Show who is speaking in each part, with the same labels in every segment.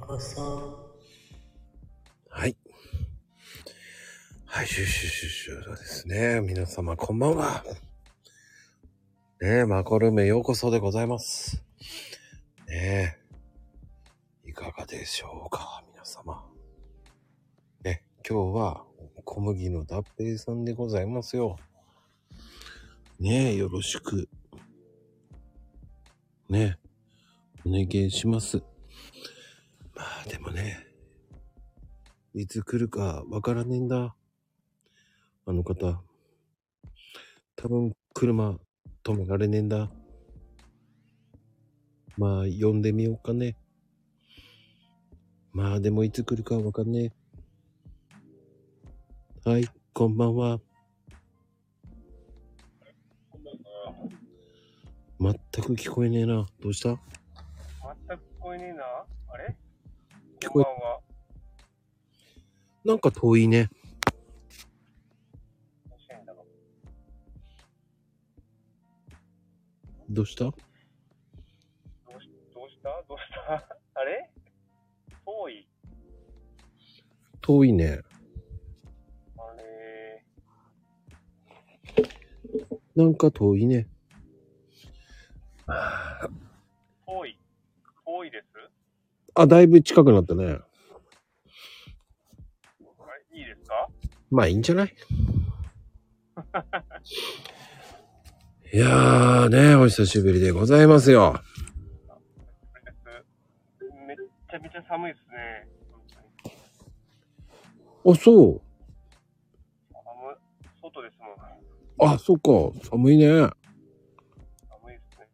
Speaker 1: 母さん。
Speaker 2: はい。はい、シュシュシュシュですね。皆様、こんばんは。ねえ、マコルームへようこそでございます。ねえ、いかがでしょうか、皆様。ね、今日は、小麦の脱平さんでございますよ。ねえ、よろしく。ねえ、お願いします。まあ、でもね、いつ来るかわからねえんだ。あの方。多分車止められねえんだ。まあ呼んでみようかね。まあでもいつ来るかわかんねえ。はい、こんばんは。全く聞こえねえな。どうした
Speaker 1: 全く聞こえねえな。あれ
Speaker 2: 聞
Speaker 1: こ
Speaker 2: こ
Speaker 1: ん
Speaker 2: え
Speaker 1: ばんは。
Speaker 2: なんか遠いね。どうした
Speaker 1: どうしたどうした あれ遠い。
Speaker 2: 遠いね。
Speaker 1: あれ
Speaker 2: なんか遠いね。
Speaker 1: 遠い。遠いです
Speaker 2: あ、だいぶ近くなったね。
Speaker 1: あれいいですか
Speaker 2: まあいいんじゃない いやーね、お久しぶりでございますよ。
Speaker 1: これです。めっちゃめちゃ寒いですね。本当に
Speaker 2: あ、そ
Speaker 1: 寒い。外ですもん。
Speaker 2: う。あ、そっか。寒いね。
Speaker 1: 寒いですね。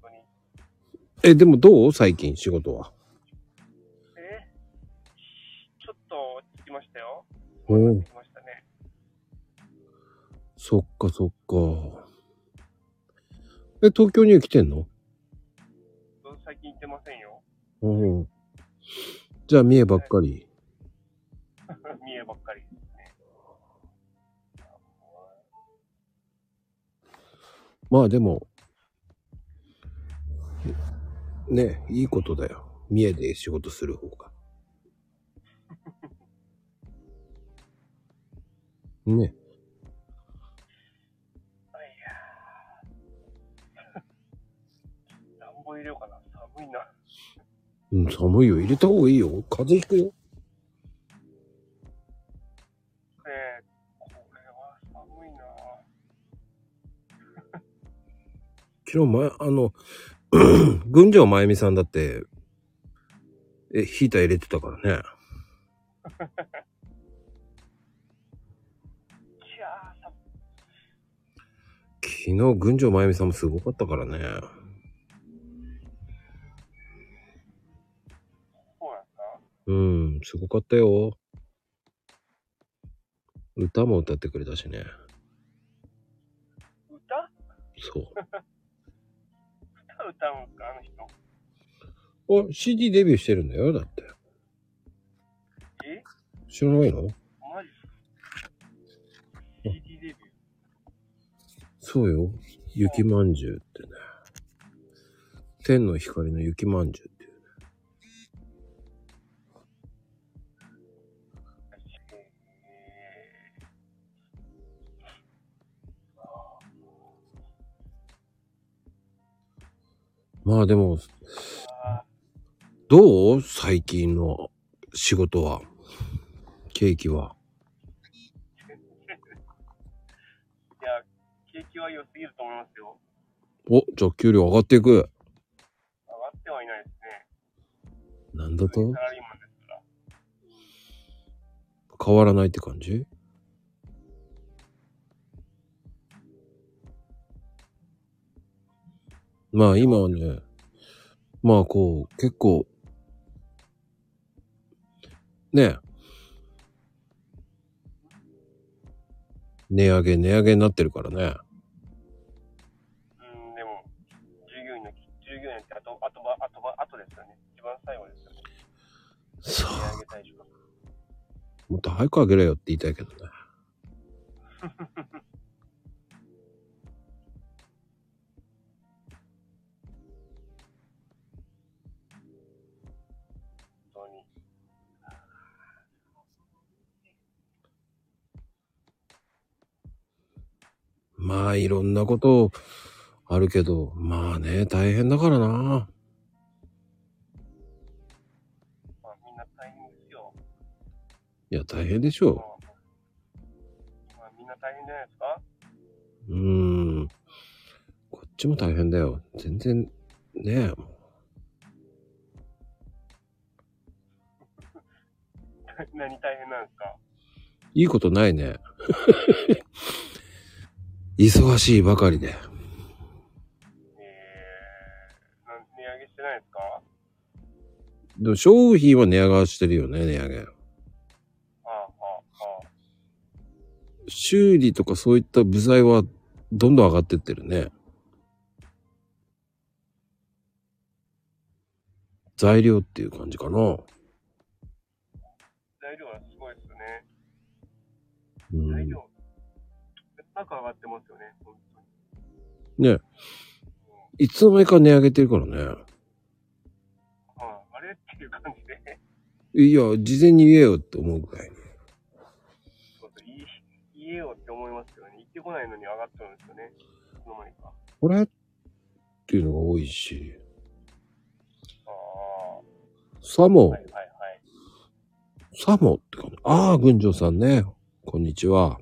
Speaker 1: 本当に。
Speaker 2: え、でもどう最近仕事は。
Speaker 1: えちょっと落ち着きましたよ。
Speaker 2: お
Speaker 1: 落ち着きましたね。
Speaker 2: そっかそっか。え、東京には来てんの
Speaker 1: 最近行ってませんよ。
Speaker 2: うん。じゃあ、三重ばっかり。
Speaker 1: 見えばっかりですね。
Speaker 2: まあでも、ね、いいことだよ。三重で仕事する方が。ね。
Speaker 1: 暖房入れようかな。寒いな。
Speaker 2: うん、寒いよ。入れた方がいいよ。風邪ひくよ。
Speaker 1: えー、これは寒いなぁ。
Speaker 2: 昨日、前、あの、 群青まゆみさんだって、え、ヒーター入れてたからね。
Speaker 1: いやー、寒
Speaker 2: 昨日、群青まゆみさんもすごかったからね。
Speaker 1: そうやった。
Speaker 2: うん、すごかったよ。歌も歌ってくれたしね。
Speaker 1: 歌
Speaker 2: そう。
Speaker 1: 歌歌うんか、あの人。
Speaker 2: あ、CD デビューしてるんだよ、だって。
Speaker 1: え
Speaker 2: 知らないの
Speaker 1: マジっすか ?CD デビュー。
Speaker 2: そうよ。雪まんじゅうってね。天の光の雪まんじゅうっていうね。
Speaker 1: え
Speaker 2: まあでも、
Speaker 1: ー、あ
Speaker 2: どう最近の仕事は。ケーキは。
Speaker 1: ーいや、景気は良すぎると思いますよ。
Speaker 2: お、じゃあ給料上がっていく。
Speaker 1: 上がってはいないですね。
Speaker 2: なんだと
Speaker 1: サラリーマンですから。
Speaker 2: 変わらないって感じまあ今はね、まあこう、結構、ねえ、値上げ値上げになってるからね。
Speaker 1: うん、でも、従業員の、従業員ってあと、あとば、あとば、あとですよね。一番最後ですよね。
Speaker 2: そ
Speaker 1: 値上げ対象。
Speaker 2: う。もっと早く上げれよって言いたいけどね。
Speaker 1: ど
Speaker 2: まあ、いろんなことあるけど、まあね、大変だからな。
Speaker 1: まあ、みんな大変ですよ。
Speaker 2: いや、大変でしょ
Speaker 1: まあ、みんな大変じゃないですか
Speaker 2: う。うーん。こっちも大変だよ。全然、ねえ。
Speaker 1: 何大変なんですか
Speaker 2: いいことないね。 忙しいばかりで。
Speaker 1: えー、なん値上げしてないですか
Speaker 2: でも商品は値上がしてるよね、値上げ。
Speaker 1: はあ、はあ、はあ。
Speaker 2: 修理とかそういった部材はどんどん上がってってるね。材料っていう感じかな。
Speaker 1: 材料はすごいですよね。
Speaker 2: う
Speaker 1: 材
Speaker 2: ん、
Speaker 1: 料、高く上がってますよね、本当に。
Speaker 2: ねいつの間にか値上げてるからね。
Speaker 1: はあ、あれっていう感じで、
Speaker 2: いや、事前に言えよって思うぐらいに。
Speaker 1: そうそう、い言えよって思いますよね。言ってこないのに上がっちゃうんですよね。いつの間にか。
Speaker 2: これっていうのが多いし。
Speaker 1: ああ、
Speaker 2: さも
Speaker 1: はいは、いはい。
Speaker 2: さもって感じ。ああ、群青さんね。こんにちは。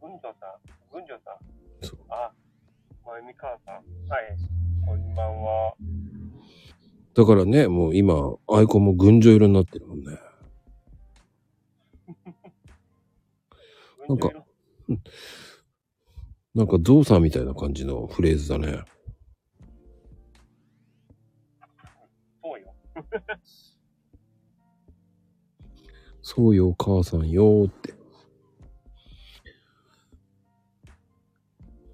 Speaker 1: 群青さん、群青さん。
Speaker 2: そう
Speaker 1: あ、まゆみ母さん。はい。こんばんは。
Speaker 2: だからね、もう今、アイコンも群青色になってるもんね。なんか
Speaker 1: 群青色
Speaker 2: なんかゾウさんみたいな感じのフレーズだね。
Speaker 1: そうよ。
Speaker 2: そうよ、母さんよーって。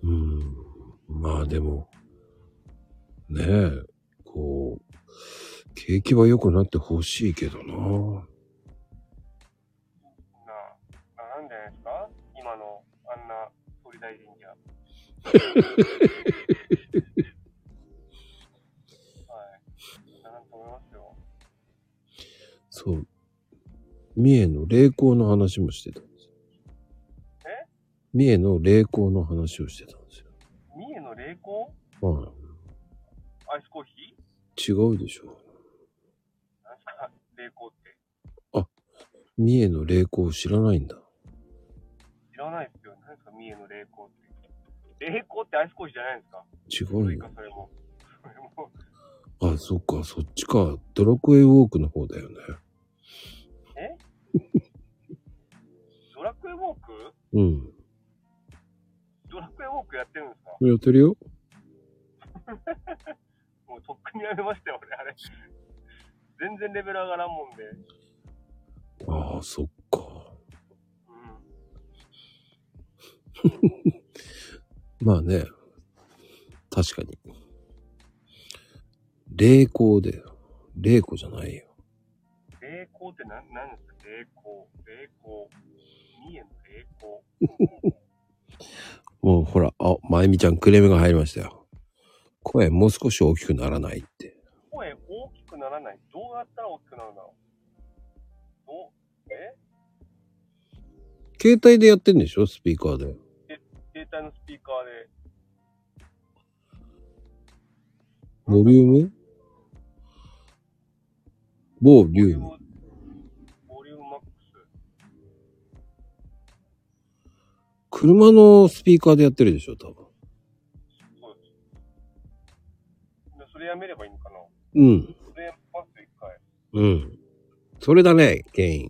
Speaker 2: うーん。まあでも、ねえ、こう、景気は良くなってほしいけどな。
Speaker 1: なあ、なんじゃないですか今の、あんな総理大臣 じゃ。はい。ならんと思いますよ。
Speaker 2: そう。三重の霊光の話もしてたんですよ。
Speaker 1: え
Speaker 2: 三重の霊光の話をしてたんですよ。
Speaker 1: 三重の霊光
Speaker 2: まあ、
Speaker 1: アイスコーヒー
Speaker 2: 違うでしょ。
Speaker 1: なんすか霊光って。
Speaker 2: 三重の霊光を知らないんだ。
Speaker 1: 知らないですよ。何ですか三重の霊光って。霊光ってアイスコーヒーじゃないんですか
Speaker 2: 違
Speaker 1: 古
Speaker 2: う
Speaker 1: い
Speaker 2: んだ
Speaker 1: か。、それも。それも。
Speaker 2: あ、そっか、そっちか。ドラクエウォークの方だよね。
Speaker 1: ドラクエウォーク
Speaker 2: うん。
Speaker 1: ドラクエウォークやってるんですか
Speaker 2: やってるよ。
Speaker 1: もうとっくにやめましたよ、俺、あれ。全然レベル上がらんもんで。
Speaker 2: ああ、そっか。
Speaker 1: うん。
Speaker 2: まあね。確かに。霊光だよ。霊光じゃないよ。
Speaker 1: 霊光って何何ですか霊光。霊光。三重の霊光。
Speaker 2: もうほら、あ、まゆみちゃんクレームが入りましたよ。声もう少し大きくならないって。
Speaker 1: 声大きくならない。どうやったら大きくなるんだろう。どうえ
Speaker 2: 携帯でやってんでしょスピーカーで。
Speaker 1: 携帯のスピーカーで。
Speaker 2: ボリュームボリ
Speaker 1: ボリ
Speaker 2: ュー
Speaker 1: ュー
Speaker 2: ム
Speaker 1: ム。ボリュームマックス。
Speaker 2: 車のスピーカーでやってるでしょ多分。
Speaker 1: そうです。でそれやめればいいのかな
Speaker 2: うん。
Speaker 1: それやめますよ、一回。
Speaker 2: うん。それだね、原因。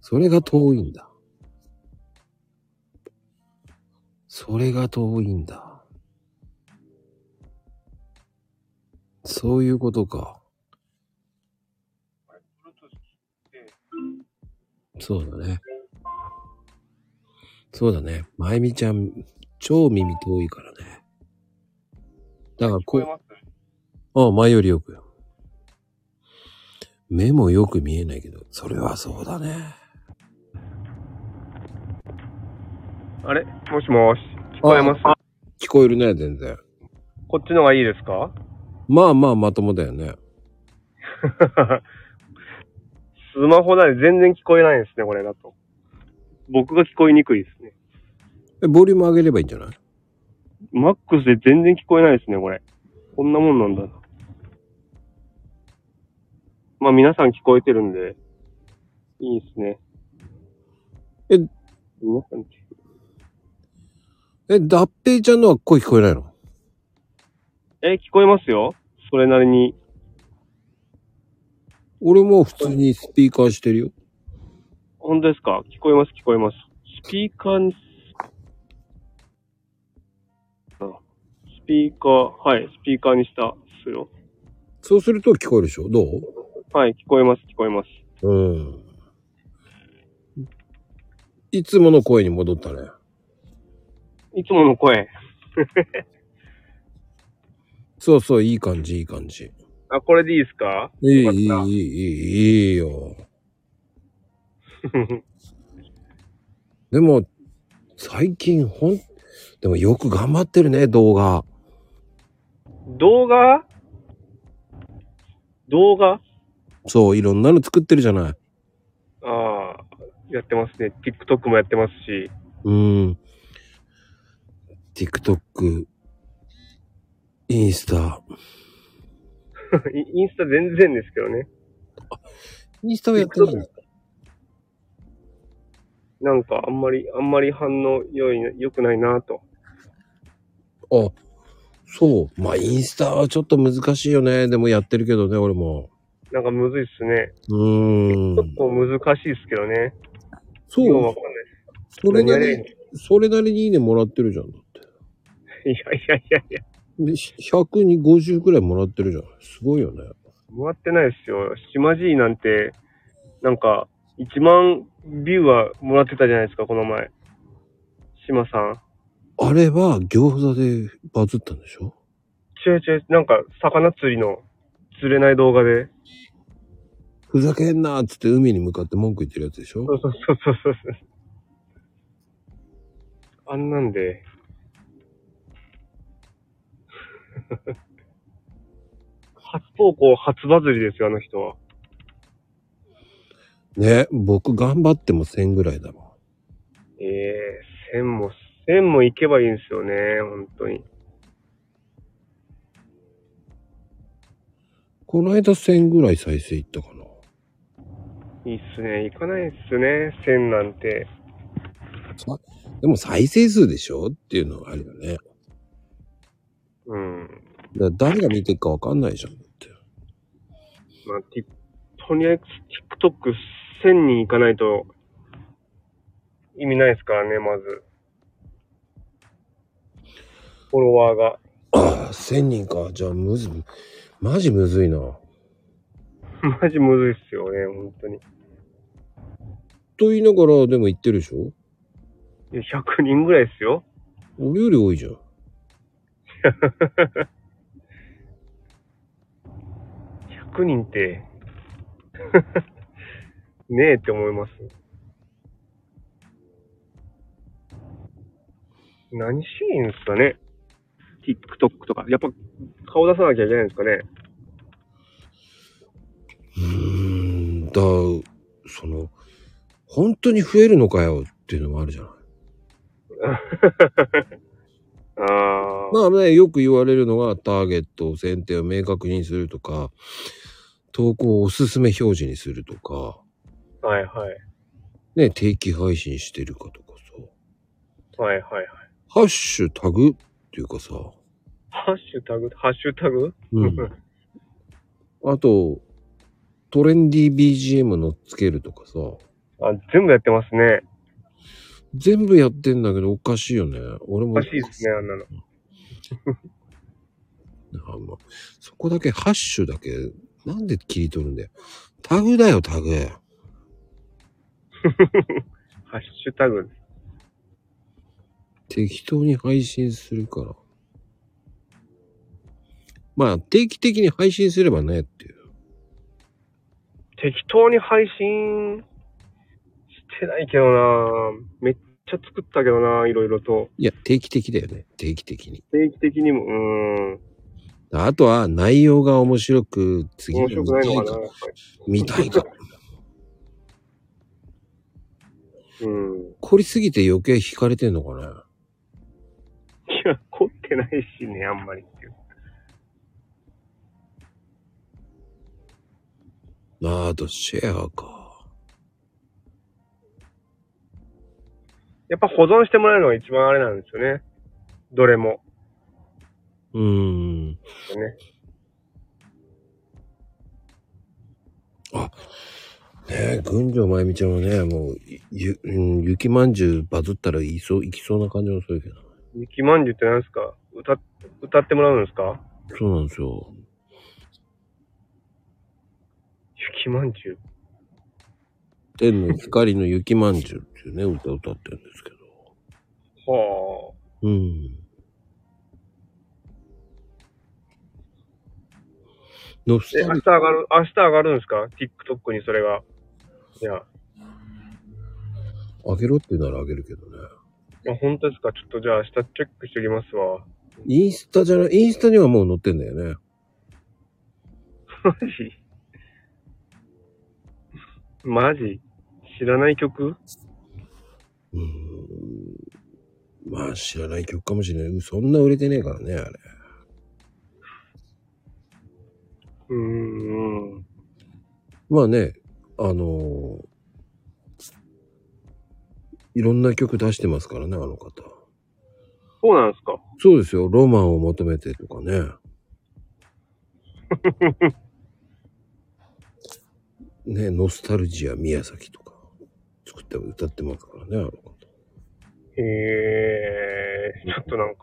Speaker 2: それが遠いんだ。それが遠いんだ。そういうことか。
Speaker 1: あれ、Bluetooth って、
Speaker 2: そうだね。そうだね。まゆみちゃん、超耳遠いからね。だから
Speaker 1: 聞こえ
Speaker 2: こ
Speaker 1: ます
Speaker 2: う、ああ、前よりよく。目もよく見えないけど、それはそうだね。
Speaker 1: あれもしもし。聞こえます
Speaker 2: 聞こえるね、全然。
Speaker 1: こっちのがいいですか
Speaker 2: まあまあまともだよね。
Speaker 1: スマホなんで全然聞こえないですね、これだと。僕が聞こえにくいですね。
Speaker 2: えボリューム上げればいいんじゃない
Speaker 1: マックスで全然聞こえないですね、これ。こんなもんなんだ。まあ皆さん聞こえてるんで、いいですね。
Speaker 2: え
Speaker 1: 皆さん聞
Speaker 2: え、脱平ちゃんのは声聞こえないの
Speaker 1: え、聞こえますよそれなりに。
Speaker 2: 俺も普通にスピーカーしてるよ。
Speaker 1: 本当ですか聞こえます、聞こえます。スピーカーに、あスピーカー、はい、スピーカーにしたっすよ。
Speaker 2: そうすると聞こえるでしょどう
Speaker 1: はい、聞こえます、聞こえます。
Speaker 2: うん。いつもの声に戻ったね。
Speaker 1: いつもの声。
Speaker 2: そうそう、いい感じ、いい感じ。
Speaker 1: あ、これでいいですか
Speaker 2: いい、い
Speaker 1: よ
Speaker 2: い、い
Speaker 1: かっ
Speaker 2: い、いい、いいよ。でも、最近ほん、でもよく頑張ってるね、動画。
Speaker 1: た動画動画
Speaker 2: そう、いろんなの作ってるじゃない。
Speaker 1: ああ、やってますね。TikTok もやってますし。
Speaker 2: うん。TikTok、インスタ。
Speaker 1: イインスタ全然ですけどね。
Speaker 2: インスタはやってないんだ。
Speaker 1: なんかあんまり、あんまり反応良い、良くないなと。
Speaker 2: あ、そう。まあ、インスタはちょっと難しいよね。でもやってるけどね、俺も。
Speaker 1: なんかむずいっすね。
Speaker 2: うーん
Speaker 1: 結。構難しいっすけどね。よう
Speaker 2: そ
Speaker 1: わ
Speaker 2: う
Speaker 1: かん。
Speaker 2: それ
Speaker 1: ない。何
Speaker 2: な
Speaker 1: やれ
Speaker 2: り
Speaker 1: いい
Speaker 2: に、それなりにいいねもらってるじゃん。だって
Speaker 1: やいやいやいや。
Speaker 2: で、100に50くらいもらってるじゃん。すごいよね。
Speaker 1: もらってないですよ。島爺なんて、なんか、1万ビューはもらってたじゃないですか、この前。島さん。
Speaker 2: あれは餃子でバズったんでしょ
Speaker 1: 違う違う、なんか、魚釣りの、釣れない動画で。
Speaker 2: ふざけんなっつって海に向かって文句言ってるやつでしょ
Speaker 1: そうそうそうそうそうそう。 あんなんで。初投稿、初バズりですよ、あの人は。
Speaker 2: ね、僕頑張っても1000ぐらいだもん。
Speaker 1: ええー、1000も、1000もいけばいいんですよね、本当に。
Speaker 2: この間1000ぐらい再生いったかな。
Speaker 1: いいっすね、いかないっすね、1000なんて。
Speaker 2: でも再生数でしょっていうのがあるよね。
Speaker 1: う
Speaker 2: だ
Speaker 1: ん。
Speaker 2: から誰が見てるかわかんないじゃん。だって
Speaker 1: まあ、ティとにかく TikTok1000 人いかないと意味ないですからね、まず。フォロワーが。
Speaker 2: ああ、1000人か。じゃあむず、マジむずいな。
Speaker 1: マジむずいっすよね、本当に。い
Speaker 2: と言いながらでも言ってるでしょ
Speaker 1: や100人ぐらいっすよ。
Speaker 2: 俺より多いじゃん。
Speaker 1: 100人って、 ねえって思います。何してんすかね ?TikTok とか。やっぱ顔出さなきゃいけないんですかね
Speaker 2: うーん、だ、その、本当に増えるのかよっていうのもあるじゃない。
Speaker 1: ああ。
Speaker 2: まあね、よく言われるのがターゲットを選定を明確にするとか、投稿をおすすめ表示にするとか、
Speaker 1: はいはい。
Speaker 2: ね、定期配信してるかとかさ、
Speaker 1: はいはいはい。
Speaker 2: ハッシュタグっていうかさ、
Speaker 1: ハッシュタグハッシュタグ
Speaker 2: うん。あと、トレンディー BGM のっつけるとかさ、
Speaker 1: あ、全部やってますね。
Speaker 2: 全部やってんだけどおかしいよね。俺も。
Speaker 1: おかしいですね、あんなの。
Speaker 2: あまあそこだけ、ハッシュだけ、なんで切り取るんだよ。タグだよ、タグ。
Speaker 1: ハッシュタグ。
Speaker 2: 適当に配信するから。まあ、定期的に配信すればねっていう。
Speaker 1: 適当に配信してないけどなめっちゃ作ったけどないろいろと。
Speaker 2: いや、定期的だよね。定期的に。
Speaker 1: 定期的にも、うーん。
Speaker 2: あとは、内容が面白く、次
Speaker 1: 面
Speaker 2: の
Speaker 1: 白
Speaker 2: 見
Speaker 1: くない
Speaker 2: た
Speaker 1: の
Speaker 2: い
Speaker 1: かな
Speaker 2: か。
Speaker 1: やっぱり
Speaker 2: 見たいか。
Speaker 1: うん。い
Speaker 2: 凝りすぎて余計惹かれてんのかね
Speaker 1: や、凝ってないしね、あんまりっていう。
Speaker 2: なあとシェアか。
Speaker 1: やっぱ保存してもらうのが一番あれなんですよね。どれも。
Speaker 2: うーん。
Speaker 1: ね。
Speaker 2: ねえ、群青まゆみちゃんはね、もう、ゆ、うん、雪まんじゅうバズったらいそう、いきそうな感じもするけど。
Speaker 1: 雪まんじゅうって何ですか歌っ、歌ってもらうんですか
Speaker 2: そうなんですよ。
Speaker 1: 雪まんじゅう。
Speaker 2: 天の光の雪まんじゅうっていうね、歌を歌ってるんですけど。
Speaker 1: はあ。
Speaker 2: うん。のっ
Speaker 1: え、
Speaker 2: さ
Speaker 1: 明
Speaker 2: り
Speaker 1: 日、上がる、明日上がるんですか ?TikTok にそれが。いや、
Speaker 2: あげろって言うならあげるけどね。
Speaker 1: あ本当ですかちょっとじゃあ明日チェックしておきますわ。
Speaker 2: インスタじゃない、インスタにはもう載ってんだよね。
Speaker 1: マジマジ知らない曲
Speaker 2: うーん。まあ知らない曲かもしれない。そんな売れてねえからね、あれ。
Speaker 1: うーん。
Speaker 2: まあね、あのーいろんな曲出してますからね、あの方。
Speaker 1: そうなんですか
Speaker 2: そうですよ、ロマンを求めてとかね。ね、ノスタルジア宮崎とか作って歌ってますからね、あの方。
Speaker 1: へえー、ちょっとなんか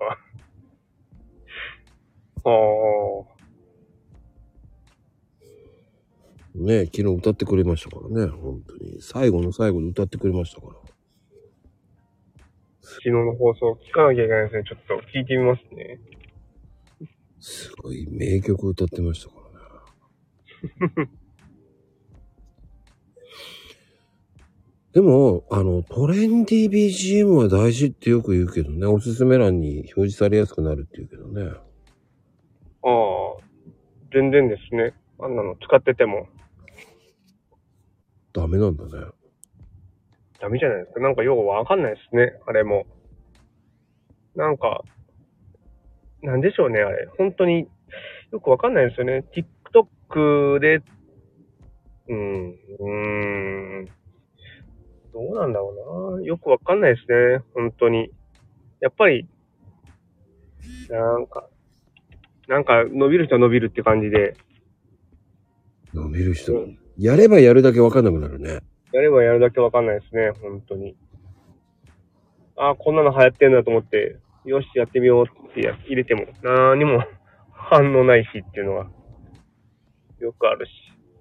Speaker 1: ああ。
Speaker 2: ね、昨日歌ってくれましたからね、本当に。最後の最後で歌ってくれましたから。
Speaker 1: 昨日の放送聞かなきゃいけないですね。ちょっと聞いてみますね。
Speaker 2: すごい名曲歌ってましたからね。 でも、あの、トレンディ BGM は大事ってよく言うけどね、おすすめ欄に表示されやすくなるって言うけどね。
Speaker 1: ああ。全然ですね。あんなの使ってても
Speaker 2: ダメなんだね。
Speaker 1: ダメじゃないですか。なんかよくわかんないですね。あれも。なんか、なんでしょうね、あれ。本当によくわかんないですよね。TikTok で、うん、うーん。どうなんだろうな。よくわかんないですね。本当に。やっぱり、なんか、なんか伸びる人は伸びるって感じで、
Speaker 2: 伸びる人、
Speaker 1: うん
Speaker 2: やればやるだけわかんなくなるね。
Speaker 1: やればやるだけわかんないですね、本当に。ああ、こんなの流行ってんだと思って、よし、やってみようってや入れても、何にも 反応ないしっていうのが、よくあるし。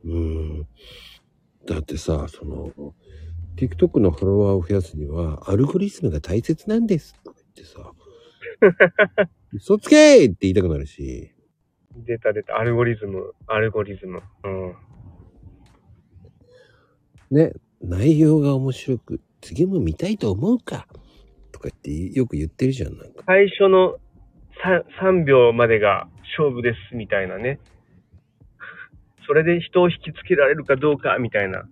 Speaker 2: うん。だってさ、その、TikTok のフォロワーを増やすには、アルゴリズムが大切なんですとか言って さ、嘘つけーって言いたくなるし、
Speaker 1: 出た出た、アルゴリズム、アルゴリズム。うん。
Speaker 2: ね、内容が面白く、次も見たいと思うかとか言ってよく言ってるじゃん、なんか。
Speaker 1: 最初の 3, 3秒までが勝負です、みたいなね。 それで人を引きつけられるかどうか、みたいな。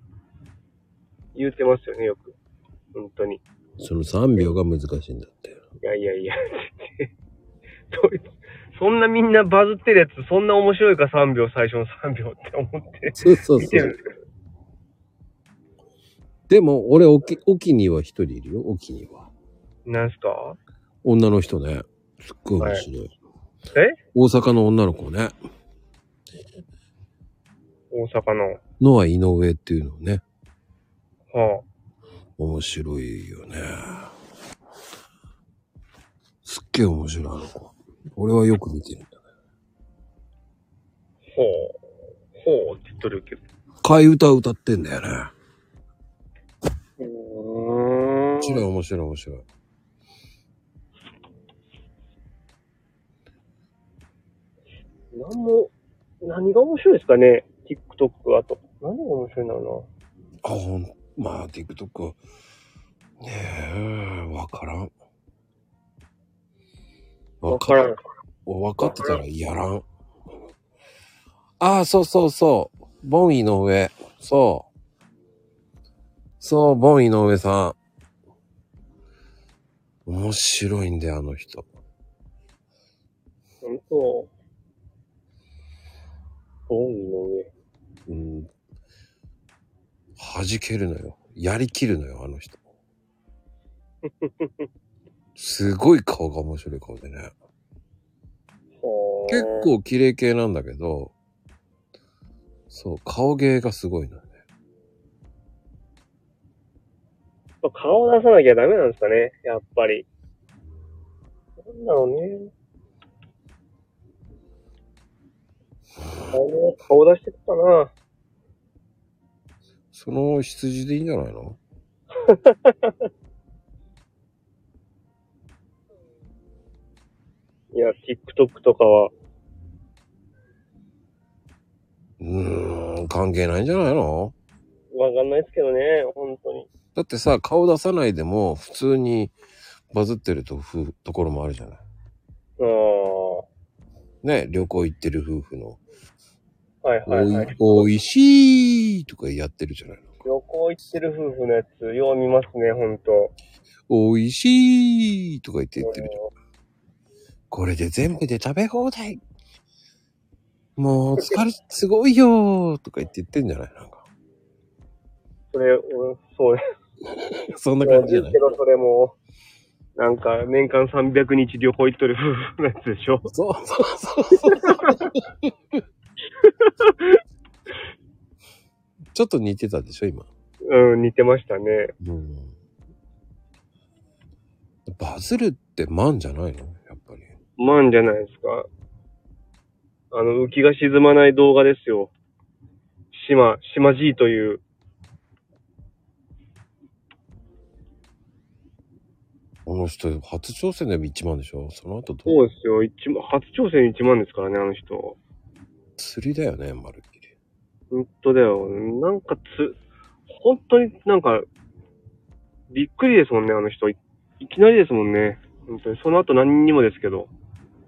Speaker 1: 言うてますよね、よく。本当に。
Speaker 2: その3秒が難しいんだって。
Speaker 1: いやいやい や、どういうそんなみんなバズってるやつ、そんな面白いか3秒、最初の3秒って思って
Speaker 2: そうそう
Speaker 1: 見て
Speaker 2: そ
Speaker 1: るん
Speaker 2: う
Speaker 1: で。すけど。
Speaker 2: でも、俺、おき、おきには一人いるよ、おきには。
Speaker 1: なんすか
Speaker 2: 女の人ね。すっごい面白い。
Speaker 1: え
Speaker 2: 大阪の女の子ね。
Speaker 1: 大阪の。
Speaker 2: ノア井上っていうのをね。
Speaker 1: は
Speaker 2: 面白いよね。すっげえ面白い、あの子。俺はよく見てるんだね。
Speaker 1: あ、ほう。ほうって言っとるけど。
Speaker 2: 替え歌歌ってんだよね。
Speaker 1: う
Speaker 2: 面白い、面白い、面白い。
Speaker 1: 何も、何が面白いですかね ?TikTok あと。何が面白いんだろ
Speaker 2: あ、ほん、まあ、TikTok。ねえ、わからん。
Speaker 1: うな。わからん。
Speaker 2: 分かってたらやらん。ああ、そうそうそう。ボン井上。そう。そう、ボン井上さん。面白いんだよ、あの人。
Speaker 1: 本当。ボンの上。
Speaker 2: うん。弾けるのよ。やりきるのよ、あの人。すごい顔が面白い顔でね。結
Speaker 1: はあ。
Speaker 2: 構綺麗系なんだけど、そう、顔芸がすごいのよね。
Speaker 1: やっぱ顔出さなきゃダメなんですかね、やっぱり。なんだろうね。顔顔出してたかな。
Speaker 2: その羊でいいんじゃないの
Speaker 1: いや、TikTok とかは。
Speaker 2: うーん、関係ないんじゃないの
Speaker 1: わかんないですけどね、本当に。
Speaker 2: だってさ、顔出さないでも普通にバズってるとふところもあるじゃない。
Speaker 1: ああ。
Speaker 2: ね、旅行行ってる夫婦の、
Speaker 1: はいはいはい。
Speaker 2: おいおいしいとかやってるじゃないの。
Speaker 1: 旅行行ってる夫婦のやつ、よう見ますね、ほんと。
Speaker 2: おいしいとか言って言ってるじゃん。これで全部で食べ放題もう疲れ、すごいよーとか言って言ってんじゃないなんか。
Speaker 1: それ、俺そうね。
Speaker 2: そんな感じじゃ
Speaker 1: 言
Speaker 2: な
Speaker 1: う
Speaker 2: い
Speaker 1: けど、それも、なんか、年間300日旅行行っとる夫婦のやつでしょ。
Speaker 2: そうそうそうそう。ちょっと似てたでしょ、今。
Speaker 1: うん、似てましたね。
Speaker 2: うん。バズるってマンじゃないのやっぱり。
Speaker 1: マンじゃないですか。あの、浮きが沈まない動画ですよ。島、島 G という。
Speaker 2: この人、初挑戦でも1万でしょその後どう
Speaker 1: そうですよ。一万、初挑戦1万ですからね、あの人。
Speaker 2: 釣りだよね、まるっきり。
Speaker 1: 本当だよ。なんかつ、本当になんか、びっくりですもんね、あの人。いいきなりですもんね。本当に。その後何にもですけど。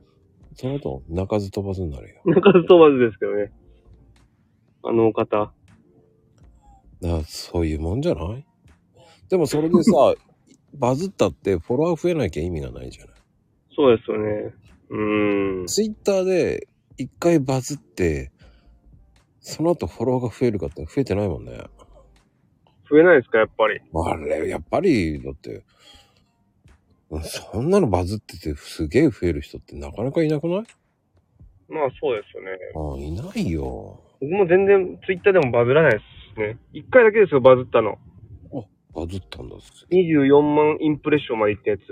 Speaker 2: その後、泣かず飛ばずになるよ。
Speaker 1: 泣かず飛ばずですけどね。あのお方。
Speaker 2: だからそういうもんじゃないでもそれでさ、バズったってフォロワー増えなきゃ意味がないじゃない。
Speaker 1: そうですよね。うーん。
Speaker 2: ツイッターで一回バズって、その後フォロワーが増えるかって増えてないもんね。
Speaker 1: 増えないですか、やっぱり。
Speaker 2: あれ、やっぱり、だって、うんそんなのバズっててすげえ増える人ってなかなかいなくない
Speaker 1: まあそうですよね。
Speaker 2: あいないよ。
Speaker 1: 僕も全然ツイッターでもバズらないですしね。一回だけですよ、バズったの。
Speaker 2: バズったんだすげえ。
Speaker 1: 24万インプレッションまでいったやつ。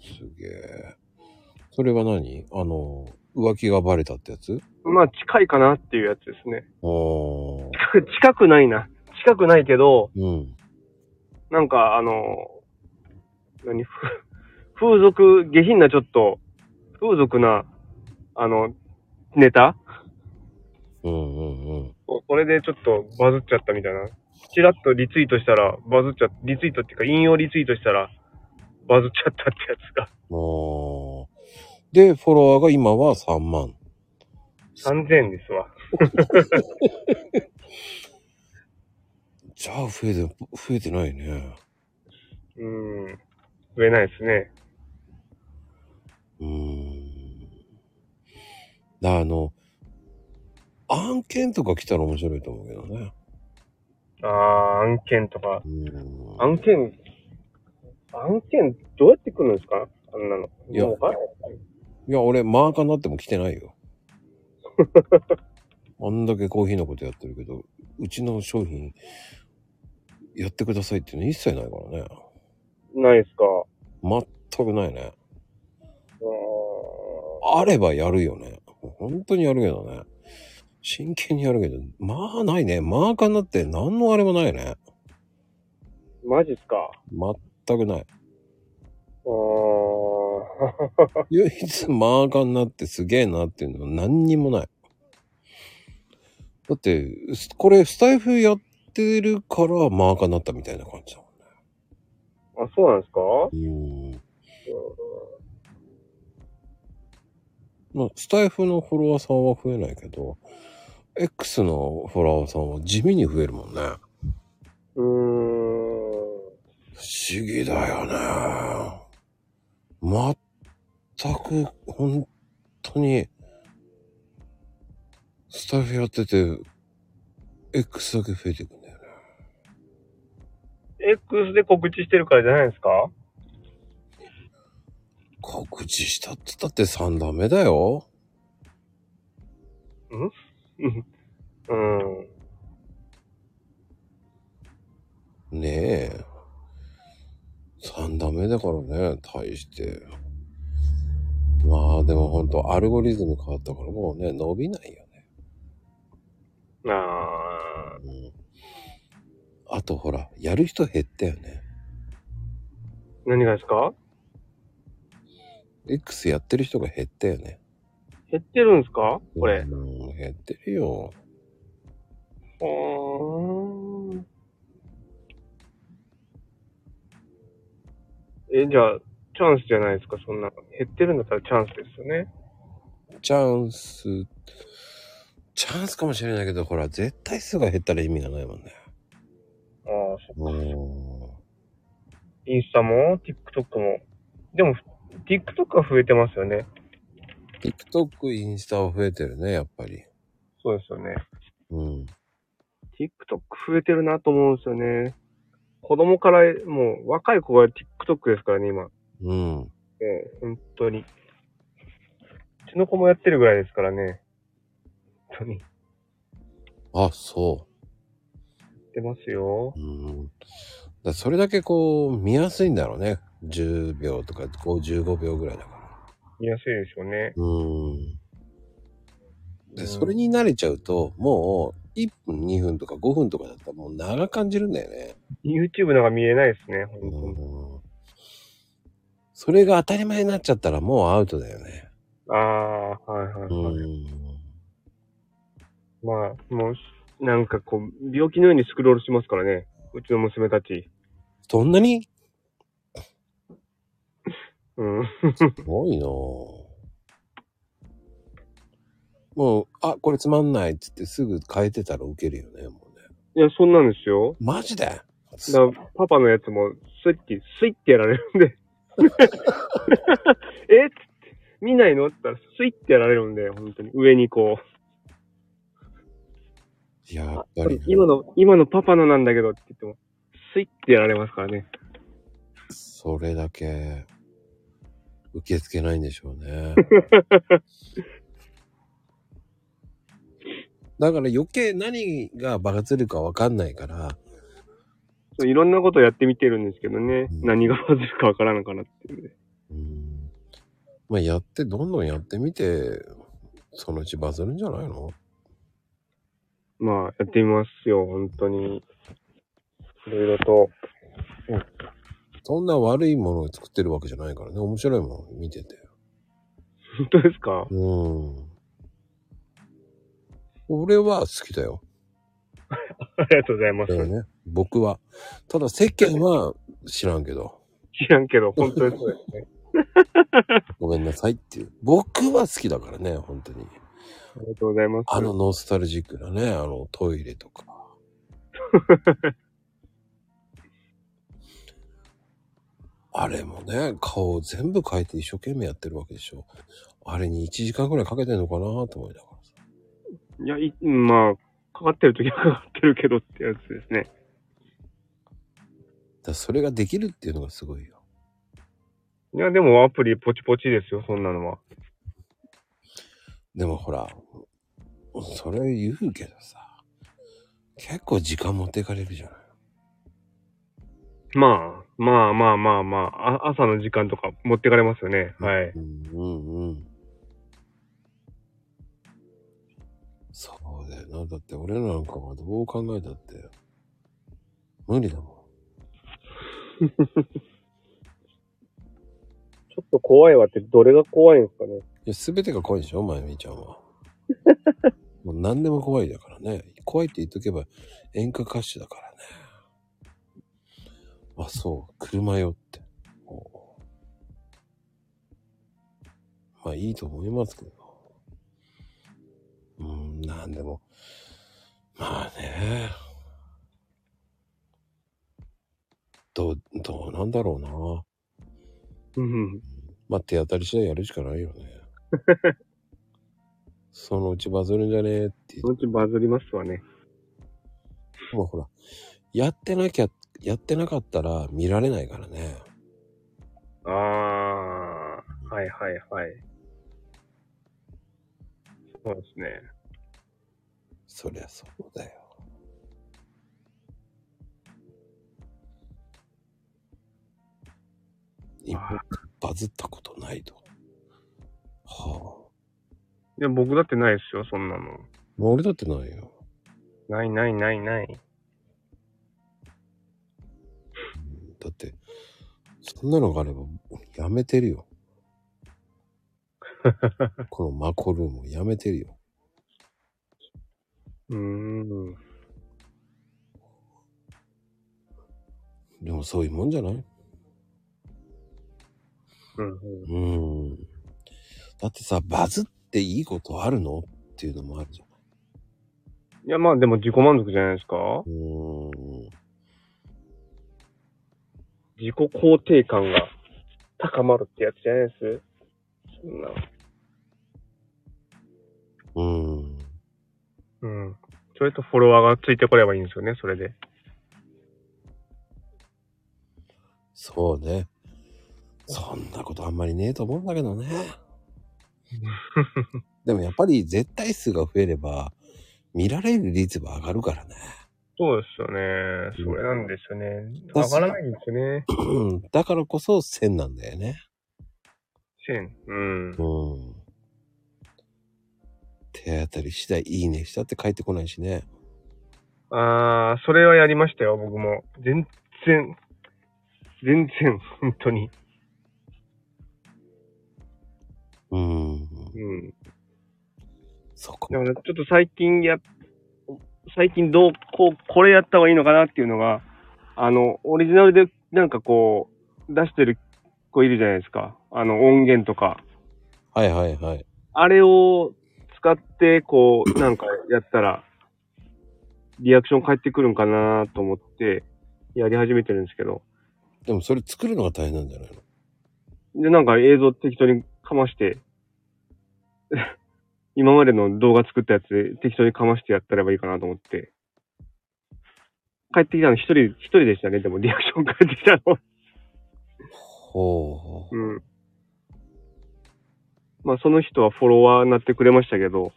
Speaker 2: すげえ。それは何あの、浮気がバレたってやつ
Speaker 1: まあ近いかなっていうやつですね。
Speaker 2: あー。
Speaker 1: 近くないな。近くないけど、
Speaker 2: うん。
Speaker 1: なんか、あの、何、ふ 風俗、下品なちょっと、風俗な、あの、ネタ
Speaker 2: うんうんうん。
Speaker 1: そそれでちょっとバズっちゃったみたいな。ちらっとリツイートしたら、バズっちゃ、リツイートっていうか、引用リツイートしたら、バズっちゃったってやつが、
Speaker 2: もう、で、フォロワーが今は3万。
Speaker 1: 3000ですわ。
Speaker 2: じゃあ増えて、増えてないね。
Speaker 1: うーん。増えないですね。
Speaker 2: うーん。だからあの、案件とか来たら面白いと思うけどね。
Speaker 1: あー、案件とか。
Speaker 2: うーん。
Speaker 1: 案件、案件、どうやって来るんですかあんなの。
Speaker 2: いや
Speaker 1: もうわかんない
Speaker 2: いや、俺、マーカーになっても来てないよ。 あんだけコーヒーのことやってるけど、うちの商品、やってくださいっていうの一切ないからね。
Speaker 1: ないですか。
Speaker 2: 全くないね。
Speaker 1: うーん
Speaker 2: あればやるよね。本当にやるけどね。真剣にやるけど、まあないね。マーカーになって何のあれもないね。
Speaker 1: マジっすか。
Speaker 2: 全くない。
Speaker 1: あー
Speaker 2: 唯一マーカーになってすげえなっていうのは何にもない。だって、すこれスタイフやってるからマーカーになったみたいな感じだも
Speaker 1: あ、そうなんですか
Speaker 2: んね。うん。まあ、スタイフのフォロワーさんは増えないけど、X のフォロワーさんは地味に増えるもんね。
Speaker 1: うーん。
Speaker 2: 不思議だよね。全く、本当に、スタイフやってて、X だけ増えていくんだよね。
Speaker 1: X で告知してるからじゃないですか
Speaker 2: 告知したってだって3段目だよ。
Speaker 1: うん。
Speaker 2: ねえ。3段目だからね、大して。まあでもほんとアルゴリズム変わったからもうね、伸びないよね。
Speaker 1: あ
Speaker 2: うん、あとほら、やる人減ったよね。
Speaker 1: ー何がですか
Speaker 2: X やってる人が減ったよね。
Speaker 1: 減ってるんですかこれ。
Speaker 2: うん、減ってるよ。
Speaker 1: うーん。え、じゃあ、チャンスじゃないですか、そんな。減ってるんだったらチャンスですよね。
Speaker 2: チャンス、チャンスかもしれないけど、ほら、絶対数が減ったら意味がないもんね。
Speaker 1: ああ、
Speaker 2: う
Speaker 1: そ
Speaker 2: ん。
Speaker 1: インスタも TikTok も。でも、TikTok は増えてますよね。
Speaker 2: TikTok、インスタは増えてるね、やっぱり。
Speaker 1: そうですよね。
Speaker 2: うん。
Speaker 1: TikTok 増えてるなと思うんですよね。子供から、もう若い子が TikTok ですからね、今。も
Speaker 2: うん。
Speaker 1: う本当に。うちの子もやってるぐらいですからね。本当に。や
Speaker 2: あ、そ
Speaker 1: ってますよ
Speaker 2: う。。うん。だそれだけこう、見やすいんだろうね。10秒とか、こう15秒ぐらいだから。
Speaker 1: 見やすいですよね。
Speaker 2: うん。で、
Speaker 1: うん
Speaker 2: それに慣れちゃうと、もう、1分、2分とか5分とかだったらもう長感じるんだよね。
Speaker 1: YouTube なんか見えないですね、本当
Speaker 2: う
Speaker 1: に。
Speaker 2: ん。それが当たり前になっちゃったらもうアウトだよね。
Speaker 1: ああ、はいは
Speaker 2: う
Speaker 1: いはい。
Speaker 2: ん。
Speaker 1: まあ、もう、なんかこう、病気のようにスクロールしますからね。うちの娘たち。
Speaker 2: そんなに
Speaker 1: うん。
Speaker 2: すごいなぁもう、あ、これつまんないっつってすぐ変えてたらウケるよね、もうね。
Speaker 1: いや、そんなんですよ。
Speaker 2: マジで
Speaker 1: だからパパのやつも、スイッて、スイッてやられるんで。 えっつって、見ないのって言ったら、スイッてやられるんで、本当に。上にこう。
Speaker 2: やっぱり、
Speaker 1: 今の、今のパパのなんだけどって言っても、スイッてやられますからね。
Speaker 2: それだけ、受け付けないんでしょうね。 だから余計何がバカつるかわかんないから、
Speaker 1: そういろんなことやってみてるんですけどね。
Speaker 2: うん
Speaker 1: 何が外れるかわからんかなっていうんで。
Speaker 2: うんまあやって、どんどんやってみて、そのうちバズるんじゃないの
Speaker 1: まあ、やってみますよ、本当に。いろいろと。
Speaker 2: そんな悪いものを作ってるわけじゃないからね。面白いもの見てて。
Speaker 1: 本当ですか
Speaker 2: うん。俺は好きだよ。
Speaker 1: ありがとうございま
Speaker 2: だよ
Speaker 1: す。
Speaker 2: ね。僕は。ただ世間は知らんけど。
Speaker 1: 知らんけど、本当にそうですね。
Speaker 2: ごめんなさいっていう。僕は好きだからね、本当に。
Speaker 1: ありがとうございます。
Speaker 2: あのノスタルジックなね、あのトイレとか。あれもね、顔を全部変えて一生懸命やってるわけでしょ。あれに1時間ぐらいかけてんのかなと思いながらさ。
Speaker 1: いや、いまあ、かかってる時はかかってるけどってやつですね。
Speaker 2: だからそれができるっていうのがすごいよ。
Speaker 1: いや、でもアプリポチポチですよ、そんなのは。
Speaker 2: でもほら、それ言うけどさ、結構時間持っていかれるじゃない。
Speaker 1: まあ、まあまあまあまあ、あ朝の時間とか持ってかれますよね。はい。
Speaker 2: うんうんうん。そうだよな。だって俺らなんかはどう考えたって、無理だも
Speaker 1: ちょっと怖いわって、どれが怖いんですかね。
Speaker 2: ん。いや、すべてが怖いでしょ、まゆみちゃんは。もう何でも怖いだからね。怖いって言っとけば演歌歌手だからね。あ、そう、車よって。おまあいいと思いますけど。うん、なんでも。まあね。どう、どうなんだろうな。
Speaker 1: うん。
Speaker 2: まあ、手当たり次第やるしかないよね。そのうちバズるんじゃねえって
Speaker 1: そのうちバズりますわね。
Speaker 2: でもほら、やってなきゃ、やってなかったら見られないからね。
Speaker 1: あー、はいはいはい。そうですね。
Speaker 2: そりゃそうだよ。今、バズったことないと。はあ。
Speaker 1: いや、僕だってないですよ、そんなの。
Speaker 2: まあ俺だってないよ。
Speaker 1: ないないないない。
Speaker 2: うんだって、そんなのがあれば、やめてるよ。このマコルーム、やめてるよ。
Speaker 1: うーん。
Speaker 2: でもそういうもんじゃない
Speaker 1: うんうん、
Speaker 2: うん。だってさ、バズっていいことあるのっていうのもあるじゃん。
Speaker 1: いや、まあでも自己満足じゃないですか
Speaker 2: うん。
Speaker 1: 自己肯定感が高まるってやつじゃないですそんな。
Speaker 2: うん。
Speaker 1: うん。それとフォロワーがついてこればいいんですよね、それで。
Speaker 2: そうね。そんなことあんまりねえと思うんだけどね。でもやっぱり絶対数が増えれば、見られる率は上がるからね。
Speaker 1: そうですよね。それなんですよね。
Speaker 2: うん
Speaker 1: 上がらないんですよね。
Speaker 2: うんだからこそ1000なんだよね。
Speaker 1: 線。うん。
Speaker 2: うん。手当たり次第いいねしたって帰ってこないしね。
Speaker 1: あー、それはやりましたよ、僕も。全然、全然、本当に。
Speaker 2: うん。
Speaker 1: うん。
Speaker 2: そこ
Speaker 1: で。もね、ちょっと最近や、最近どう、こう、これやった方がいいのかなっていうのが、あの、オリジナルでなんかこう、出してる子いるじゃないですか。あの、音源とか。
Speaker 2: はいはいはい。
Speaker 1: あれを使って、こう、なんかやったら、リアクション返ってくるんかなと思って、やり始めてるんですけど。
Speaker 2: でもそれ作るのが大変なんじゃないの
Speaker 1: で、なんか映像適当にかまして、 今までの動画作ったやつで適当にかましてやったればいいかなと思って。帰ってきたの一人、一人でしたね。でもリアクション 帰ってきたの。
Speaker 2: ほう。
Speaker 1: うん。まあその人はフォロワーになってくれましたけど、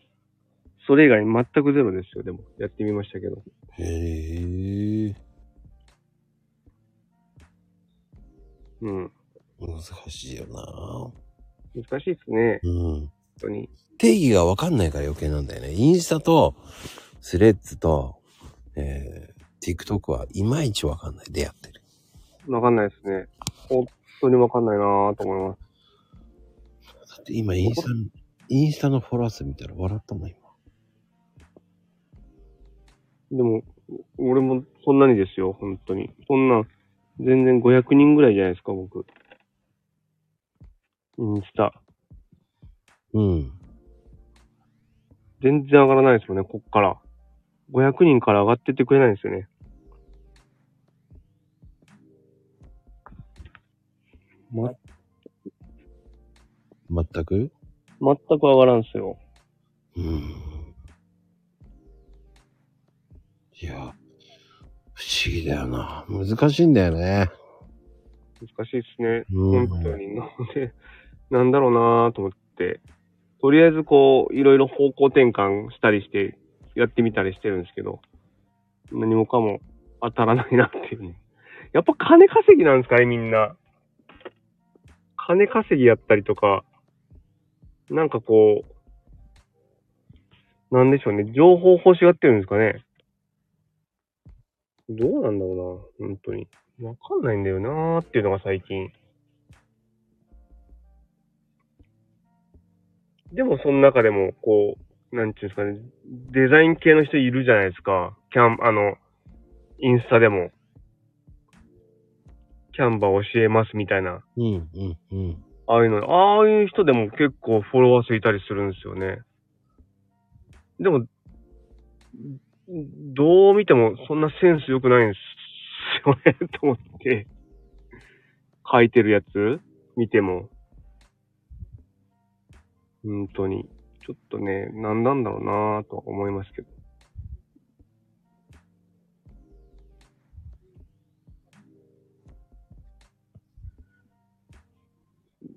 Speaker 1: それ以外全くゼロですよ。でも、やってみましたけど。
Speaker 2: へえ。
Speaker 1: うん。
Speaker 2: 難しいよな
Speaker 1: 難しいですね。
Speaker 2: うん。
Speaker 1: 本当に。
Speaker 2: 定義がわかんないから余計なんだよね。インスタと、スレッズと、えー、TikTok はいまいちわかんないでやってる。
Speaker 1: わかんないですね。本当にわかんないなぁと思います。
Speaker 2: だって今インスタ、インスタのフォロワー数見たら笑ったもん今。
Speaker 1: でも、俺もそんなにですよ、本当に。そんな、全然500人ぐらいじゃないですか、僕。インスタ。
Speaker 2: うん。
Speaker 1: 全然上がらないですもんね、こっから。500人から上がってってくれないんですよね。ま、
Speaker 2: 全く
Speaker 1: 全く上がらんですよ。
Speaker 2: うん。いや、不思議だよな。難しいんだよね。
Speaker 1: 難しいですね。
Speaker 2: うん
Speaker 1: 本当に。なので、なんだろうなぁと思って。とりあえずこう、いろいろ方向転換したりして、やってみたりしてるんですけど、何もかも当たらないなっていうね。やっぱ金稼ぎなんですかね、みんな。金稼ぎやったりとか、なんかこう、なんでしょうね、情報欲しがってるんですかね。どうなんだろうな、本当に。わかんないんだよなーっていうのが最近。でも、その中でも、こう、なんていうんですかね、デザイン系の人いるじゃないですか。キャン、あの、インスタでも。キャンバー教えますみたいな。
Speaker 2: うん、うん、うん。
Speaker 1: ああいうの、ああいう人でも結構フォロワー数いたりするんですよね。でも、どう見てもそんなセンス良くないんですよね、と思って。書いてるやつ見ても。本当に。ちょっとね、なんなんだろうなぁとは思いますけど。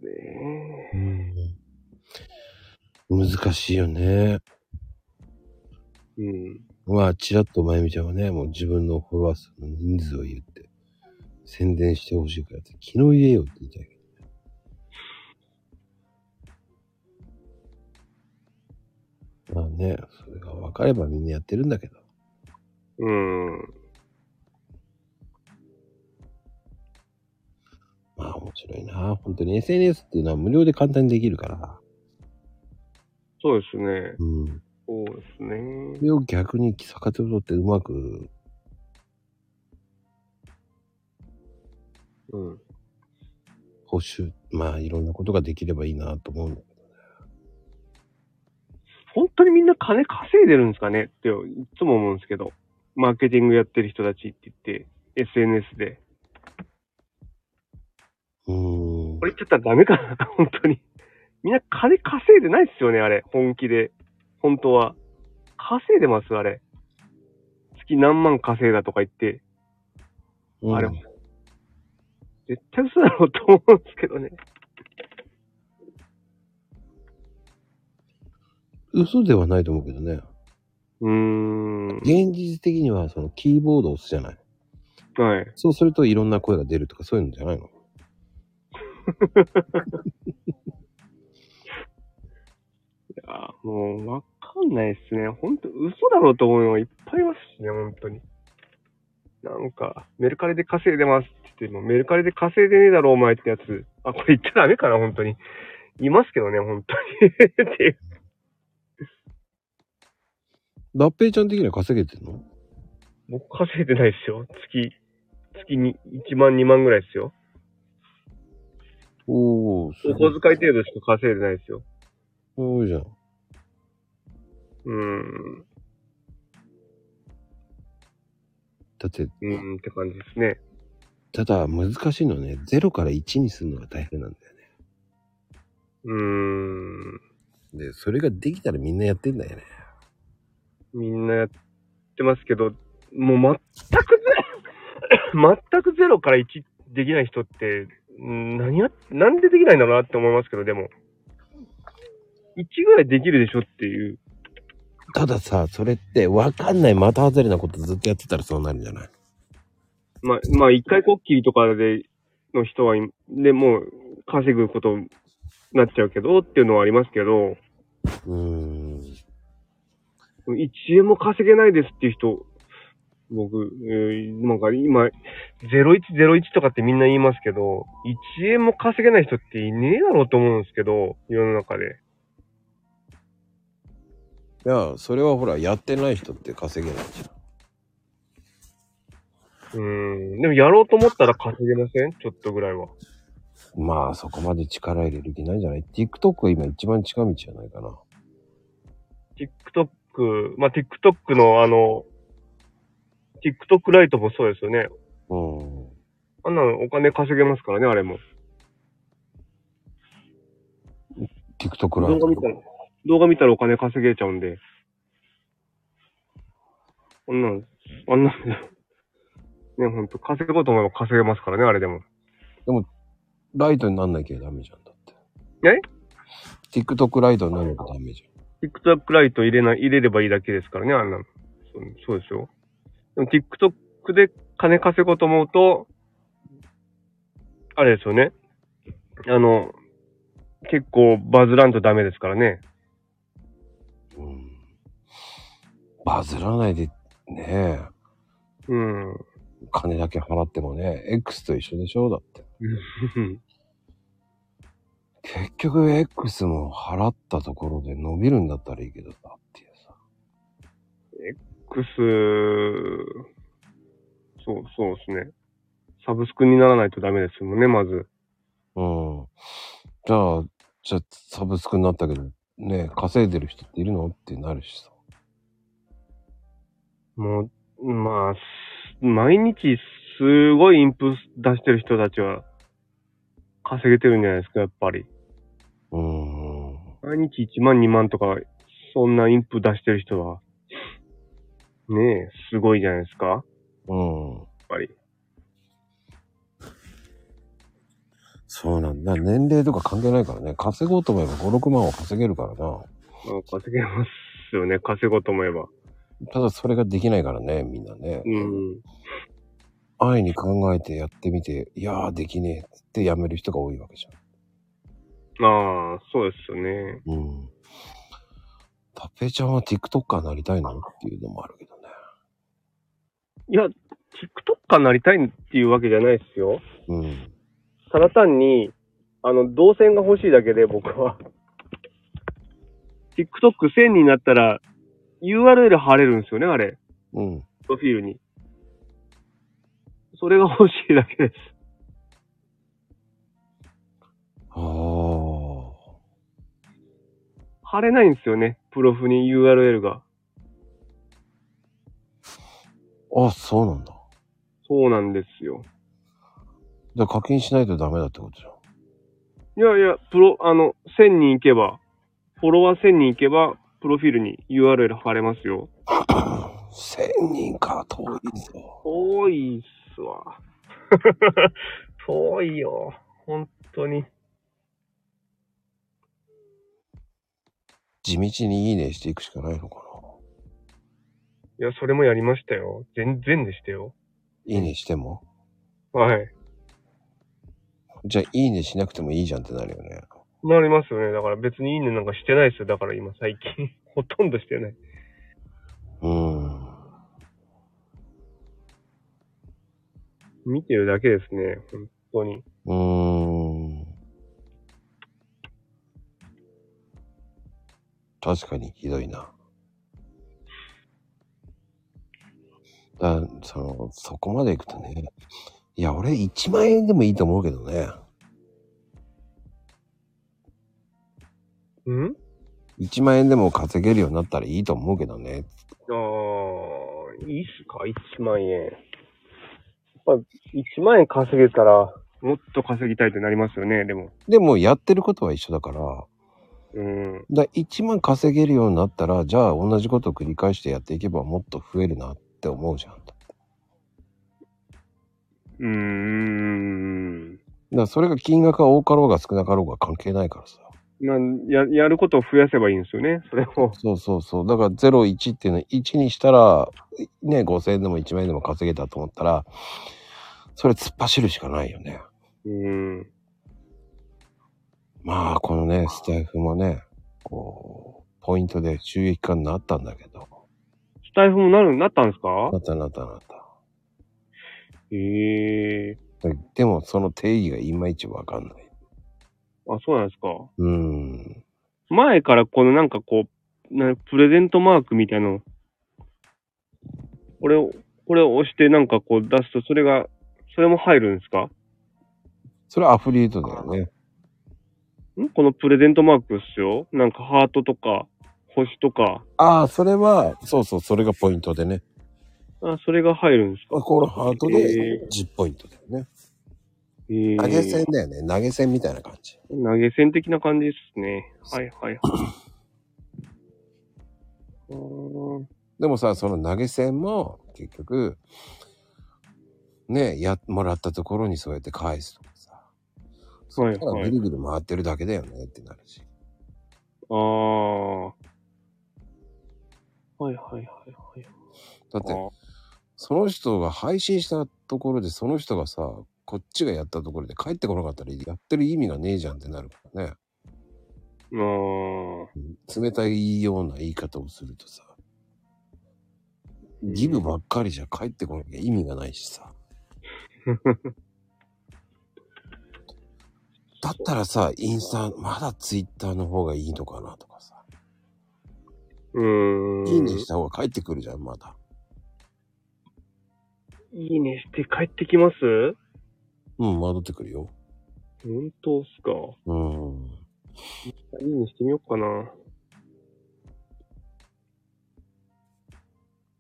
Speaker 1: ね
Speaker 2: 難しいよね。
Speaker 1: えうん。
Speaker 2: まあ、ちらっと前見ちゃんはね、もう自分のフォロワー数の人数を言って、宣伝してほしいからって、昨日言えよって言いたいけど。まあね、それが分かればみんなやってるんだけど。
Speaker 1: うん。
Speaker 2: まあ面白いな。本当に SNS っていうのは無料で簡単にできるから。
Speaker 1: そうですね。
Speaker 2: うん。
Speaker 1: そうです
Speaker 2: そ
Speaker 1: ね。
Speaker 2: れを逆に逆手を取ってうまく、
Speaker 1: うん。
Speaker 2: 補修、まあいろんなことができればいいなと思うんだけど。
Speaker 1: 本当にみんな金稼いでるんですかねっていつも思うんですけど。マーケティングやってる人たちって言って、SNS で。
Speaker 2: うーん
Speaker 1: こ。れ言っちゃったらダメかな 本当に。みんな金稼いでないっすよね、あれ。本気で。本当は。稼いでます、あれ。月何万稼いだとか言って。
Speaker 2: うん
Speaker 1: あれ絶対嘘だろうと思うんですけどね。
Speaker 2: 嘘ではないと思うけどね。
Speaker 1: うーん。は
Speaker 2: 現実的にはそのキーボードを押すじゃない。
Speaker 1: い。
Speaker 2: そうするといろんな声が出るとかそういうのじゃないの
Speaker 1: あーもう、わかんないっすね。ほんと、嘘だろうと思うのがいっぱいいますしね、ほんとに。なんか、メルカリで稼いでますって言って、もメルカリで稼いでねえだろ、お前ってやつ。あ、これ言っちゃダメかな、ほんとに。いますけどね、ほんとに。 っていう。
Speaker 2: ラッペイちゃん的には稼げてんの
Speaker 1: 僕稼いでないっすよ。月、月に1万、2万ぐらいっすよ。
Speaker 2: おお、す
Speaker 1: お
Speaker 2: ご
Speaker 1: 小
Speaker 2: い。
Speaker 1: 遣い程度しか稼いでないっすよ。
Speaker 2: すごいじゃん。
Speaker 1: うーん、
Speaker 2: だって、
Speaker 1: うーんって感じですね。
Speaker 2: ただ難しいのはね、0から1にするのが大変なんだよ
Speaker 1: うーん。
Speaker 2: ね。で、それができたらみんなやってんだよね。
Speaker 1: みんなやってますけど、もう全くゼ全くゼロから1できない人って、ん何や、なんでできないんだろうなって思いますけど、でも。1ぐらいできるでしょっていう。
Speaker 2: たださ、それって分かんないまた外れなことずっとやってたらそうなるんじゃない
Speaker 1: まあ、まあ、一回こっきりとかで、の人は、でもう、稼ぐことになっちゃうけど、っていうのはありますけど、
Speaker 2: うーん。
Speaker 1: 1円も稼げないですっていう人、僕、えーなんか今、0101とかってみんな言いますけど、1円も稼げない人っていねえだろうと思うんですけど、世の中で。
Speaker 2: いや、それはほら、やってない人って稼げないじゃん。
Speaker 1: うん。でもやろうと思ったら稼げませんちょっとぐらいは。
Speaker 2: まあ、そこまで力入れる気ないんじゃない ?TikTok が今一番近道じゃないかな。
Speaker 1: TikTok、まあ、TikTok のあの、TikTok ライトもそうですよね。
Speaker 2: うん。
Speaker 1: あんなのお金稼げますからね、あれも。
Speaker 2: TikTok ラ
Speaker 1: 動
Speaker 2: イト
Speaker 1: 画見たら、動画見たらお金稼げちゃうんで。あんなん、あんなん、ね、ほんと、稼ごうと思えば稼げますからね、あれでも。
Speaker 2: ライトになんなきゃダメじゃんだって。
Speaker 1: え
Speaker 2: ?TikTok ライトになるのがダメじ
Speaker 1: TikTok ライト入れない、入れればいいだけですからね、あんなの。そうそうですよ。でも TikTok で金稼ごうと思うと、あれですよね。あの、結構バズらんとダメですからね。
Speaker 2: ゃん。うん。バズらないで、ね
Speaker 1: うん。
Speaker 2: え、金だけ払ってもね、X と一緒でしょだって。結局 X も払ったところで伸びるんだったらいいけどさっていうさ。
Speaker 1: X、そう、そうですね。サブスクにならないとダメですもんね、まず。
Speaker 2: うん。じゃあ、じゃあサブスクになったけど、ね、稼いでる人っているのってなるしさ。
Speaker 1: もう、まあ、す毎日すごいインプ出してる人たちは稼げてるんじゃないですか、やっぱり。
Speaker 2: うーん。
Speaker 1: あ毎日1万2万とか、そんなインプ出してる人は、ねえ、すごいじゃないですか。やっ
Speaker 2: うん。
Speaker 1: ぱり。
Speaker 2: そうなんだ。年齢とか関係ないからね。稼ごうと思えば5、6万は稼げるからな。
Speaker 1: まあ稼げますよね。稼ごうと思えば。
Speaker 2: ただそれができないからね、みんなね。
Speaker 1: うん。
Speaker 2: 安易に考えてやってみて、いやーできねえっつってやめる人が多いわけじゃん。
Speaker 1: ああ、そうですよね。
Speaker 2: うん。たぺちゃんは TikToker になりたいのっていうのもあるけどね。
Speaker 1: いや、TikToker になりたいっていうわけじゃないですよ。
Speaker 2: うん。
Speaker 1: ただ単に、あの、動線が欲しいだけで、僕は。TikTok1000 になったら、URL 貼れるんですよね、あれ。
Speaker 2: うん。
Speaker 1: プロフィールに。それが欲しいだけです。
Speaker 2: ああ。
Speaker 1: 貼れないんですよね、プロフに URL が。
Speaker 2: あ、そうなんだ。
Speaker 1: そうなんですよ。
Speaker 2: じゃあ課金しないとダメだってことじ ゃん。
Speaker 1: いやいや、プロ、あの、1000人行けば、フォロワー1000人行けば、プロフィールに URL 貼れますよ。
Speaker 2: 1000人か、遠いぞ。
Speaker 1: 遠いっすわ。 遠いよ。本当に。
Speaker 2: 地道にいいねしていくしかないのかな。
Speaker 1: いや、それもやりましたよ。全然でしたよ。
Speaker 2: いいねしても
Speaker 1: はい。
Speaker 2: じゃあいいねしなくてもいいじゃんってなるよね。
Speaker 1: なりますよね。だから別にいいねなんかしてないですよ。だから今最近。 ほとんどしてない。
Speaker 2: うん。
Speaker 1: 見てるだけですね。本当に。
Speaker 2: うーん。確かにひどいな。だそのそこまでいくとね。いや、俺1万円でもいいと思うけどね。
Speaker 1: ん
Speaker 2: 1万円でも稼げるようになったらいいと思うけどね。
Speaker 1: ああ、いいっすか ?1 万円。やっぱ1万円稼げたら、もっと稼ぎたいってなりますよね。でも。
Speaker 2: でもやってることは一緒だから、
Speaker 1: うん。
Speaker 2: だ1万稼げるようになったら、じゃあ同じことを繰り返してやっていけばもっと増えるなって思うじゃん。だか
Speaker 1: うーん。
Speaker 2: らそれが金額が多かろうが少なかろうが関係ないからさ。
Speaker 1: なんや、やることを増やせばいいんですよね。それを。
Speaker 2: そうそうそう。だから01っていうのは1にしたら、ね、5000円でも1万円でも稼げたと思ったら、それ突っ走るしかないよね。
Speaker 1: うん。
Speaker 2: まあ、このね、スタイフもね、こう、ポイントで収益化になったんだけど。
Speaker 1: スタイフもなる、なったんですか
Speaker 2: なったなったなった。
Speaker 1: へえ
Speaker 2: でも、その定義がいまいちわかんない。
Speaker 1: あ、そうなんですか。
Speaker 2: うーん。
Speaker 1: 前からこのなんかこう、なプレゼントマークみたいの、これを、これを押してなんかこう出すと、それが、それも入るんですか
Speaker 2: それはアフリエイトだよね。
Speaker 1: んこのプレゼントマークっすよ。なんかハートとか、星とか、
Speaker 2: ああ、それは、そうそう、それがポイントでね。
Speaker 1: あそれが入るんですか
Speaker 2: あこのハート
Speaker 1: え
Speaker 2: で10ポイントだよね。
Speaker 1: えー、
Speaker 2: 投げ銭だよね。投げ銭みたいな感じ。
Speaker 1: 投げ銭的な感じですね。はいはいはい。うーん
Speaker 2: でもさ、その投げ銭も、結局、ね、や、もらったところにそうやって返すとかさ。
Speaker 1: はい
Speaker 2: ただ
Speaker 1: は
Speaker 2: ぐ
Speaker 1: い。
Speaker 2: るぐる回ってるだけだよねってなるし。
Speaker 1: ああ。はいはいはいはい。
Speaker 2: だって
Speaker 1: あ、ー
Speaker 2: その人が配信したところで、その人がさ、こっちがやったところで帰ってこなかったら、やってる意味がねえじゃんってなるからね。
Speaker 1: うーん。
Speaker 2: 冷たいような言い方をするとさ、
Speaker 1: うん
Speaker 2: ギブばっかりじゃ帰ってこなきゃ意味がないしさ。だったらさ、インスタ、まだツイッターの方がいいのかなとかさ、
Speaker 1: うーん。
Speaker 2: いいねした方が帰ってくるじゃん、まだ。
Speaker 1: いいねして帰ってきます
Speaker 2: うん、戻ってくるよ。
Speaker 1: 本当っすか。
Speaker 2: うん。
Speaker 1: いいねしてみようかな。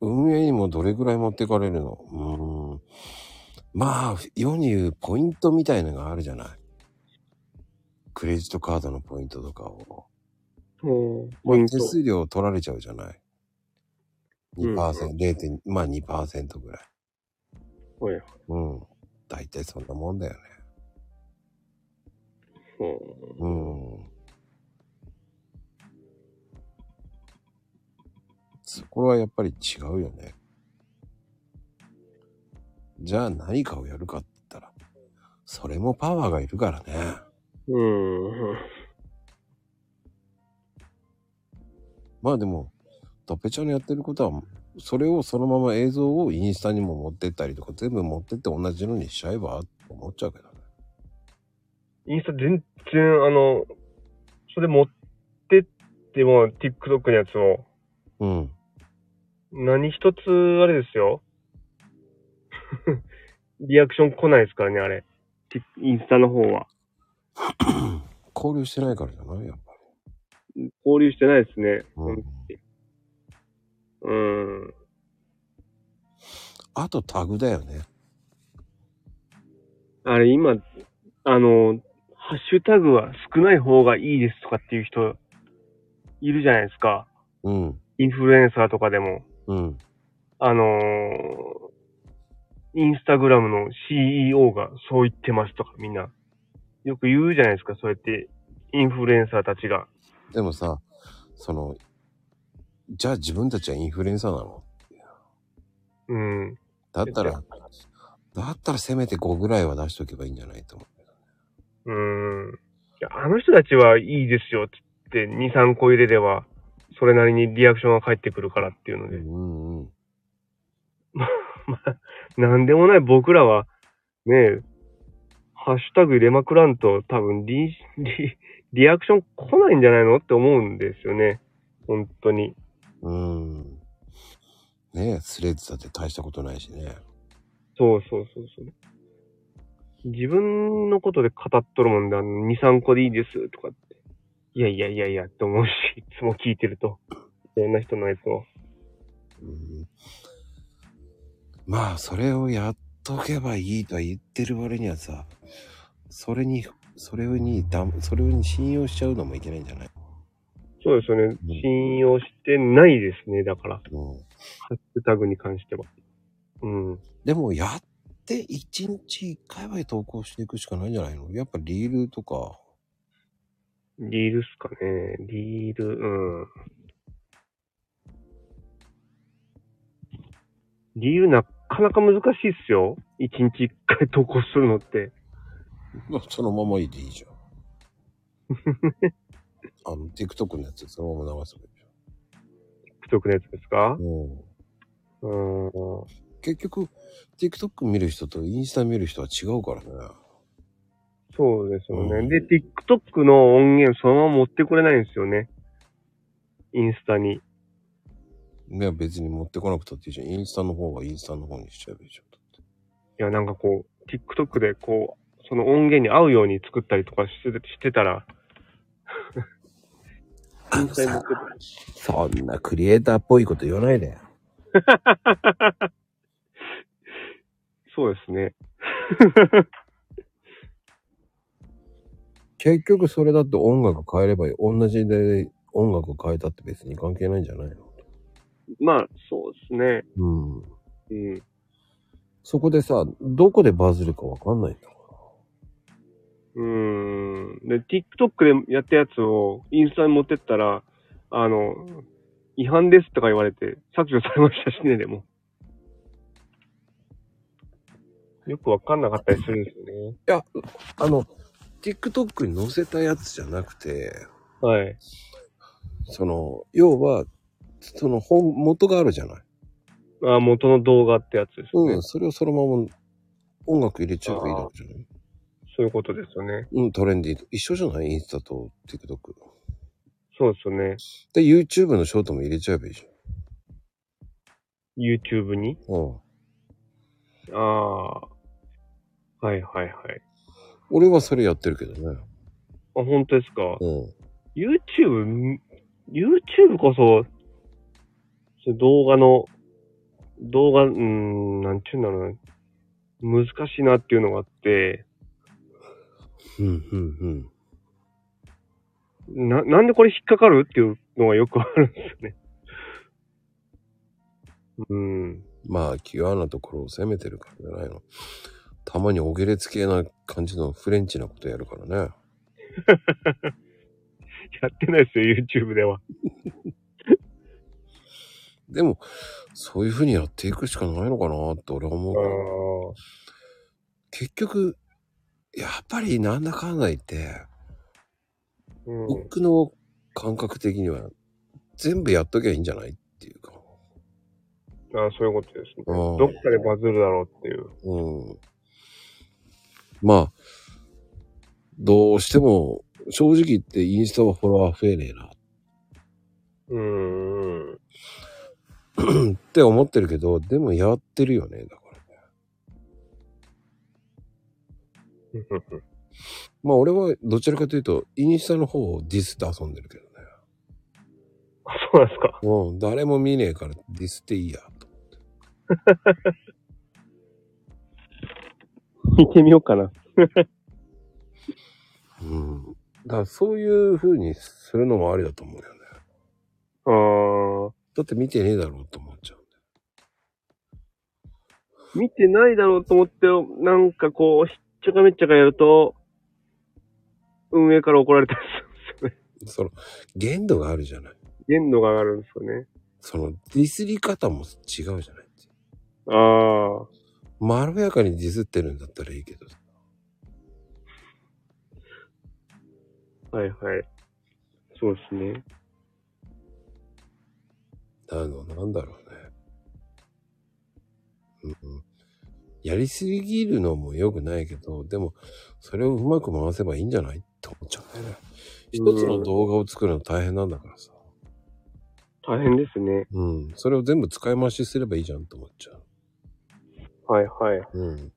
Speaker 2: 運営にもどれぐらい持ってかれるのうん。まあ、世に言うポイントみたいのがあるじゃない。クレジットカードのポイントとかを。
Speaker 1: うん。
Speaker 2: ま
Speaker 1: ポ
Speaker 2: あ
Speaker 1: イント
Speaker 2: 手。数料取られちゃうじゃない。
Speaker 1: うん
Speaker 2: 2%、0. まあ2%ぐらい。
Speaker 1: はいはい。
Speaker 2: うん。大体そんなもんだよね。
Speaker 1: うん
Speaker 2: うん。そこはやっぱり違うよね。じゃあ何かをやるかって言ったら、それもパワーがいるからね。
Speaker 1: うん。
Speaker 2: まあでも、ドッペちゃんのやってることは、それをそのまま映像をインスタにも持ってったりとか、全部持ってって同じのにしちゃえばって思っちゃうけどね。
Speaker 1: インスタ全然、あの、それ持ってっても、TikTok のやつを、
Speaker 2: うん。
Speaker 1: 何一つ、あれですよ。 リアクション来ないですからね、あれ。ティインスタの方は。
Speaker 2: 交流してないからじゃないやっぱ
Speaker 1: 交流してないですね。
Speaker 2: り。うん。
Speaker 1: うん。
Speaker 2: あとタグだよね。
Speaker 1: あれ、今、あの、ハッシュタグは少ない方がいいですとかっていう人、いるじゃないですか。
Speaker 2: うん。
Speaker 1: インフルエンサーとかでも。
Speaker 2: うん。
Speaker 1: あのーインスタグラムの CEO がそう言ってますとかみんな、よく言うじゃないですか、そうやって、インフルエンサーたちが。
Speaker 2: でもさ、その、じゃあ自分たちはインフルエンサーなの
Speaker 1: うん。
Speaker 2: だったら、だったらせめて5ぐらいは出しとけばいいんじゃないと思
Speaker 1: うん。いや、あの人たちはいいですよってって、2、3個入れれば、それなりにリアクションが返ってくるからっていうの
Speaker 2: う。う
Speaker 1: で。
Speaker 2: んうん。
Speaker 1: まあ、なんでもない僕らは、ねえ、ハッシュタグ入れまくらんと多分リ、リ、リアクション来ないんじゃないのって思うんですよね。本当に。
Speaker 2: うん。ねえ、スレッズだって大したことないしね。
Speaker 1: そうそうそうそう。自分のことで語っとるもんで、あの、2、3個でいいですとかって。いやいやいやいやって思うし、いつも聞いてると。いろんな人のやつを。
Speaker 2: うんまあそれをやっとけばいいとは言ってる割にはさそれにそれにだそれに信用しちゃうのもいけないんじゃない、
Speaker 1: そうですよね。信用してないですね。だから、ハ
Speaker 2: うん、
Speaker 1: ッシュタグに関しては。うん。
Speaker 2: でもやって1日1回は投稿していくしかないんじゃないのやっぱリールとか
Speaker 1: リールっすかね。リール、うん。リールなかなか難しいっすよ。一日一回投稿するのって。
Speaker 2: まあそのままいいでいいじ ゃんあの TikTok のやつそのまま流せばいいじ
Speaker 1: 不足なやつですか
Speaker 2: ゃん、うん、
Speaker 1: うん。
Speaker 2: 結局 TikTok 見る人とインスタ見る人は違うからね
Speaker 1: そうですよ
Speaker 2: う
Speaker 1: ね。
Speaker 2: ん
Speaker 1: で、TikTok の音源そのまま持ってこれないんですよね。インスタに。
Speaker 2: いや別に持ってこなくたっていいじゃんインスタの方はインスタの方にしちゃえばいいじゃんだって
Speaker 1: いや、なんかこう、TikTok でこう、その音源に合うように作ったりとかしてしてたら、
Speaker 2: あ
Speaker 1: イン
Speaker 2: の
Speaker 1: スタに持
Speaker 2: さ
Speaker 1: ってこ
Speaker 2: そんなクリエイターっぽいこと言わないで。
Speaker 1: そうですね。
Speaker 2: 結局それだって音楽変えればいい。同じで音楽変えたって別に関係ないんじゃないの
Speaker 1: まあ、そうですね。
Speaker 2: うん。
Speaker 1: うん。
Speaker 2: そこでさ、どこでバズるかわかんないんだか
Speaker 1: うーん。で、TikTok でやったやつをインスタに持ってったら、あの、違反ですとか言われて削除されましたしね、でも。よくわかんなかったりするんですよね。
Speaker 2: ら。いや、あの、TikTok に載せたやつじゃなくて、
Speaker 1: はい。
Speaker 2: その、要は、その本、元があるじゃない。
Speaker 1: あ元の動画ってやつですよね。
Speaker 2: うん、それをそのまま音楽入れちゃえばいいだけじゃない
Speaker 1: そういうことですよね。
Speaker 2: うん、トレンディーと。一緒じゃないインスタと TikTok。
Speaker 1: そうですよね。
Speaker 2: で、YouTube のショートも入れちゃえばいいじ
Speaker 1: YouTube に。
Speaker 2: ゃん。うん。
Speaker 1: ああ。はいはいはい。
Speaker 2: 俺はそれやってるけどね。
Speaker 1: あ、本当ですか。
Speaker 2: うん。
Speaker 1: YouTube ん、YouTube こそ、そう動画の、動画、うーん、なんちゅうんだろうな。難しいなっていうのがあって、
Speaker 2: うん、うん、
Speaker 1: な、なんでこれ引っかかるっていうのがよくあるんですよね。うん。
Speaker 2: まあ、際なところを攻めてるからじゃないの。たまにお下劣系な感じのフレンチなことやるからね。
Speaker 1: やってないですよ、YouTube では。
Speaker 2: でも、そういうふうにやっていくしかないのかなって俺は思う
Speaker 1: あ
Speaker 2: から。結局、やっぱりなんだかんだ言って、
Speaker 1: ーうん。
Speaker 2: 僕の感覚的には、全部やっときゃいいんじゃないっていうか。
Speaker 1: あーそういうことですね。
Speaker 2: うん
Speaker 1: どっかでバズるだろうっていう。
Speaker 2: うん。まあ、どうしても、正直言ってインスタはフォロワー増えねえな
Speaker 1: うん。うん
Speaker 2: って思ってるけど、でもやってるよね、だからね。まあ俺はどちらかというと、インスタの方をディスって遊んでるけどね。
Speaker 1: あそうなんですか。
Speaker 2: うん、誰も見ねえからディスっていいや。
Speaker 1: 行ってみようかな。
Speaker 2: うん。だからそういう風にするのもありだと思うよね。
Speaker 1: あー
Speaker 2: だって見てねえだろうと思っちゃう。
Speaker 1: 見てないだろうと思って、なんかこう、ひっちゃかめっちゃかやると、運営から怒られたりするんです
Speaker 2: そ
Speaker 1: よね。
Speaker 2: の、限度があるじゃない。
Speaker 1: 限度が上がるんですよね。
Speaker 2: その、ディスり方も違うじゃない。
Speaker 1: ああ。
Speaker 2: まろやかにディスってるんだったらいいけど、
Speaker 1: はいはい。そうですね。
Speaker 2: あの、なんだろうね。うんうん。やりすぎるのも良くないけど、でも、それをうまく回せばいいんじゃないって思っちゃうんだよね。一
Speaker 1: うん
Speaker 2: つの動画を作るの大変なんだからさ。
Speaker 1: 大変ですね。
Speaker 2: うん。それを全部使い回しすればいいじゃんって思っちゃう。
Speaker 1: はいはい。
Speaker 2: うん。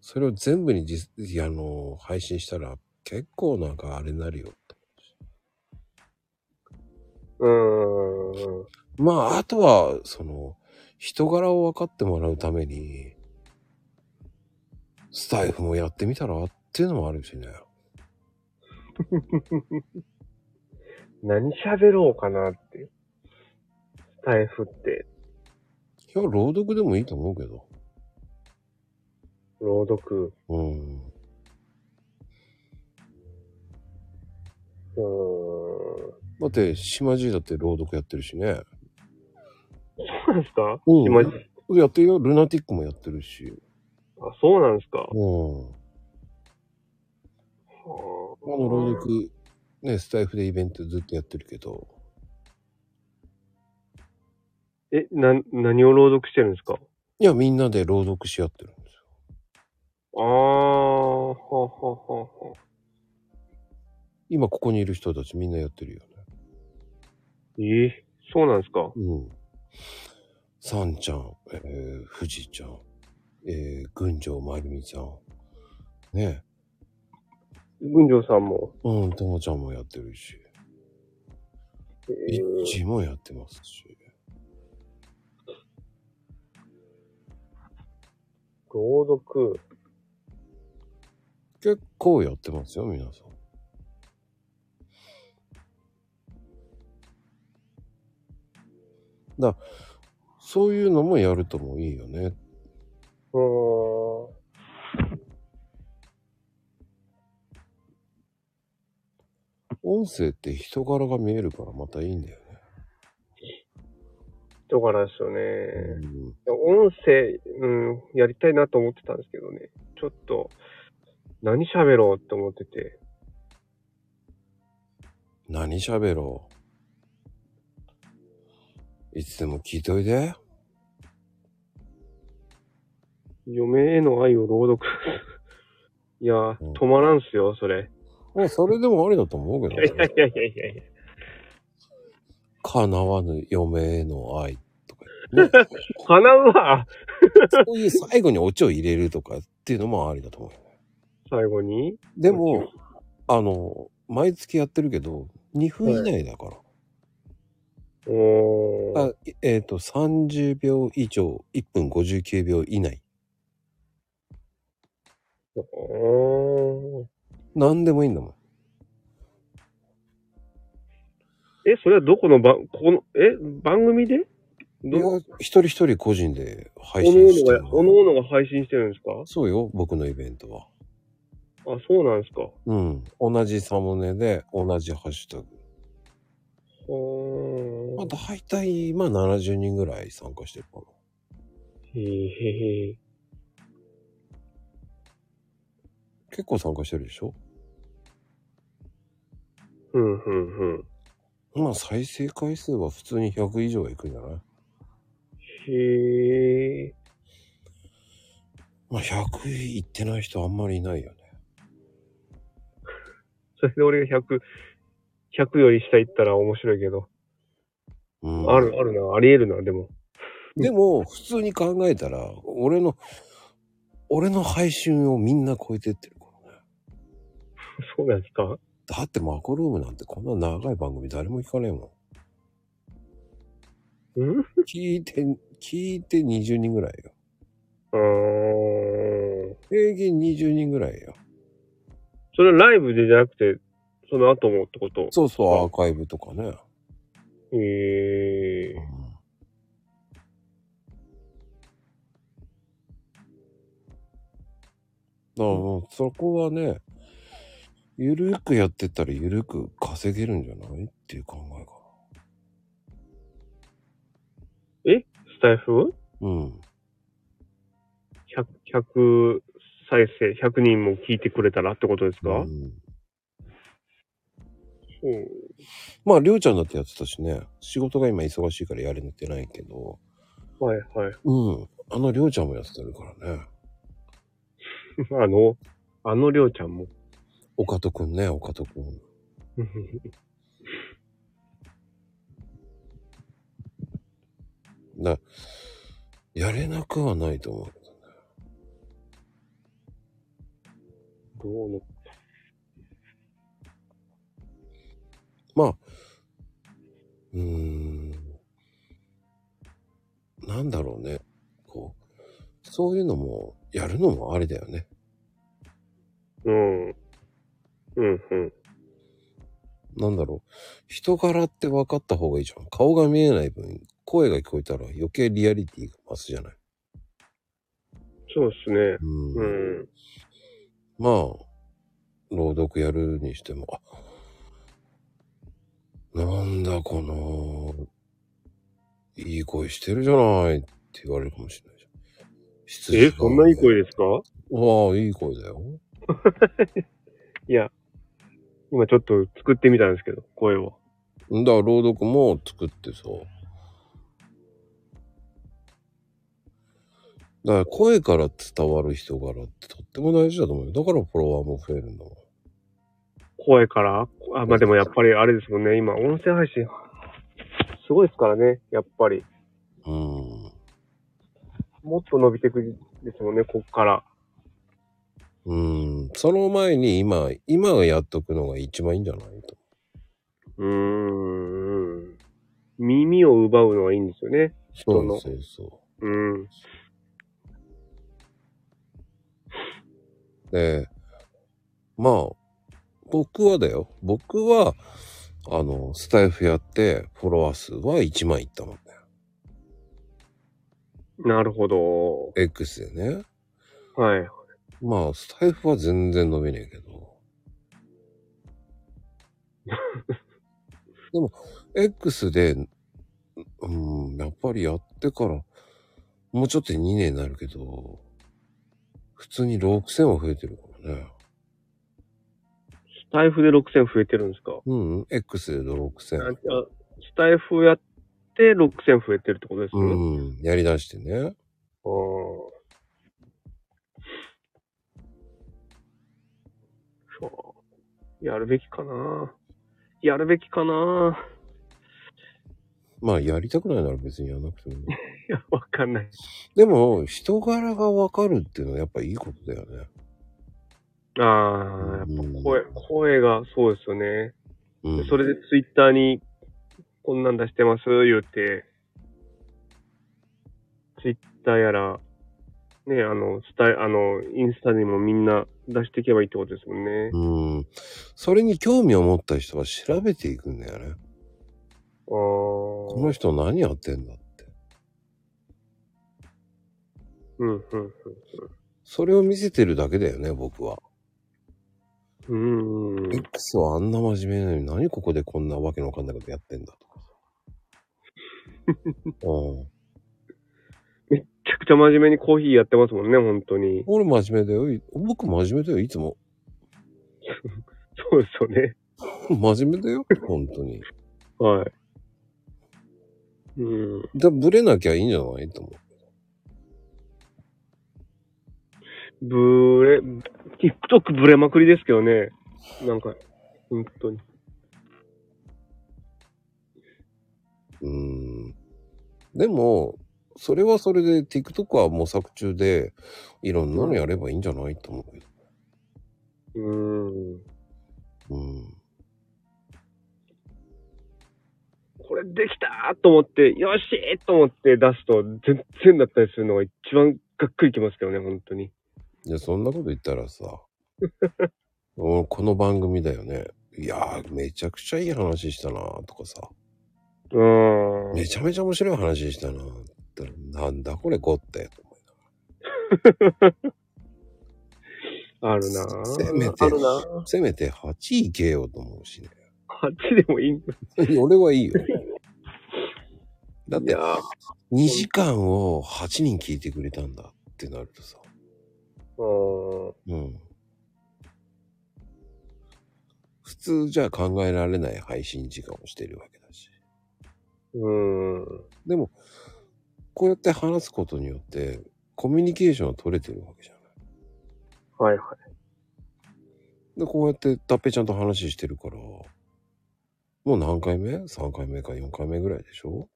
Speaker 2: それを全部にじ、あの、配信したら、結構なんかあれになるよ。
Speaker 1: うーん。
Speaker 2: まあ、あとは、その、人柄を分かってもらうために、スタイフもやってみたらっていうのもあるしね。
Speaker 1: 何喋ろうかなっていう。スタイフって、
Speaker 2: いや、朗読でもいいと思うけど。
Speaker 1: 朗読。
Speaker 2: うん。
Speaker 1: うーん。
Speaker 2: だって、島爺だって朗読やってるしね。
Speaker 1: そうなんですか
Speaker 2: うん
Speaker 1: 今、あ、
Speaker 2: やってるよ。ルナティックもやってるし。
Speaker 1: そうなんですか。
Speaker 2: うん。この朗読、ね、スタイフでイベントずっとやってるけど。
Speaker 1: え、な、何を朗読してるんですか
Speaker 2: いや、みんなで朗読し合ってるんですよ。
Speaker 1: あー、はははは。
Speaker 2: 今ここにいる人たちみんなやってるよね。
Speaker 1: え、そうなんですか
Speaker 2: うん。さんちゃん、えー、富士ちゃん、えー、群青まゆみちゃん、ね
Speaker 1: 文丈さんも。
Speaker 2: うん、ともちゃんもやってるし、
Speaker 1: え
Speaker 2: いっ
Speaker 1: ー、
Speaker 2: ちもやってますし。
Speaker 1: 朗読。
Speaker 2: 結構やってますよ、皆さん。だそういうのもやるともいいよね。
Speaker 1: うーん。
Speaker 2: 音声って人柄が見えるからまたいいんだよね。
Speaker 1: 人柄ですよね。
Speaker 2: うん
Speaker 1: 音声、うん、やりたいなと思ってたんですけどね。ちょっと、何喋ろうって思ってて。
Speaker 2: 何喋ろういつでも聞いといて。
Speaker 1: 嫁への愛を朗読。 いやー
Speaker 2: うん、
Speaker 1: 止まらんすよ、それ。
Speaker 2: まあ、それでもありだと思うけ
Speaker 1: い
Speaker 2: ど
Speaker 1: やいや
Speaker 2: ね
Speaker 1: い。やいやいやいや。
Speaker 2: 叶わぬ嫁への愛と か、ね。
Speaker 1: 叶うわ
Speaker 2: そういう最後にオチを入れるとかっていうのもありだと思うよね。
Speaker 1: 最後に。
Speaker 2: でも、あの、毎月やってるけど、2分以内だから。
Speaker 1: おー。
Speaker 2: あえっ、と、30秒以上、1分59秒以内。
Speaker 1: おー
Speaker 2: 何でもいいんだもん。
Speaker 1: え、それはどこの番、この、え、番組で
Speaker 2: い
Speaker 1: ど
Speaker 2: や
Speaker 1: こ、
Speaker 2: 一人一人個人で配
Speaker 1: の
Speaker 2: 信して
Speaker 1: お
Speaker 2: る
Speaker 1: のおのおのが配信してるんですか
Speaker 2: そうよ、僕のイベントは。
Speaker 1: あ、そうなんですか。
Speaker 2: うん。同じサムネで、同じハッシュタグ。
Speaker 1: ほ
Speaker 2: まあ、
Speaker 1: ー。
Speaker 2: 大体、まあ、70人ぐらい参加してるかな。
Speaker 1: へえへえ。
Speaker 2: 結構参加してるでしょ
Speaker 1: ふんふんふん。
Speaker 2: まあ、再生回数は普通に100以上はいくんじゃない
Speaker 1: へえ。
Speaker 2: まあ、100いってない人あんまりいないよね。
Speaker 1: それで俺が100、100より下行ったら面白いけど。
Speaker 2: うん。
Speaker 1: ある、あるな、あり得るな、でも。
Speaker 2: でも、普通に考えたら、俺の、俺の配信をみんな超えてってるからね。
Speaker 1: そうなんですか
Speaker 2: だってマコルームなんてこんな長い番組誰も聞かねえも
Speaker 1: うん
Speaker 2: ん。聞いて、聞いて20人ぐらいよ。
Speaker 1: うーん。
Speaker 2: 平均20人ぐらいよ。
Speaker 1: それはライブでじゃなくて、その後もってこと
Speaker 2: そうそう、アーカイブとかね。
Speaker 1: へえ。
Speaker 2: だからもうそこはね、ゆるくやってったらゆるく稼げるんじゃないっていう考えか
Speaker 1: スタイフ
Speaker 2: な。うん。
Speaker 1: 100、100再生、100人も聞いてくれたらってことですか、
Speaker 2: うん
Speaker 1: うん、
Speaker 2: まあ、りょうちゃんだってやってたしね、仕事が今忙しいからやれてないけど、
Speaker 1: はいはい。
Speaker 2: うん。あのりょうちゃんもやってるからね。
Speaker 1: あの、あのりょうちゃんも。
Speaker 2: 岡戸くんね、岡戸くん。だやれなくはないと思うけどね。
Speaker 1: どうの
Speaker 2: まあ、うーん、なんだろうね。こう、そういうのも、やるのもありだよね。
Speaker 1: うん。うんうん。
Speaker 2: なんだろう。人柄って分かった方がいいじゃん。顔が見えない分、声が聞こえたら余計リアリティが増すじゃない。
Speaker 1: そうですね。
Speaker 2: うん。
Speaker 1: うん。
Speaker 2: まあ、朗読やるにしても、あ、なんだこの、いい声してるじゃないって言われるかもしれないじゃん。失礼
Speaker 1: え、そんないい声ですか
Speaker 2: わあ、いい声だよ。
Speaker 1: いや、今ちょっと作ってみたんですけど、声を。
Speaker 2: だから朗読も作ってさ。だから声から伝わる人柄ってとっても大事だと思うよ。だからフォロワーも増えるんだもん。
Speaker 1: 声からあ、まあでもやっぱりあれですもんね、今音声配信、すごいですからね、やっぱり。
Speaker 2: うん。
Speaker 1: もっと伸びていくですもんね、こっから。
Speaker 2: うん。その前に今、今がやっとくのが一番いいんじゃないと。
Speaker 1: うーん。耳を奪うのはいいんですよね。
Speaker 2: そ
Speaker 1: 人の
Speaker 2: うそうそ
Speaker 1: うん。
Speaker 2: う。で、まあ、僕はだよ。僕は、あの、スタイフやって、フォロワー数は1万いったもんね。
Speaker 1: なるほど。
Speaker 2: X でね。
Speaker 1: はい。
Speaker 2: まあ、スタイフは全然伸びねえけど。 でも、X で、うん、やっぱりやってから、もうちょっとで2年になるけど、普通に6000は増えてるからね。
Speaker 1: スタイフで6000増えてるんですか
Speaker 2: うん、X で
Speaker 1: ああ
Speaker 2: 6000。
Speaker 1: スタイフやって6000増えてるってことですよね。
Speaker 2: うん、やりだしてね。
Speaker 1: あーそう。やるべきかな。やるべきかな。
Speaker 2: まあ、やりたくないなら別にやらなくてもいい。
Speaker 1: いや、わかんない。
Speaker 2: でも、人柄がわかるっていうのはやっぱいいことだよね。
Speaker 1: ああ、やっぱ声、声がそうですよね。
Speaker 2: うん、
Speaker 1: それでツイッターに、こんなん出してます、言うて、ツイッターやら、ね、あの、スタイ、あの、インスタにもみんな出していけばいいってことですもんね。
Speaker 2: うん。それに興味を持った人は調べていくんだよね。
Speaker 1: うー
Speaker 2: こ
Speaker 1: ん。
Speaker 2: の人何やってんだって。
Speaker 1: うん、うん、
Speaker 2: それを見せてるだけだよね、僕は。
Speaker 1: うん。うん。
Speaker 2: X はあんな真面目なのに何ここでこんなわけのわかんないことやってんだとか さ。うん。
Speaker 1: めっちゃくちゃ真面目にコーヒーやってますもんね、本当に。
Speaker 2: 俺真面目だよ。い僕真面目だよ、いつも。
Speaker 1: そうですよね。
Speaker 2: 真面目だよ、本当に。
Speaker 1: はい。うん。
Speaker 2: だブレなきゃいいんじゃないと思
Speaker 1: ブレ、TikTok ブレまくりですけどね。なんか、本当に。
Speaker 2: う。うん。でも、それはそれで TikTok は模索中で、いろんなのやればいいんじゃないと思うけ
Speaker 1: うーん。
Speaker 2: ど。うん。
Speaker 1: これできたと思って、よしーと思って出すと、全然だったりするのが一番がっくりきますけどね、本当に。
Speaker 2: いや、そんなこと言ったら さ、うんこの番組だよね。いやー、めちゃくちゃいい話したなとかさ、
Speaker 1: うーん。
Speaker 2: めちゃめちゃ面白い話したなってなんだこれ5って。
Speaker 1: あるなぁ
Speaker 2: せめて
Speaker 1: あるなぁ
Speaker 2: せめて8位いけようと思うしね。
Speaker 1: あっちでもいいんだ。
Speaker 2: 俺はいいよ。だっ
Speaker 1: い
Speaker 2: て
Speaker 1: や、ー
Speaker 2: 2時間を8人聞いてくれたんだってなるとさ、
Speaker 1: うーん。
Speaker 2: うん。普通じゃ考えられない配信時間をしてるわけだし。
Speaker 1: うーん。
Speaker 2: でも、こうやって話すことによって、コミュニケーションは取れてるわけじゃない。
Speaker 1: はいはい。
Speaker 2: で、こうやって、たっぺちゃんと話してるから、もう何回目 ?3 回目か4回目ぐらいでしょ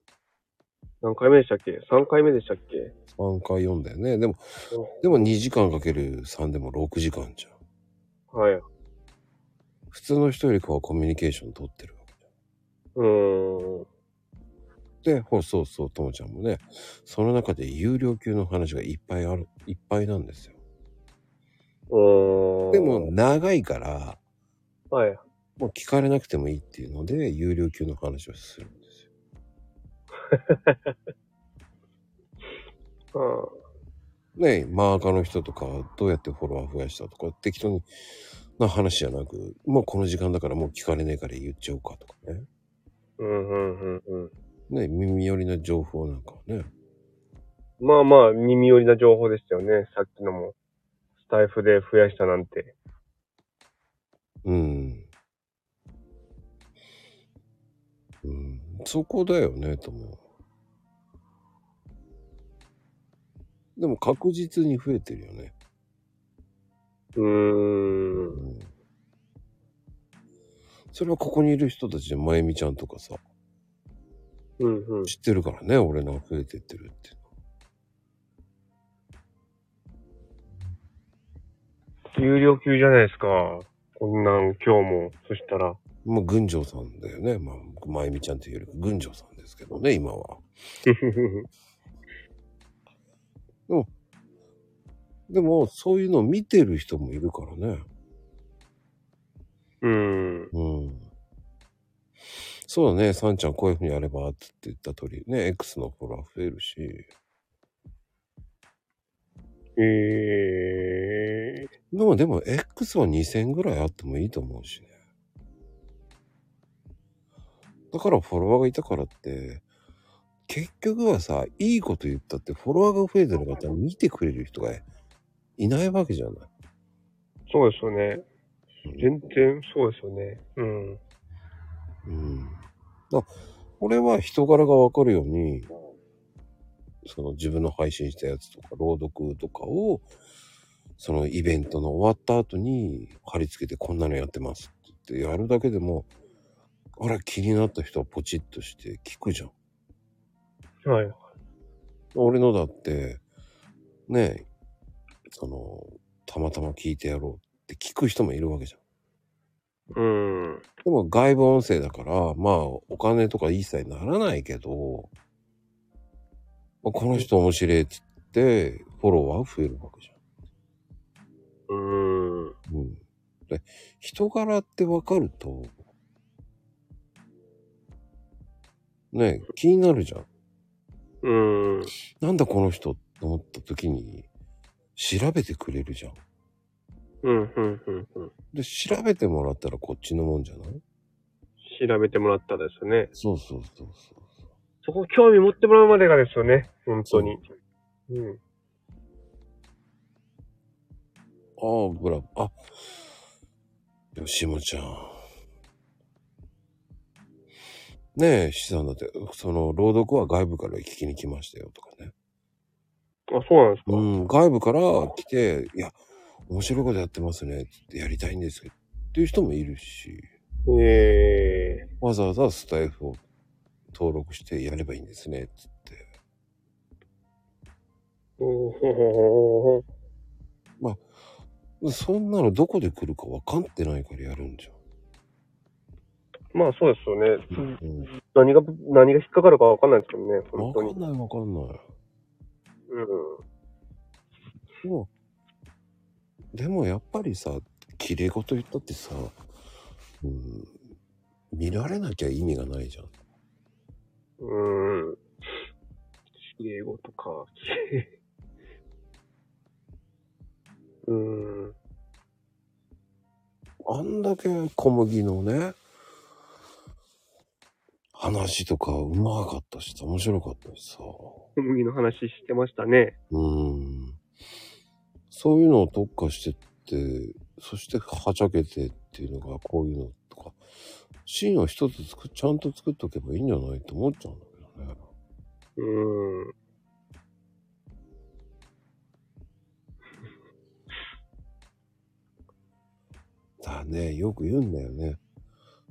Speaker 1: 何回目でしたっけ ?3 回目でしたっけ
Speaker 2: ?3 回4だよね。でも、でも2時間かける3でも6時間じゃん。
Speaker 1: はい。う
Speaker 2: 普通の人よりかはコミュニケーション取ってるわけ
Speaker 1: ーん。
Speaker 2: じゃん。で、ほら、そうそう、ともちゃんもね、その中で有料級の話がいっぱいある、いっぱいなんですよ。
Speaker 1: うーん。
Speaker 2: でも、、長いから、
Speaker 1: はい。
Speaker 2: もう聞かれなくてもいいっていうので、有料級の話をするんですよ。
Speaker 1: うん。
Speaker 2: ねえマーカーの人とか、どうやってフォロワー増やしたとか、適当にな話じゃなく、もうこの時間だからもう聞かれねえから言っちゃおうかとかね。
Speaker 1: うんうんうんうん。
Speaker 2: ねえ耳寄りな情報なんかをね。
Speaker 1: まあまあ、耳寄りな情報でしたよね。さっきのも。スタイフで増やしたなんて。
Speaker 2: うん。うん。そこだよね、と思う。でも確実に増えてるよね。
Speaker 1: うーん。
Speaker 2: それはここにいる人たちで、まゆみちゃんとかさ、
Speaker 1: うんうん。
Speaker 2: 知ってるからね、俺の増えてってるって。
Speaker 1: 有料級じゃないですか。こんなん、今日も。そしたら。
Speaker 2: まあ、群青さんだよね。まあ、まゆみちゃんっていうよりか、群青さんですけどね、今は。でも、そういうのを見てる人もいるからね。
Speaker 1: うん。
Speaker 2: うん。そうだね、さんちゃんこういうふうにやれば、つって言った通り、ね、X のフォロワー増えるし。
Speaker 1: ええ
Speaker 2: でも、でも、X は2000ぐらいあってもいいと思うしね。だから、フォロワーがいたからって、結局はさ、いいこと言ったって、フォロワーが増えてなかったら見てくれる人がいないわけじゃない。
Speaker 1: そうですよね。全然そうですよね。うん。
Speaker 2: うん。だこれは人柄がわかるように、その自分の配信したやつとか、朗読とかを、そのイベントの終わった後に貼り付けてこんなのやってますって言ってやるだけでも、あら、気になった人はポチッとして聞くじゃん。
Speaker 1: はい。
Speaker 2: 俺のだって、ねえ、その、たまたま聞いてやろうって聞く人もいるわけじゃん。
Speaker 1: うん。
Speaker 2: でも外部音声だから、まあ、お金とか一切ならないけど、まあこの人面白いっつって、フォロワー増えるわけじ
Speaker 1: うん。
Speaker 2: ゃん。うん。で、人柄ってわかると、ね、気になるじゃん。
Speaker 1: うん。
Speaker 2: なんだこの人と思った時に、調べてくれるじゃん。
Speaker 1: うん、うん、うん、うん。
Speaker 2: で、調べてもらったらこっちのもんじゃない
Speaker 1: 調べてもらったですね。
Speaker 2: そうそうそうそう。
Speaker 1: そこ興味持ってもらうまでがですよね。本当に。うん。
Speaker 2: ああ、グラブ。あ、吉本ちゃん。ねえ、資産だって、その、朗読は外部から聞きに来ましたよとかね。
Speaker 1: あ、そうなんですか。
Speaker 2: うん、外部から来て、いや、面白いことやってますね、ってやりたいんですけど、っていう人もいるし、
Speaker 1: ええ
Speaker 2: わざわざスタイフを登録してやればいいんですね、つって。
Speaker 1: ほうほうほうほうほ
Speaker 2: そんなのどこで来るかわかってないからやるんじ
Speaker 1: うまあそうですよね。
Speaker 2: ゃん。うん、
Speaker 1: 何が、何が引っかかるかわかんないですけどね、
Speaker 2: わ
Speaker 1: 本
Speaker 2: か
Speaker 1: 当に
Speaker 2: ん。ないわかんない。
Speaker 1: うん。
Speaker 2: でも、でもやっぱりさ、綺麗事言ったってさ、うん、見られなきゃ意味がないじゃん。
Speaker 1: うん。綺麗事か。 綺麗。うん。
Speaker 2: あんだけ小麦のね、話とかうまかったしさ、面白かったしさ。
Speaker 1: 小麦の話してましたね。
Speaker 2: うん。そういうのを特化してって、そしてはちゃけてっていうのがこういうのとか、シーンを一つ作っちゃんと作っとけばいいんじゃないと思っちゃうんだけどね。
Speaker 1: うん。
Speaker 2: だね、よく言うんだよね。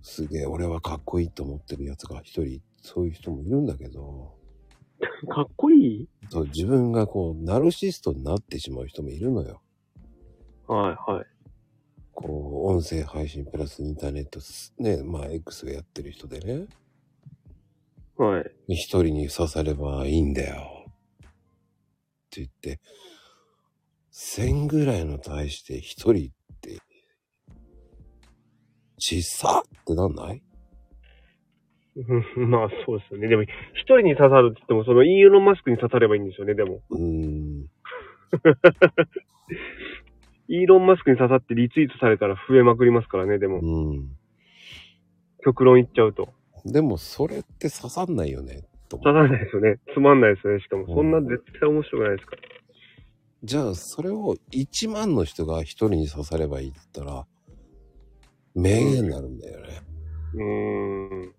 Speaker 2: すげえ、俺はかっこいいと思ってるやつが一人、そういう人もいるんだけど、
Speaker 1: かっこいい
Speaker 2: そう自分がこう、ナルシストになってしまう人もいるのよ。
Speaker 1: はいはい。
Speaker 2: こう、音声配信プラスインターネットす、ね、まあ、X がやってる人でね、
Speaker 1: はい。
Speaker 2: 一人に刺さればいいんだよ。って言って、千ぐらいの対して一人って、ちっさってなんない
Speaker 1: うんまあそうですよね。でも、一人に刺さるって言っても、そのイーロンマスクに刺さればいいんですよね、でも。
Speaker 2: うーん。
Speaker 1: イーロンマスクに刺さってリツイートされたら増えまくりますからね、でも。
Speaker 2: うん。
Speaker 1: 極論言っちゃうと。
Speaker 2: でもそれって刺さんないよねと思
Speaker 1: 刺
Speaker 2: う
Speaker 1: さらないですよね。つまんないですよね、しかも。
Speaker 2: うん
Speaker 1: そんな絶対面白くないですから。
Speaker 2: じゃあそれを1万の人が1人に刺さればいいって言ったら名言になるんだよね。
Speaker 1: うーん。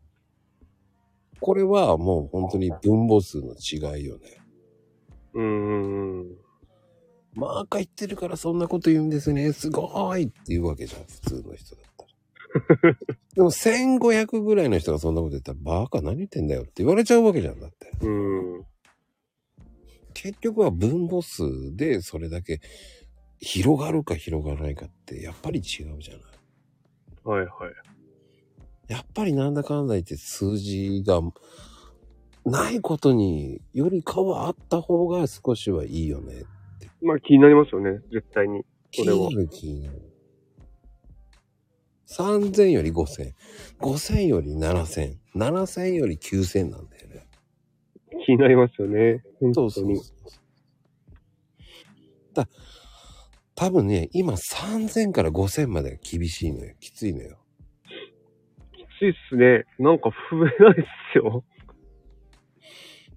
Speaker 2: これはもう本当に分母数の違いよね。
Speaker 1: うーん。
Speaker 2: マーカー言ってるからそんなこと言うんですね。すごいっていうわけじゃん。普通の人だったら。でも1500ぐらいの人がそんなこと言ったらバカ何言ってんだよって言われちゃうわけじゃんだって。
Speaker 1: うーん。
Speaker 2: 結局は分母数でそれだけ広がるか広がらないかってやっぱり違うじゃない。
Speaker 1: はいはい。
Speaker 2: やっぱりなんだかんだ言って数字がないことによりかはあった方が少しはいいよね。
Speaker 1: まあ気になりますよね、絶対に。
Speaker 2: 気
Speaker 1: そ
Speaker 2: に
Speaker 1: れは
Speaker 2: なる気になる。3000より5000。5000より7000。7000より9000なんだよね。
Speaker 1: 気になりますよね。本
Speaker 2: そう
Speaker 1: 当
Speaker 2: そう
Speaker 1: に。
Speaker 2: だ多分ね、今3000から5000までが厳しいのよ。きついのよ。
Speaker 1: きついっすね。なんか増えないっすよ。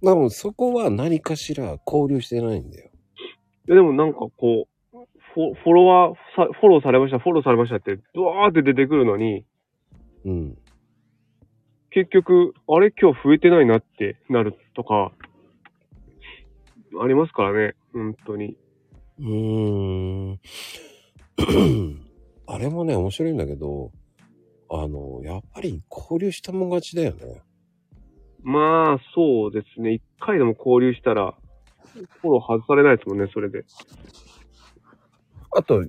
Speaker 2: でもそこは何かしら交流してないんだよ。
Speaker 1: いやでもなんかこう、フォフォロワーさ、フォローされました、フォローされましたって、ドワーって出てくるのに、
Speaker 2: うん。
Speaker 1: 結局、あれ今日増えてないなってなるとか、ありますからね、本当に。
Speaker 2: うーん。 あれもね、面白いんだけど、あの、やっぱり交流したもん勝ちだよね。
Speaker 1: まあ、そうですね。一回でも交流したら、フォロー外されないですもんね、それで。
Speaker 2: あと、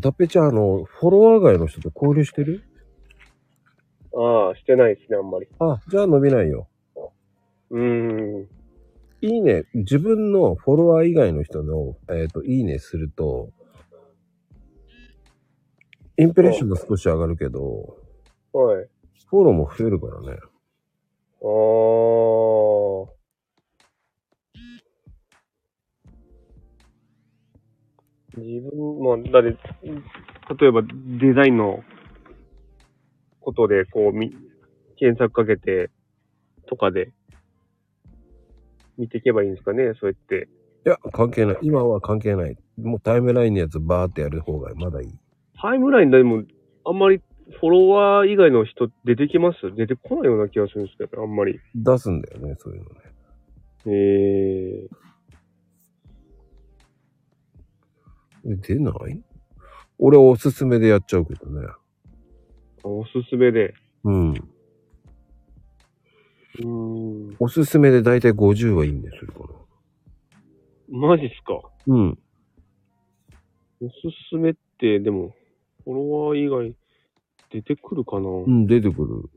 Speaker 2: ダッペちゃん、あの、フォロワー外の人と交流してる
Speaker 1: ああ、してないですね、あんまり。
Speaker 2: あ、じゃあ伸びないよ。
Speaker 1: うーん。
Speaker 2: いいね、自分のフォロワー以外の人の、えっ、と、いいねすると、インプレッションが少し上がるけど、
Speaker 1: はい。
Speaker 2: フォローも増えるからね。
Speaker 1: おー。自分も、だって、例えばデザインのことで、こう、み、検索かけて、とかで、見ていけばいいんですかね、そうやって。
Speaker 2: いや、関係ない。今は関係ない。もうタイムラインのやつバーってやる方がまだいい。
Speaker 1: タイムラインでも、あんまりフォロワー以外の人出てきます出てこないような気がするんですけど、あんまり。
Speaker 2: 出すんだよね、そういうのね。
Speaker 1: えー、
Speaker 2: え出ない俺おすすめでやっちゃうけどね。
Speaker 1: おすすめで。
Speaker 2: うん。
Speaker 1: うーん、
Speaker 2: おすすめでだいたい50はいいんでするか
Speaker 1: マジっすか。
Speaker 2: な。うん。
Speaker 1: おすすめって、でも、フォロワー以外出てくるかな、
Speaker 2: うん、出てくる。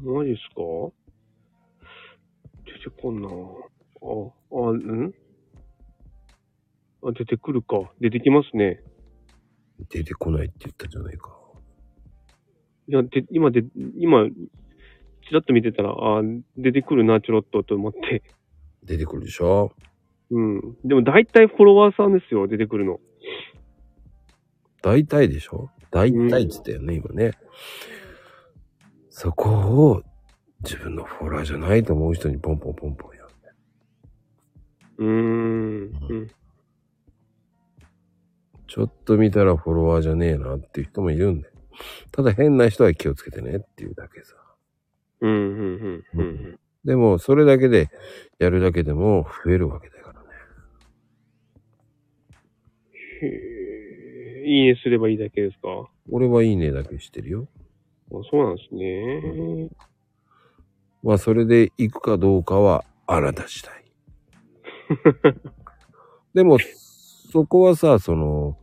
Speaker 1: マジっすか出てこんなあ、あ、んあ、出てくるか。出てきますね。
Speaker 2: 出てこないって言ったじゃないか。
Speaker 1: いや、で、今で、今、ちらっと見てたら、あ、出てくるな、ちょろっとと思って。
Speaker 2: 出てくるでしょ
Speaker 1: うん。でも大体フォロワーさんですよ、出てくるの。
Speaker 2: 大体でしょ大体って言ったよね、今ね。そこを自分のフォロワーじゃないと思う人にポンポンポンポンやる。
Speaker 1: うーん。うん。
Speaker 2: ちょっと見たらフォロワーじゃねえなっていう人もいるんで。ただ変な人は気をつけてねっていうだけさ。
Speaker 1: うん、うん、うん、うん。
Speaker 2: でも、それだけで、やるだけでも増えるわけだからね。
Speaker 1: へーいいねすればいいだけですかあ
Speaker 2: 俺はいいねだけしてるよ。
Speaker 1: そうなんですね。
Speaker 2: まあ、それで行くかどうかはあなた次第。でも、そこはさ、その、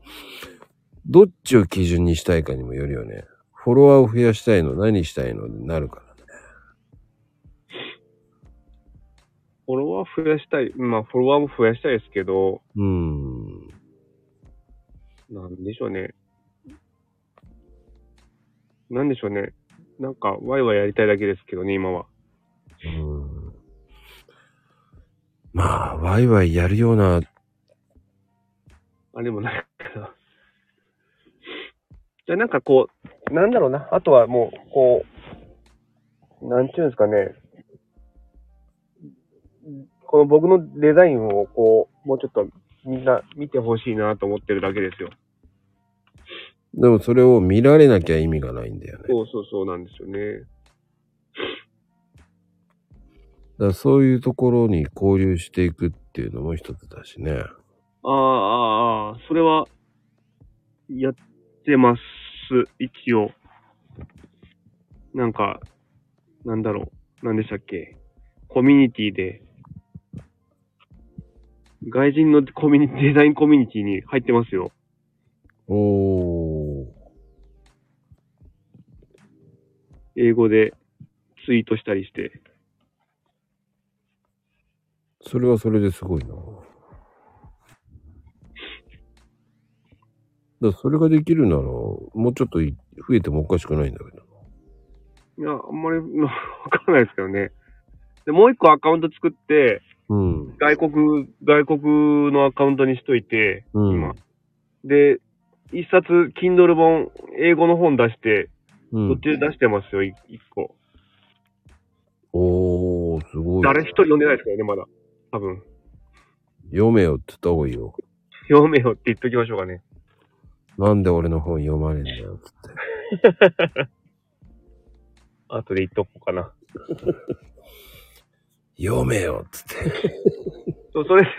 Speaker 2: どっちを基準にしたいかにもよるよね。フォロワーを増やしたいの、何したいのになるからね。
Speaker 1: フォロワー増やしたい。まあ、フォロワーも増やしたいですけど、
Speaker 2: うーん。
Speaker 1: なんでしょうね。なんでしょうね。なんか、ワイワイやりたいだけですけどね、今は。
Speaker 2: うーんまあ、ワイワイやるような、
Speaker 1: あれもないから。じゃあなんかこう、なんだろうな。あとはもう、こう、なんちゅうんですかね。この僕のデザインをこう、もうちょっとみんな見てほしいなと思ってるだけですよ。
Speaker 2: でもそれを見られなきゃ意味がないんだよね。
Speaker 1: そうそうそうなんですよね。
Speaker 2: だからそういうところに交流していくっていうのも一つだしね。
Speaker 1: ああ、ああ、ああ、それは、やってます、一応。なんか、なんだろう、なんでしたっけ。コミュニティで、外人のコミュニ デザインコミュニティに入ってますよ。
Speaker 2: おー。
Speaker 1: 英語でツイートしたりして。
Speaker 2: それはそれですごいな。だからそれができるなら、もうちょっとい増えてもおかしくないんだけど。
Speaker 1: いや、あんまり、 なわかんないですけどね。で、もう一個アカウント作って、
Speaker 2: うん。
Speaker 1: 外国、外国のアカウントにしといて、
Speaker 2: うん
Speaker 1: 今。で、一冊、Kindle 本、英語の本出して、
Speaker 2: うん
Speaker 1: 途、中出してますよ、い一個。
Speaker 2: おー、すごい。
Speaker 1: 誰一人読んでないですからね、まだ。多分。
Speaker 2: 読めよって言った方がいいよ。
Speaker 1: 読めよって言っときましょうかね。
Speaker 2: なんで俺の本読まれんだよっつって。
Speaker 1: 後で言っとこうかな。
Speaker 2: 読めよっつって。
Speaker 1: そう、それで、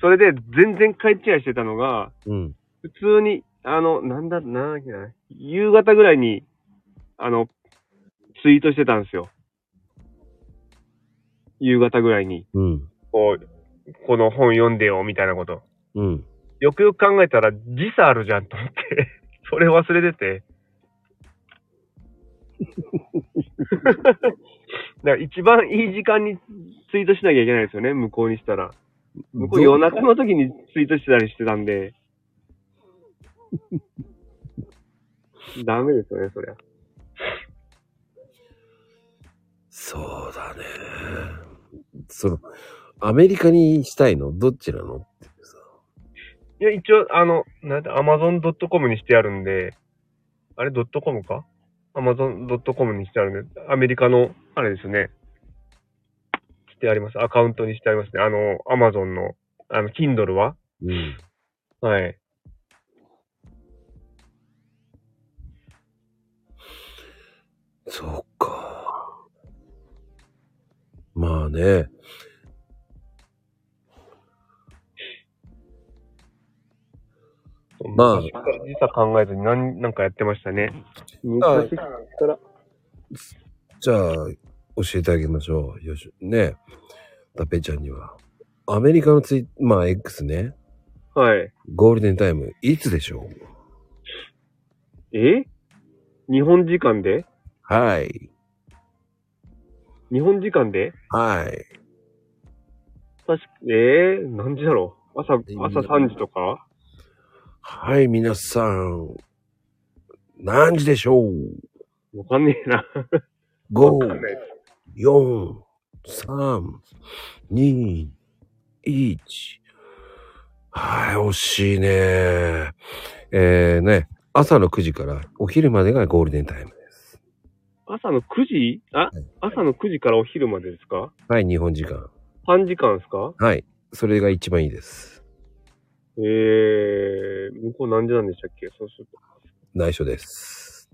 Speaker 1: それで全然勘違いしてたのが、
Speaker 2: うん。
Speaker 1: 普通に、あの、なんだ、なんだっけな、夕方ぐらいに、あの、ツイートしてたんですよ。夕方ぐらいに。
Speaker 2: うん。
Speaker 1: こう、この本読んでよ、みたいなこと。
Speaker 2: うん。
Speaker 1: よくよく考えたら時差あるじゃんと思って、 それ忘れてて。だから一番いい時間にツイートしなきゃいけないですよね、向こうにしたら。向こう夜中の時にツイートしてたりしてたんで。ダメですよね、そりゃ。
Speaker 2: そうだね。その、アメリカにしたいのどっちなのっていうさ。
Speaker 1: いや、一応、あの、なんて、amazon.com にしてあるんで、あれ、ドットコムか ?amazon.com にしてあるんで、アメリカの、あれですね、してあります。アカウントにしてありますね。あの、amazon の、あの、Kindle は
Speaker 2: うん。
Speaker 1: はい。
Speaker 2: そっか。まあね。まあ
Speaker 1: 時差考えずに何、なんかやってましたね。
Speaker 2: あ
Speaker 1: 昔から
Speaker 2: じゃあ、教えてあげましょう。よし。ね。ダペちゃんには。アメリカのツイまあ X ね。
Speaker 1: はい。
Speaker 2: ゴールデンタイム、いつでしょう
Speaker 1: え日本時間で
Speaker 2: はい。
Speaker 1: 日本時間で
Speaker 2: はい。
Speaker 1: 確か、えー、何時だろう朝、
Speaker 2: いい
Speaker 1: 朝3時とか
Speaker 2: はい、皆さん。何時でしょう
Speaker 1: わかんねえな。わか
Speaker 2: ?5
Speaker 1: んな、い。
Speaker 2: 4、3、2、1。はい、惜しいね。えー、ね、朝の9時からお昼までがゴールデンタイムです。
Speaker 1: 朝の9時あ、朝の9時からお昼までですか
Speaker 2: はい、日本時間。
Speaker 1: ?3 時間ですか
Speaker 2: はい、それが一番いいです。
Speaker 1: えー、向こう何時なんでしたっけそうすると。
Speaker 2: 内緒です。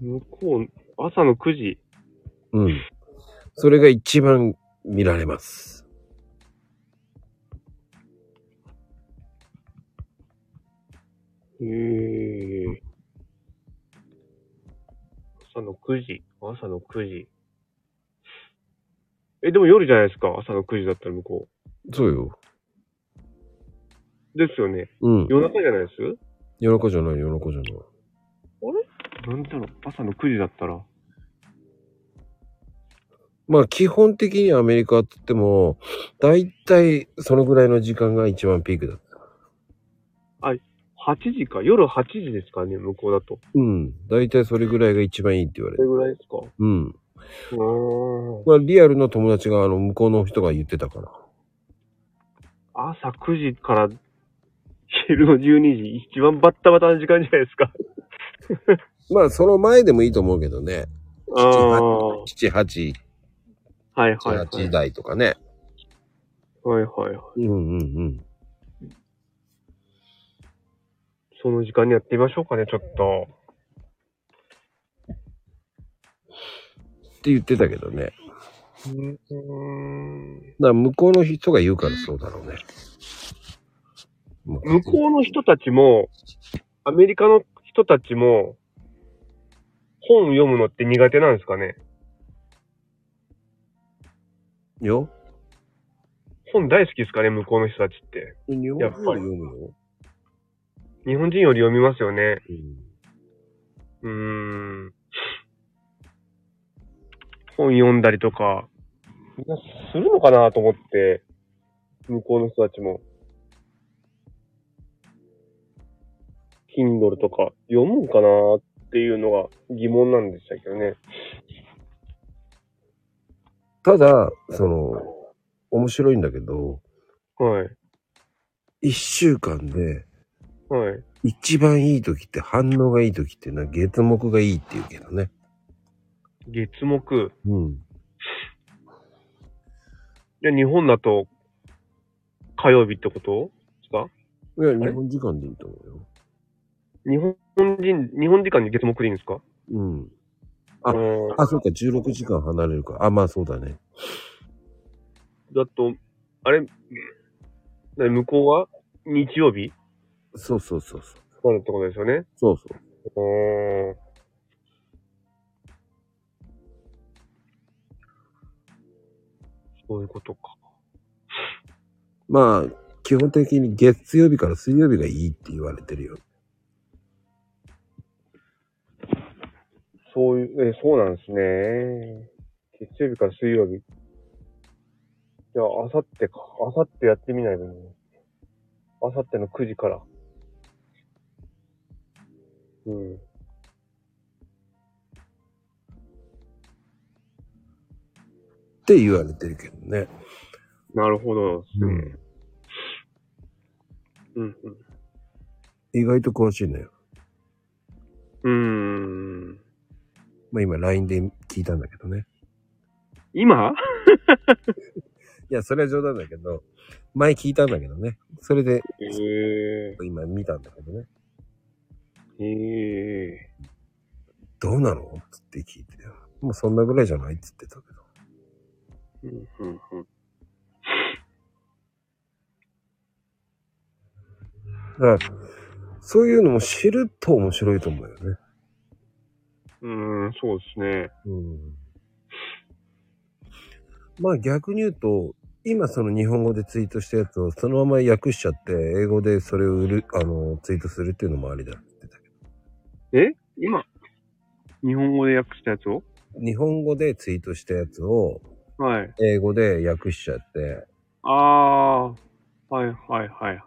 Speaker 1: 向こう、朝の9時。
Speaker 2: うん。それが一番見られます。
Speaker 1: えー。朝の9時。朝の9時。え、でも夜じゃないですか朝の9時だったら向こ
Speaker 2: そうよ。
Speaker 1: う。ですよね。
Speaker 2: うん。
Speaker 1: 夜中じゃないです
Speaker 2: 夜中じゃない、夜中じゃない。
Speaker 1: なんだろう朝の9時だったら。
Speaker 2: まあ基本的にアメリカって言っても、だいたいそのぐらいの時間が一番ピークだった。
Speaker 1: 8時か。夜8時ですかね向こうだと。
Speaker 2: うん。だいたいそれぐらいが一番いいって言われ
Speaker 1: そ
Speaker 2: る。
Speaker 1: れぐらいですか
Speaker 2: うん。
Speaker 1: うーん。
Speaker 2: まあリアルの友達があの向こうの人が言ってたから。
Speaker 1: 朝9時から昼の12時、一番バッタバタな時間じゃないです か。
Speaker 2: まあその前でもいいと思うけどね。
Speaker 1: ああ。は
Speaker 2: 7、8、
Speaker 1: いはい
Speaker 2: 7、
Speaker 1: は
Speaker 2: 8
Speaker 1: い。
Speaker 2: 台とかね。
Speaker 1: はいはいはい。
Speaker 2: うんうんうん。
Speaker 1: その時間にやってみましょうかね、ちょっと。
Speaker 2: って言ってたけどね。だか
Speaker 1: うーん
Speaker 2: ら向こうの人が言うからそうだろうね。向
Speaker 1: 向こうの人たちも、アメリカの人たちも、本読むのって苦手なんですかね
Speaker 2: うよ。
Speaker 1: 本大好きですかね向こうの人たちって。
Speaker 2: 日本
Speaker 1: やっぱり
Speaker 2: 語で読むよ。
Speaker 1: 日本人より読みますよね。
Speaker 2: うん
Speaker 1: うーん。本読んだりとか、みんなするのかなと思って、向こうの人たちも。Kindle とか読むんかなっていうのが疑問なんでしたけどね。
Speaker 2: ただ、その、面白いんだけど、
Speaker 1: はい。
Speaker 2: 一週間で
Speaker 1: はい。
Speaker 2: 一番いい時って反応がいい時ってな、月目がいいって言うけどね。
Speaker 1: 月木。
Speaker 2: うん。
Speaker 1: いや、日本だと、火曜日ってことですか
Speaker 2: いや、日本時間でいいと思うよ。
Speaker 1: 日本人、日本時間に月木でいいんですか
Speaker 2: うん。あ
Speaker 1: うーん
Speaker 2: あ、そうか、16時間離れるから。あ、まあそうだね。
Speaker 1: だと、あれ、な向こうは日曜日
Speaker 2: そうそうそうそう。
Speaker 1: なるってことですよね。
Speaker 2: そうそう。
Speaker 1: うーん。そういうことか。
Speaker 2: まあ、基本的に月曜日から水曜日がいいって言われてるよ。
Speaker 1: そういう、え、そうなんですね。月曜日から水曜日。じゃあ、あさってか。あさってやってみないとね。あさっての9時から。うん。
Speaker 2: て言われてるけどね。
Speaker 1: なるほどですね。うん。
Speaker 2: 意外と詳しいのよ。
Speaker 1: うん。うーん。
Speaker 2: まあ今 LINE で聞いたんだけどね。
Speaker 1: 今
Speaker 2: いや、それは冗談だけど、前聞いたんだけどね。それで
Speaker 1: ええ
Speaker 2: 今見たんだけどね。
Speaker 1: ええ
Speaker 2: どうなのつって聞いて。もうそんなぐらいじゃないっつってたけど。
Speaker 1: うんうんうん。
Speaker 2: だから、そういうのも知ると面白いと思うよね。
Speaker 1: うーん、そうですね。
Speaker 2: うん。まあ逆に言うと、今その日本語でツイートしたやつをそのまま訳しちゃって、英語でそれを売る、あの、ツイートするっていうのもありだって言ってたけ
Speaker 1: 今、日本語で訳したやつを
Speaker 2: ど。日本語でツイートしたやつを、
Speaker 1: はい。
Speaker 2: 英語で訳しちゃって、
Speaker 1: ああ、はいはいはい。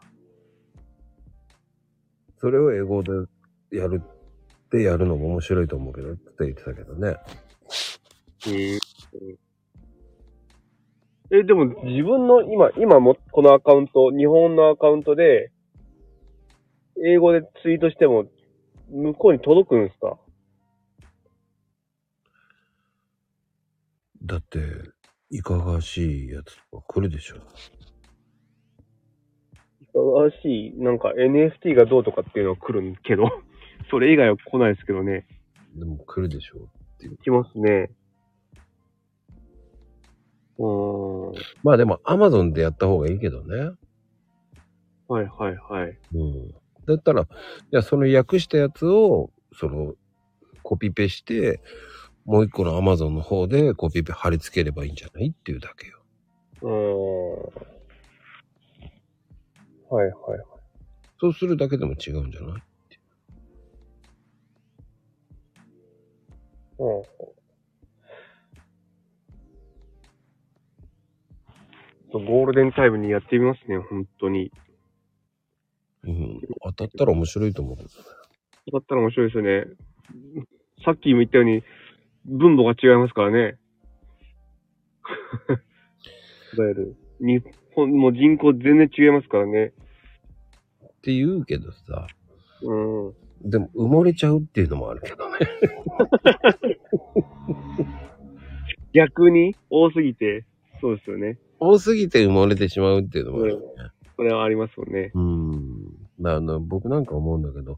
Speaker 2: それを英語でやるってやるのも面白いと思うけどって言ってたけどね。
Speaker 1: ええ、でも自分の今、今もこのアカウント、日本のアカウントで、英語でツイートしても、向こうに届くんですか
Speaker 2: だって、いかがわしいやつとか来るでしょ。
Speaker 1: らしい、なんか NFT がどうとかっていうのは来るんけど、 それ以外は来ないですけどね。
Speaker 2: でも来るでしょ。
Speaker 1: 来ますね。うーん。
Speaker 2: まあでも Amazon でやった方がいいけどね。
Speaker 1: はいはいはい。
Speaker 2: うん。だったら、いや、その訳したやつを、その、コピペして、もう一個の Amazon の方でコピペ貼り付ければいいんじゃないっていうだけよ。
Speaker 1: うーん。はいはい。
Speaker 2: そうするだけでも違うんじゃない
Speaker 1: うん。ゴールデンタイムにやってみますね、本当に。
Speaker 2: うん。当たったら面白いと思うけどね。
Speaker 1: だったら面白いですよね。さっきも言ったように、分母が違いますからね。いわゆる、日本もう人口全然違いますからね。
Speaker 2: って言うけどさ、
Speaker 1: うん。
Speaker 2: でも埋もれちゃうっていうのもあるけどね。
Speaker 1: 逆に多すぎて、そうですよね。
Speaker 2: 多すぎて埋もれてしまうっていうのもあるよね。
Speaker 1: それはありますよね。
Speaker 2: うん。まあ、あの、僕なんか思うんだけど、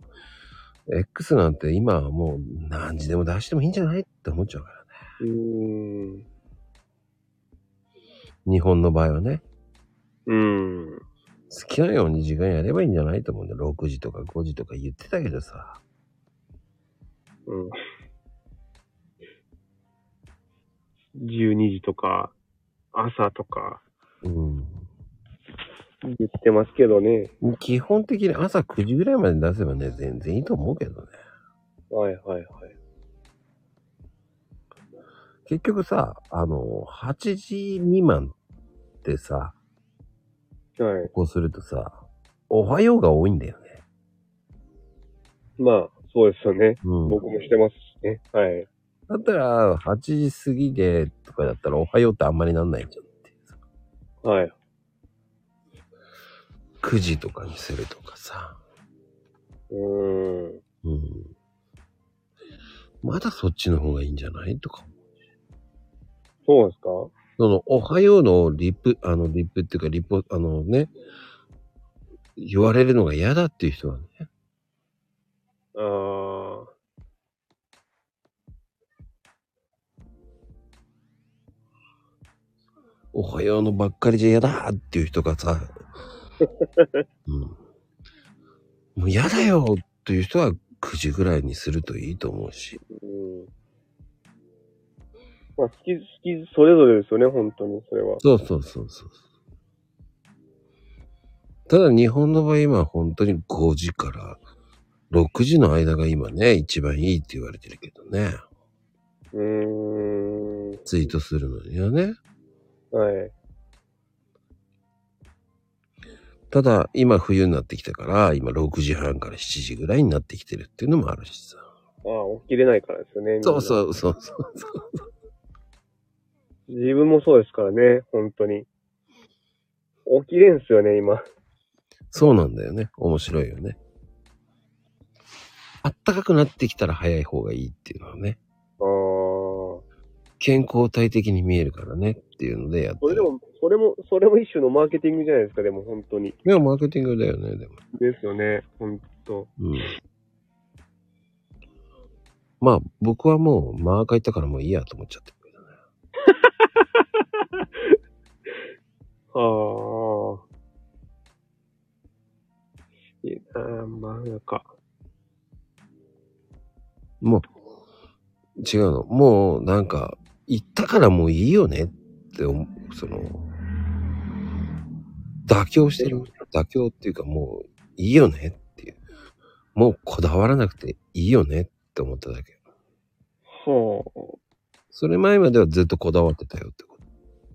Speaker 2: X なんて今はもう何時でも出してもいいんじゃないって思っちゃうからね。
Speaker 1: うーん。
Speaker 2: 日本の場合はね。
Speaker 1: うん。
Speaker 2: 好きなように時間やればいいんじゃないと思うんだよ。6時とか5時とか言ってたけどさ。
Speaker 1: うん12時とか、朝とか
Speaker 2: うん。
Speaker 1: 言ってますけどね。
Speaker 2: 基本的に朝9時ぐらいまで出せばね、全然いいと思うけどね。
Speaker 1: はいはいはい。
Speaker 2: 結局さ、あの、8時未満ってさ、
Speaker 1: はい。
Speaker 2: こうするとさ、おはようが多いんだよね。
Speaker 1: まあ、そうですよね。
Speaker 2: うん。
Speaker 1: 僕もしてますしね。はい。
Speaker 2: だったら、8時過ぎでとかだったら、おはようってあんまりなんないじゃんっていうさ。
Speaker 1: はい。
Speaker 2: 9時とかにするとかさ。
Speaker 1: うーん。
Speaker 2: うん。まだそっちの方がいいんじゃないとか。
Speaker 1: そうですか
Speaker 2: その、おはようのリプ、あの、リプっていうか、リポ、あのね、言われるのが嫌だっていう人はね、
Speaker 1: あー。
Speaker 2: おはようのばっかりじゃ嫌だっていう人がさ、うん。もう嫌だよっていう人は9時ぐらいにするといいと思うし。
Speaker 1: うん。まあ、好き、好き、それぞれですよね、本当に、それは。
Speaker 2: そうそうそうそう。ただ日本の場合今本当に5時から6時の間が今ね、一番いいって言われてるけどね。
Speaker 1: うーん。
Speaker 2: ツイートするのにはね。
Speaker 1: はい。
Speaker 2: ただ、今冬になってきたから、今6時半から7時ぐらいになってきてるっていうのもあるしさ。
Speaker 1: ああ、起きれないからですよね。みんな
Speaker 2: そうそうそうそう。
Speaker 1: 自分もそうですからね、本当に。起きれんすよね、今。
Speaker 2: そうなんだよね。面白いよね。あったかくなってきたら早い方がいいっていうのはね。
Speaker 1: ああ。
Speaker 2: 健康体的に見えるからねっていうのでやって
Speaker 1: それで
Speaker 2: る。
Speaker 1: も、それも、それも一種のマーケティングじゃないですか、でも本当に。
Speaker 2: いや、マーケティングだよね、でも。
Speaker 1: ですよね、本当。
Speaker 2: うん。まあ、僕はもう、マーカー行ったからもういいやと思っちゃってるけどね。
Speaker 1: ああ。いいなあ、漫画か。
Speaker 2: もう、違うの。もう、なんか、行ったからもういいよねって思う、その、妥協してる。妥協っていうかもう、いいよねっていう。もうこだわらなくていいよねって思っただけ。
Speaker 1: ほ
Speaker 2: それ前まではずっとこだわってたよってこと。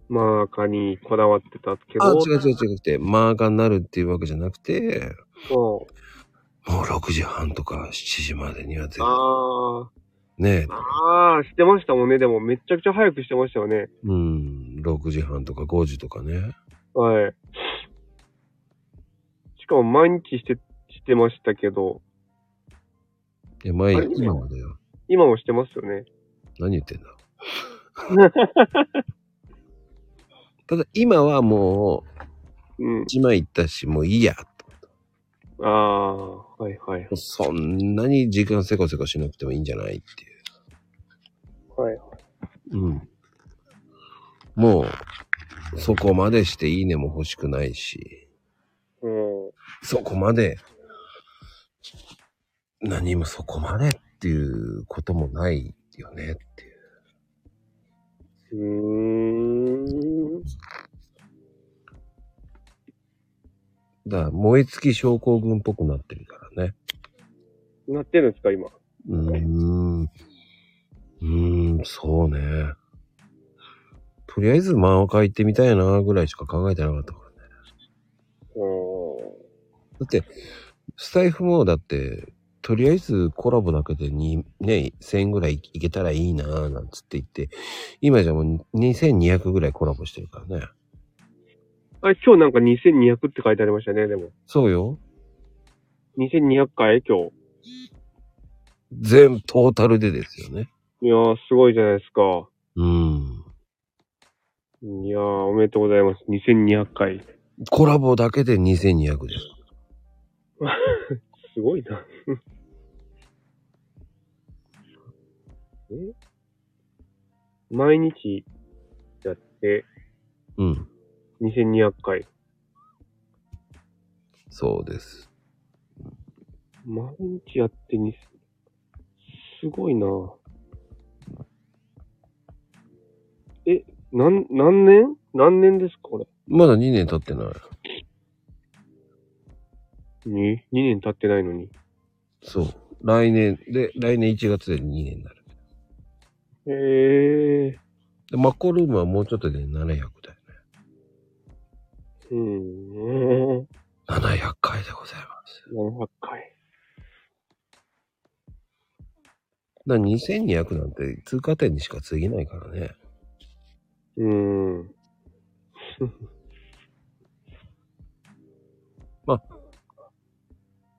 Speaker 1: う。マーカにこだわってたけど。
Speaker 2: あ、違う違う違くて、マーカーになるっていうわけじゃなくて、
Speaker 1: そ
Speaker 2: もう6時半とか7時までには絶
Speaker 1: う。あ
Speaker 2: ねえ
Speaker 1: あ。、ああ、してましたもんね。でも、めちゃくちゃ早くしてましたよね。
Speaker 2: うん、6時半とか5時とかね。
Speaker 1: はい。しかも、毎日して、してましたけど、
Speaker 2: いや、前、
Speaker 1: あれ
Speaker 2: 今までよ。
Speaker 1: 今もしてますよね。
Speaker 2: 何言ってんだ ただ今はも
Speaker 1: うん
Speaker 2: う。1枚行ったしもういいやと思った
Speaker 1: ああ、はいはい
Speaker 2: もうそんなに時間せこせこしなくてもいいんじゃないってい
Speaker 1: はい。
Speaker 2: う、うん、もうそこまでしていいねも欲しくないし
Speaker 1: うん。
Speaker 2: そこまで何もそこまでっていうこともないよねっていう
Speaker 1: うーん。
Speaker 2: だから燃え尽き症候群っぽくなってるからね
Speaker 1: なってるんですか、今。
Speaker 2: うーん。うーん、そうね。とりあえず漫画家行ってみたいなぐらいしか考えてなかったからね。
Speaker 1: お
Speaker 2: だって、スタイフもだって、とりあえずコラボだけで2、ね、1000円ぐらいいけたらいいなぁなんつって言って、今じゃもう2200ぐらいコラボしてるからね。
Speaker 1: あれ、今日なんか2200って書いてありましたね、でも。
Speaker 2: そうよ。
Speaker 1: 2200回今日。
Speaker 2: 全、トータルでですよね。
Speaker 1: いやー、すごいじゃないですか。
Speaker 2: うん。
Speaker 1: いやー、おめでとうございます。2200回。
Speaker 2: コラボだけで2200です。
Speaker 1: すごいな。 え毎日やって
Speaker 2: うん。
Speaker 1: 2200回。
Speaker 2: そうです。
Speaker 1: 毎日やってに、すごいなえ、なん、何年何年ですかこれ。
Speaker 2: まだ2年経ってない。
Speaker 1: に、2年経ってないのに。
Speaker 2: そう。来年、で、来年1月で2年になる。
Speaker 1: へえ
Speaker 2: で、マッコルームはもうちょっとで700だよね。
Speaker 1: ー。うん。
Speaker 2: 700回でございます。
Speaker 1: 700回。
Speaker 2: だから2200なんて通過点にしか過ぎないからね。
Speaker 1: うん。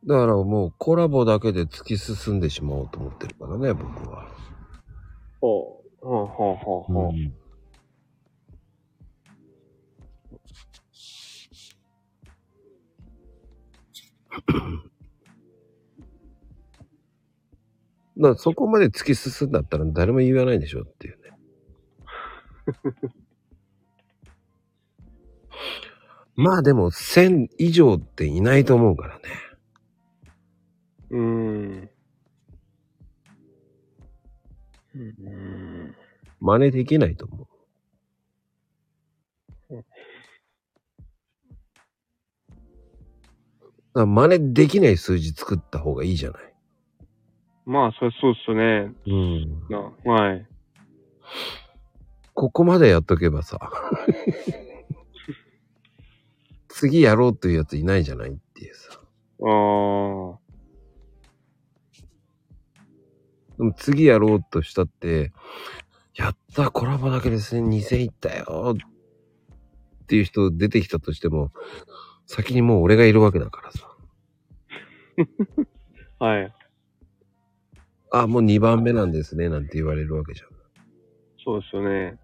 Speaker 2: だからもうコラボだけで突き進んでしまおうと思ってるからね、僕は。
Speaker 1: ほう。はあ、はあ、はあ、はあ。
Speaker 2: ん、だからそこまで突き進んだったら誰も言わないでしょっていうね。まあでも1000以上っていないと思うからね。
Speaker 1: うん。うん。
Speaker 2: 真似できないと思う。だから真似できない数字作った方がいいじゃない。
Speaker 1: まあ、そりゃそうっすね。
Speaker 2: うん。
Speaker 1: な、はい。
Speaker 2: ここまでやっとけばさ。次やろうというやついないじゃないっていうさ。
Speaker 1: あー。
Speaker 2: でも次やろうとしたって、やった、コラボだけですね、2000いったよっていう人出てきたとしても、先にもう俺がいるわけだからさ。
Speaker 1: はい。
Speaker 2: あ、もう2番目なんですね、なんて言われるわけじゃん。
Speaker 1: そうですよね。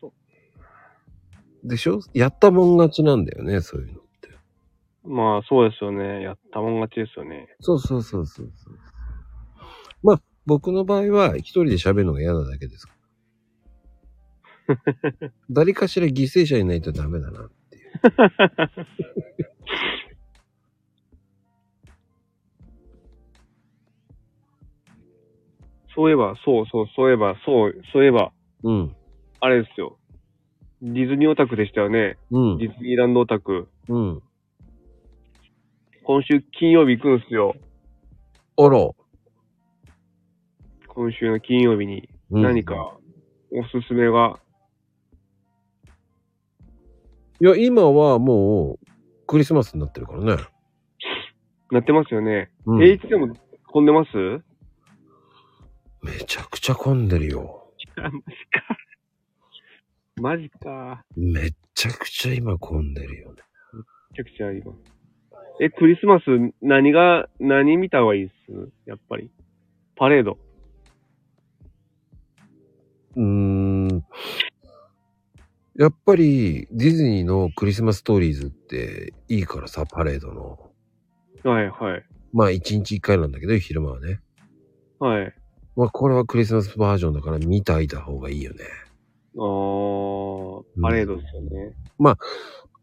Speaker 1: そ
Speaker 2: でしょやったもん勝ちなんだよね、そういうのって。
Speaker 1: まあ、そうですよね。やったもん勝ちですよね。
Speaker 2: そうそうそうそうそう。まあ、僕の場合は一人で喋るのが嫌なだけ ですから。誰かしら犠牲者いないとダメだなっていう。
Speaker 1: そういえば、そうそう、そういえば、そう、そういえば、
Speaker 2: うん。
Speaker 1: あれですよ。ディズニーオタクでしたよね。
Speaker 2: うん
Speaker 1: デ。ィズニーランドオタク。
Speaker 2: うん。
Speaker 1: 今週金曜日行くんすよ。
Speaker 2: あら。
Speaker 1: 今週の金曜日に。
Speaker 2: うん
Speaker 1: 何か、おすすめが。
Speaker 2: いや、今はもう、クリスマスになってるからね。
Speaker 1: なってますよね。
Speaker 2: うん、
Speaker 1: 平日でも混んでます
Speaker 2: めちゃくちゃ混んでるよ。
Speaker 1: マジか。
Speaker 2: めっちゃくちゃ今混んでるよね。
Speaker 1: めちゃくちゃあります。え、クリスマス、何が、何見た方がいいっすやっぱり。パレード。
Speaker 2: うーん。やっぱり、ディズニーのクリスマスストーリーズっていいからさ、パレードの。
Speaker 1: はいはい。
Speaker 2: まあ一日一回なんだけど、昼間はね。
Speaker 1: はい。
Speaker 2: まあこれはクリスマスバージョンだから見てあいた方がいいよね。
Speaker 1: あー、パレードですよね。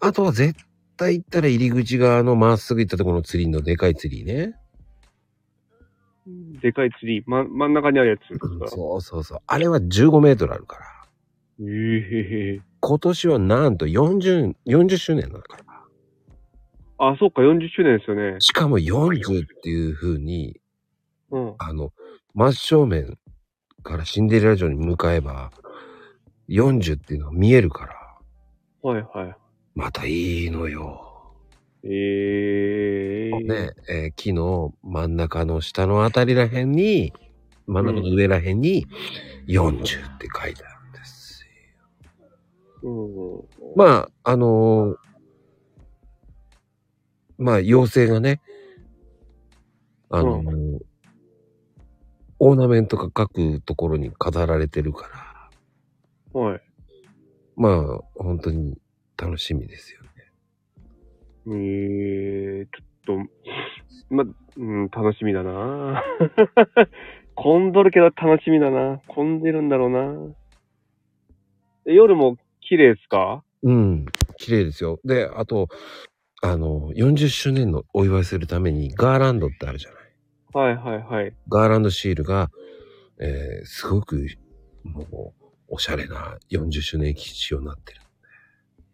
Speaker 2: あとは絶対行ったら入り口側のまっすぐ行ったところのツリーのでかいツリーね。
Speaker 1: でかいツリー、ま、真ん中にあるやつですか。
Speaker 2: そうそうそう。あれは15メートルあるから。
Speaker 1: ええ
Speaker 2: 今年はなんと40、40周年だから。
Speaker 1: あ、そっか、40周年ですよね。
Speaker 2: しかも40っていう風に、
Speaker 1: うん。
Speaker 2: あの、真正面からシンデレラ城に向かえば、40っていうのが見えるから、
Speaker 1: はいは
Speaker 2: またいいのよ。
Speaker 1: い。ええ
Speaker 2: ね、えー木の真ん中の下のあたりらへんに、真ん中の上らへんに、40って書いてあるんですよ。
Speaker 1: うん。
Speaker 2: まあ、あのーまあ、妖精がね、あのーオーナメントが書くところに飾られてるから、
Speaker 1: はい。
Speaker 2: まあ、本当に楽しみですよね。
Speaker 1: ええちょっと、ま、うん、楽しみだな 混んどるけど楽しみだな混んでるんだろうなえ夜も綺麗ですか
Speaker 2: うん、綺麗ですよ。で、あと、あのー、40周年のお祝いするためにガーランドってあるじゃない。
Speaker 1: はいはいはい。
Speaker 2: ガーランドシールが、えーすごく、もう、おしゃれな40周年仕様になってる。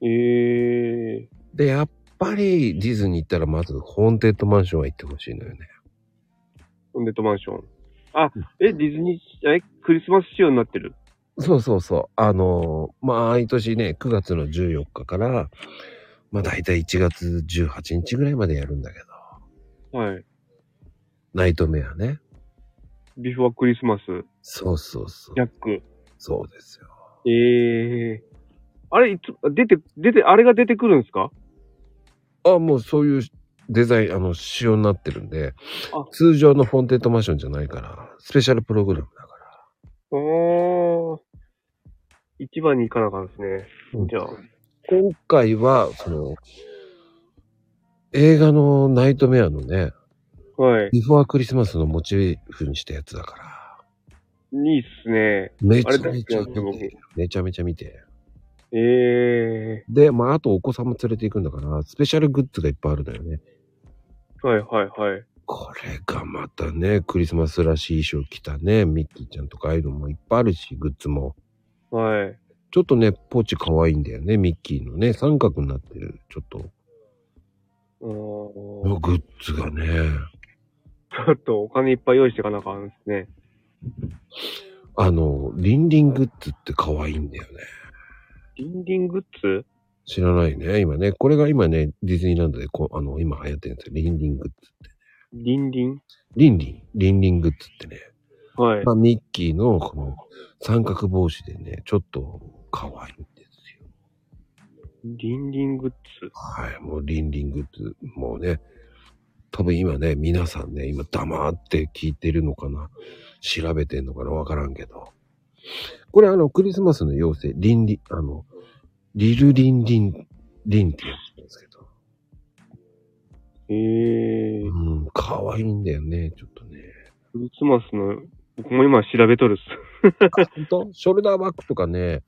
Speaker 1: ええ
Speaker 2: で、やっぱりディズニー行ったら、まず、ホーンテッドマンションは行ってほしいのよね。
Speaker 1: ホンデッドマンション。あ、え、ディズニー、え、クリスマス仕様になってる。
Speaker 2: そうそうそう。あのーまあ、毎年ね、9月の14日から、まあ、大体1月18日ぐらいまでやるんだけど、
Speaker 1: はい。
Speaker 2: ナイトメアね。
Speaker 1: ビフォークリスマス、
Speaker 2: そうそうそう
Speaker 1: ジ。ャック。
Speaker 2: そうですよ。
Speaker 1: ええあれ、いつ、出て、出て、あれが出てくるんですか
Speaker 2: あ、もうそういうデザイン、あの、仕様になってるんで
Speaker 1: あ、
Speaker 2: 通常のフォンテッドマンションじゃないから、スペシャルプログラムだから。
Speaker 1: あー。一番に行かなあかんですね。
Speaker 2: うん
Speaker 1: じゃあ。
Speaker 2: 今回は、その、映画のナイトメアのね、
Speaker 1: はい。
Speaker 2: ビフォークリスマスのモチーフにしたやつだから、
Speaker 1: いいっすね。
Speaker 2: めち
Speaker 1: あれ
Speaker 2: ゃ
Speaker 1: 大
Speaker 2: めち
Speaker 1: 好きな
Speaker 2: ゃ
Speaker 1: んですよ、
Speaker 2: 見
Speaker 1: 僕。
Speaker 2: て、めちゃめちゃ見て。
Speaker 1: ええ
Speaker 2: で、まあ、あとお子さんも連れて行くんだから、スペシャルグッズがいっぱいあるんだよね。
Speaker 1: はいはいはい。
Speaker 2: これがまたね、クリスマスらしい衣装着たね、ミッキーちゃんとかああいうのもいっぱいあるし、グッズも。
Speaker 1: はい。
Speaker 2: ちょっとね、ポーチ可愛いんだよね、ミッキーのね、三角になってる、ちょっと。
Speaker 1: あー
Speaker 2: のグッズがね、
Speaker 1: ちょっとお金いっぱい用意していかなあかんですね。
Speaker 2: あの、リンリングッズって可愛いんだよね。
Speaker 1: リンリングッズ
Speaker 2: 知らないね。今ね、これが今ね、ディズニーランドでこう、あの、今流行ってるんですよ。リンリングッズって。
Speaker 1: リンリン
Speaker 2: リンリン、リンリングッズってね。
Speaker 1: はい。
Speaker 2: まあ、ミッキーのこの三角帽子でね、ちょっと可愛いんですよ。
Speaker 1: リンリングッズ。
Speaker 2: はい、もうリンリングッズ、もうね、多分今ね、皆さんね、今黙って聞いてるのかな、調べてんのかな、わからんけど。これあの、クリスマスの妖精、リンリン、あの、リルリンリン、リンってやつなんですけど。
Speaker 1: ええー、
Speaker 2: うん、可愛いんだよね、ちょっとね。
Speaker 1: クリスマスの、僕も今調べとるっす。
Speaker 2: 本当ショルダーバッグとかね、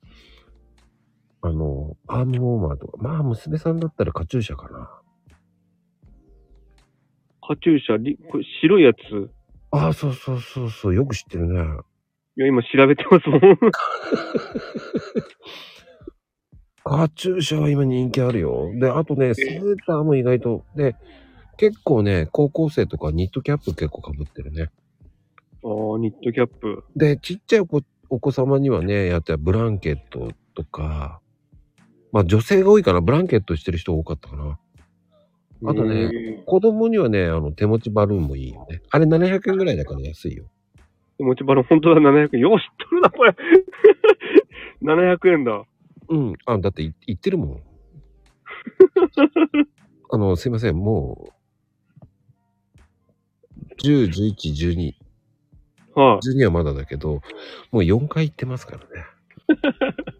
Speaker 2: あの、アームウォーマーとか、まあ娘さんだったらカチューシャかな。
Speaker 1: カチューシャ、リこれ白いやつ。
Speaker 2: ああ、そうそうそうそう、よく知ってるね。
Speaker 1: いや、今調べてますもん。
Speaker 2: カチューシャは今人気あるよ。で、あとね、スーターも意外と、で、結構ね、高校生とかニットキャップ結構被ってるね。
Speaker 1: ああ、ニットキャップ。
Speaker 2: で、ちっちゃい子お子様にはね、やったらブランケットとか、まあ女性が多いからブランケットしてる人多かったかな。あとね
Speaker 1: えー
Speaker 2: 子供にはね、あの手持ちバルーンもいいよね。あれ700円ぐらいだから安いよ。
Speaker 1: 手持ちバロン、本当だ、700円。よう知っとるな、これ。700円だ。
Speaker 2: うん。あ、だってい言ってるもん。 あの、すいません、もう、10、11、12。
Speaker 1: はい、
Speaker 2: 12はまだだけど、もう4回行ってますからね。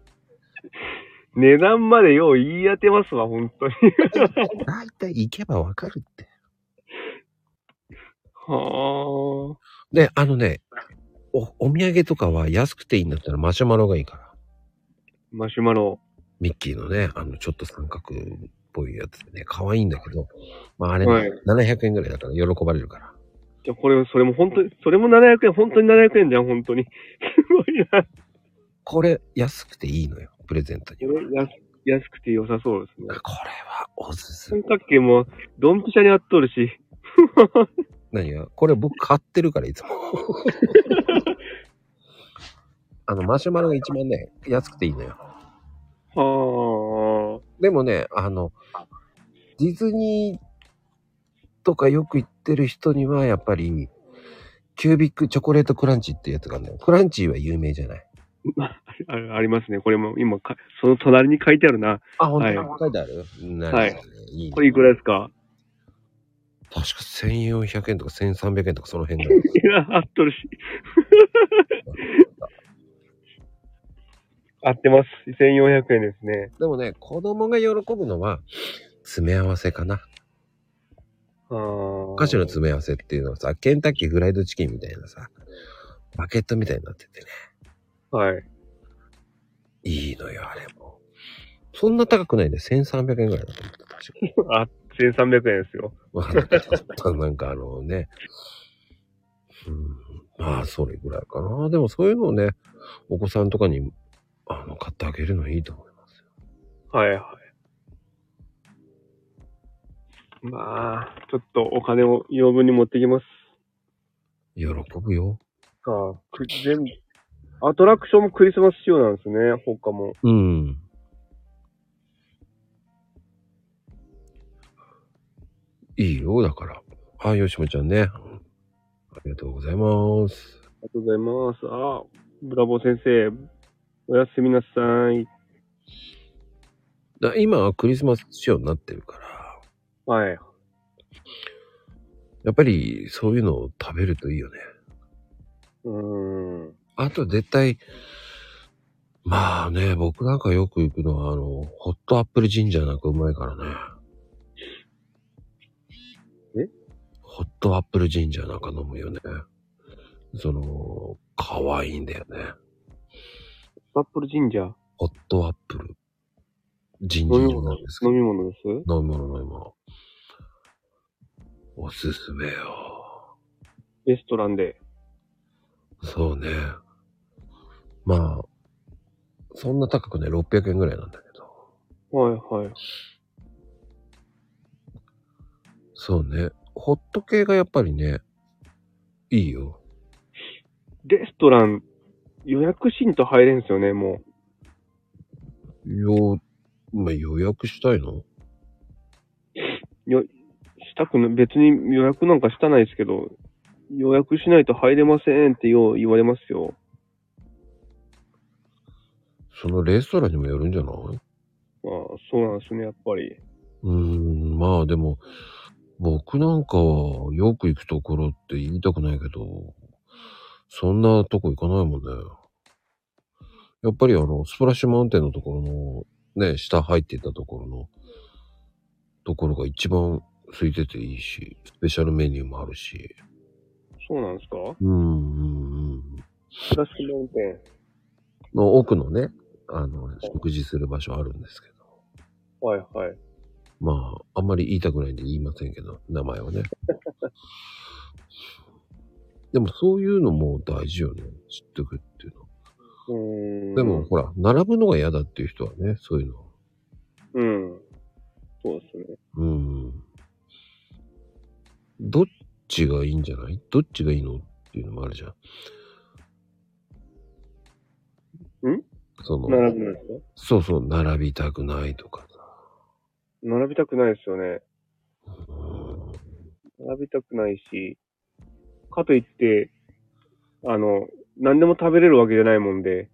Speaker 1: 値段までよう言い当てますわ、本当に。
Speaker 2: 大体行けばわかるって。
Speaker 1: は
Speaker 2: で、あのね、お、お土産とかは安くていいんだったらマシュマロがいいから。
Speaker 1: あ。マシュマロ。
Speaker 2: ミッキーのね、あの、ちょっと三角っぽいやつでね、可愛いんだけど、まああれ、
Speaker 1: はい
Speaker 2: 700円ぐらいだから喜ばれるから。
Speaker 1: じゃあこれ、それも本当に、それも700円、本当に700円じゃん、本当に。すごいな。
Speaker 2: これ、安くていいのよ、プレゼントには。
Speaker 1: 安安くて良さそうですね。
Speaker 2: これはおすすめ。
Speaker 1: 三角形も、ドンピシャにあっとるし。
Speaker 2: 何がこれ僕買ってるから、 いつも。あの、マシュマロが一番ね、安くていいのよ。
Speaker 1: はあ。
Speaker 2: でもね、あの、ディズニーとかよく行ってる人には、やっぱり、キュービックチョコレートクランチっていうやつがあるんだよ。クランチは有名じゃない。
Speaker 1: あありますね。これも今か、その隣に書いてあるな。
Speaker 2: あ、本当に、
Speaker 1: は
Speaker 2: 書いてあるな
Speaker 1: はい
Speaker 2: るほどねいいね
Speaker 1: これいくらですか
Speaker 2: 確か1400円とか1300円とかその辺だよ。
Speaker 1: いや、合っとるし。 合ってます。1400円ですね。
Speaker 2: でもね、子供が喜ぶのは、詰め合わせかな。
Speaker 1: あお
Speaker 2: お菓子の詰め合わせっていうのはさ、ケンタッキーフライドチキンみたいなさ、バケットみたいになっててね。
Speaker 1: はい。
Speaker 2: いいのよ、あれも。そんな高くないね。1300円ぐらいだと思った。確か
Speaker 1: あ、1300円ですよ。
Speaker 2: わかんなかった。なんかあのね。うん。まあ、それぐらいかな。でもそういうのをね、お子さんとかに、あの、買ってあげるのいいと思いますよ。
Speaker 1: はいはい。まあ、ちょっとお金を余分に持ってきます。
Speaker 2: 喜ぶよ。
Speaker 1: あく全部。アトラクションもクリスマス仕様なんですね、他も。
Speaker 2: うん。いいよ、だから。あ、よしもちゃんね。ありがとうございます。
Speaker 1: ありがとうございます。あ、ブラボー先生、おやすみなさい。
Speaker 2: だ今はクリスマス仕様になってるから、
Speaker 1: はい。
Speaker 2: やっぱりそういうのを食べるといいよね。
Speaker 1: うーん。
Speaker 2: あと絶対、まあね、僕なんかよく行くのは、あの、ホットアップルジンジャーなんかうまいからね。
Speaker 1: え
Speaker 2: ホットアップルジンジャーなんか飲むよね。その、可愛いんだよね。
Speaker 1: アップルジンジャー。
Speaker 2: ホットアップル。ジンジャ
Speaker 1: 飲
Speaker 2: ー
Speaker 1: み
Speaker 2: な
Speaker 1: 物
Speaker 2: んですけど
Speaker 1: 飲。み物です
Speaker 2: 飲み物飲み物。おすすめよ。
Speaker 1: レストランで。
Speaker 2: そうね。まあ、そんな高くね、600円ぐらいなんだけど。
Speaker 1: はいはい。
Speaker 2: そうね。ホット系がやっぱりね、いいよ。
Speaker 1: レストラン、予約しんと入れんすよね、も
Speaker 2: よ、まあ、予約したいの
Speaker 1: したくない、別に予約なんかしたないですけど、予約しないと入れませんってよう言われますよ。
Speaker 2: そのレストランにもよるんじゃない
Speaker 1: まあ、そうなんですね、やっぱり。
Speaker 2: うーん、まあでも、僕なんかはよく行くところって言いたくないけど、そんなとこ行かないもんね。やっぱりあの、スプラッシュマウンテンのところの、ね、下入っていったところの、ところが一番空いてていいし、スペシャルメニューもあるし。
Speaker 1: そうなんですか
Speaker 2: うーん。
Speaker 1: クラシックマウンテン。
Speaker 2: の奥のね、あの、食事する場所あるんですけど。
Speaker 1: はいはい。
Speaker 2: まあ、あんまり言いたくないんで言いませんけど、名前はね。 でもそういうのも大事よね。知っておくっていうの。
Speaker 1: うーん。
Speaker 2: でも、ほら、並ぶのが嫌だっていう人はね、そういうの。
Speaker 1: うん。そうですね。
Speaker 2: うん。どっちがいいんじゃないどっちがいいのっていうのもあるじゃん。
Speaker 1: ん
Speaker 2: その、
Speaker 1: 並ぶんですか
Speaker 2: そうそう、並びたくないとかさ。
Speaker 1: 並びたくないですよね。
Speaker 2: うん
Speaker 1: 並びたくないし、かといって、あの、何でも食べれるわけじゃないもんで、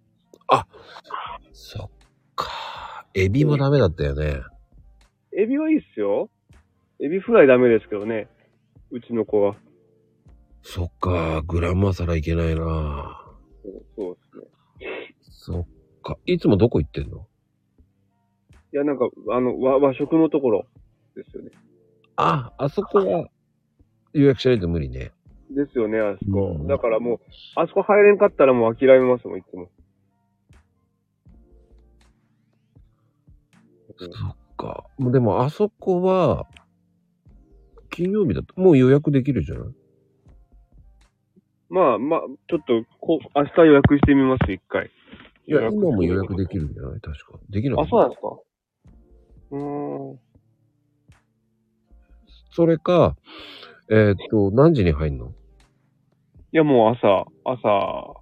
Speaker 2: そっか。エビもダメだったよね。
Speaker 1: エビはいいっすよ。エビフライダメですけどね。うちの子は。
Speaker 2: そっか、グランマサラいけないな
Speaker 1: そうそうですね。
Speaker 2: そっか。いつもどこ行ってんの
Speaker 1: いや、なんか、あの、和和食のところですよね。
Speaker 2: あ、あそこは予約しないと無理ね。
Speaker 1: ですよね、あそこ。
Speaker 2: うん
Speaker 1: だからもう、あそこ入れんかったらもう諦めますもん、いつも。
Speaker 2: そっか。でもあそこは、金曜日だともう予約できるじゃない
Speaker 1: まあまあ、ちょっと、こ明日予約してみます、一回。
Speaker 2: いや、今も予約できるんじゃない確か。できない
Speaker 1: あ、そうなんですか。うーん。
Speaker 2: それか、えーっと、何時に入んの
Speaker 1: いや、もう朝、朝、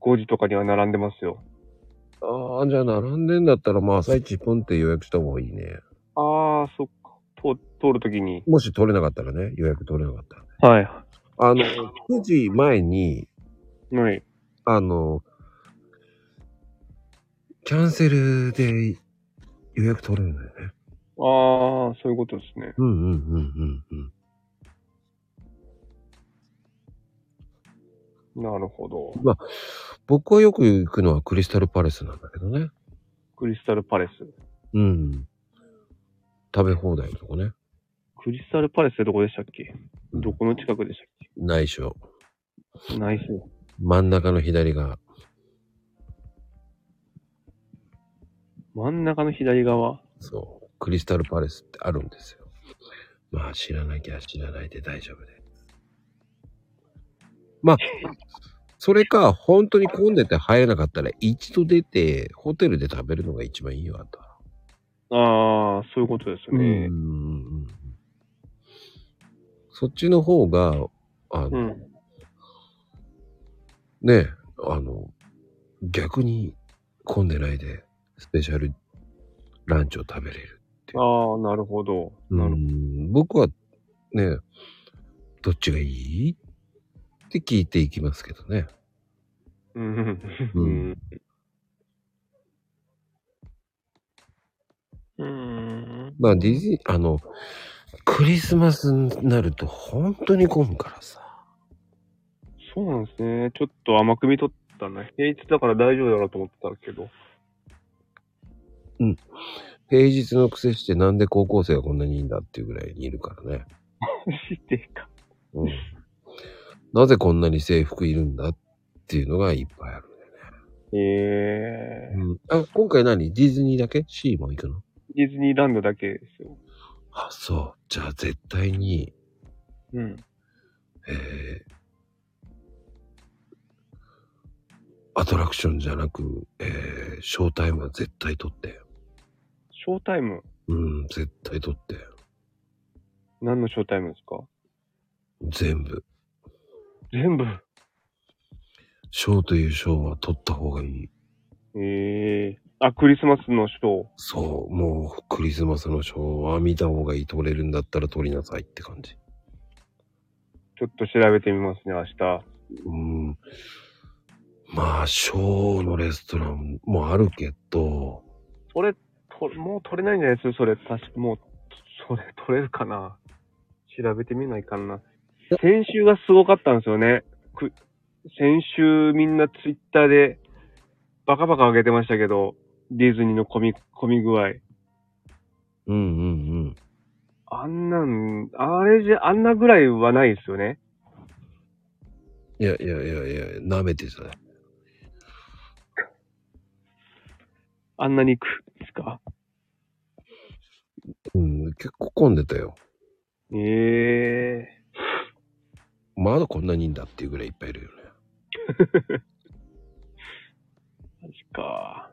Speaker 1: 5時とかには並んでますよ。
Speaker 2: ああ、じゃあ並んでんだったら、まあ朝一ポンって予約した方がいいね。
Speaker 1: あー、そっか。通通るときに。
Speaker 2: もし取れなかったらね、予約取れなかったら。
Speaker 1: はい。
Speaker 2: あの、9時前に、
Speaker 1: はい。
Speaker 2: あの、キャンセルで予約取れるんだよね。
Speaker 1: あー、そういうことですね。
Speaker 2: うんうんうんうんうん。
Speaker 1: なるほど。
Speaker 2: 僕はよく行くのはクリスタルパレスなんだけどね。
Speaker 1: クリスタルパレス。
Speaker 2: うん。食べ放題のとこね。
Speaker 1: クリスタルパレスってどこでしたっけどこの近くでし
Speaker 2: 内緒。
Speaker 1: たっけナイス。
Speaker 2: 真ん中の左側。
Speaker 1: 真ん中の左側。
Speaker 2: そう。クリスタルパレスってあるんですよ。まあ知らなきゃ知らないで大丈夫で。まあ、それか、本当に混んでて入れなかったら、一度出て、ホテルで食べるのが一番いいよ、あとは。
Speaker 1: あー、そういうことです
Speaker 2: うんうん
Speaker 1: ね。
Speaker 2: うんうんそっちの方が、あの、
Speaker 1: うん。
Speaker 2: ね、あの、逆に混んでないで、スペシャルランチを食べれる。
Speaker 1: あー、なるほど。なるほど。
Speaker 2: うん僕は、ね、どっちがいいって聞いていきますけどね。
Speaker 1: うん。
Speaker 2: うん
Speaker 1: うん。
Speaker 2: まあ、ディズニー、あの、クリスマスになると本当に混むからさ。
Speaker 1: そうなんですね。ちょっと甘く見とったな。平日だから大丈夫だろうと思ってたけど。
Speaker 2: 平日のくせしてなんで高校生がこんなにいいんだっていうぐらいにいるからね。
Speaker 1: してか。
Speaker 2: うんなぜこんなに制服いるんだっていうのがいっぱいある
Speaker 1: ええー。
Speaker 2: ね。あ、今回何ディズニーだけ ?C も行くの
Speaker 1: ディズニーランドだけですよ。
Speaker 2: あ、そう。じゃあ絶対に、
Speaker 1: うん。
Speaker 2: えー、アトラクションじゃなく、えー、ショータイムは絶対取って。
Speaker 1: ショータイム
Speaker 2: うん、絶対取って。
Speaker 1: 何のショータイムですか
Speaker 2: 全部。
Speaker 1: 全部。
Speaker 2: ショーというショーは取った方がいい。
Speaker 1: ええー。あ、クリスマスのショー。
Speaker 2: そう、もうクリスマスのショーは見た方がいい。撮れるんだったら撮りなさいって感じ。
Speaker 1: ちょっと調べてみますね、明日。
Speaker 2: うん。まあ、ショーのレストランもあるけど、
Speaker 1: それ、ともう取れないんじゃないですそれ、確かもう、それ取れるかな。調べてみないかな。先週がすごかったんですよね。く先週みんなツイッターでバカバカ上げてましたけど、ディズニーの混み、混み具合。
Speaker 2: うんうん
Speaker 1: あんなん、あれじゃ、あんなぐらいはないですよね。
Speaker 2: うん。いやいやいやいや、舐めてじゃない。
Speaker 1: あんなに行くんですか。
Speaker 2: うん、結構混んでたよ。
Speaker 1: ええ
Speaker 2: まだこんなにいんだっていうぐらいいっぱいいるよね。
Speaker 1: マジか。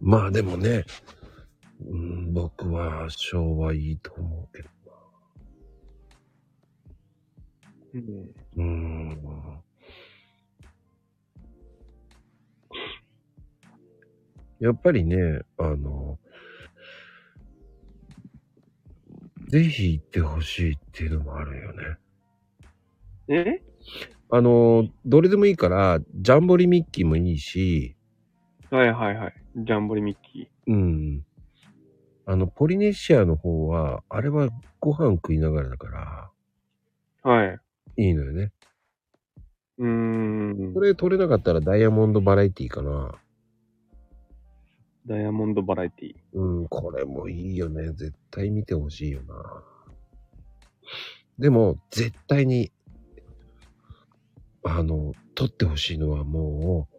Speaker 2: まあでもね、うん、僕はショーはいいと思うけど。
Speaker 1: うん
Speaker 2: うーん。やっぱりね、あの、ぜひ行ってほしいっていうのもあるよね。
Speaker 1: え
Speaker 2: あの、どれでもいいから、ジャンボリミッキーもいいし、
Speaker 1: はいはいはい。ジャンボリミッキー。
Speaker 2: うん。あの、ポリネシアの方は、あれはご飯食いながらだから、
Speaker 1: はい。
Speaker 2: いいのよね。
Speaker 1: うーん
Speaker 2: こ。れ取れなかったらダイヤモンドバラエティかな。
Speaker 1: ダイヤモンドバラエティ。
Speaker 2: うん、これもいいよね。絶対見てほしいよな。でも、絶対に、あの、撮ってほしいのはもう、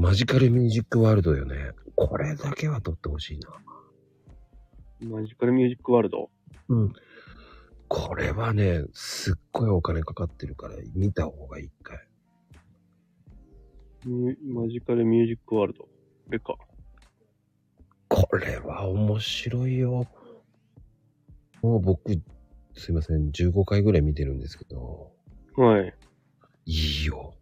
Speaker 2: マジカルミュージックワールドよね。これだけは撮ってほしいな。
Speaker 1: マジカルミュージックワールド。
Speaker 2: うん。これはね、すっごいお金かかってるから、見た方がいい一回。
Speaker 1: ミュマジカルミュージックワールド。でか。
Speaker 2: これは面白いよ。もう僕、すいません、15回ぐらい見てるんですけど、
Speaker 1: はい。
Speaker 2: いいよ。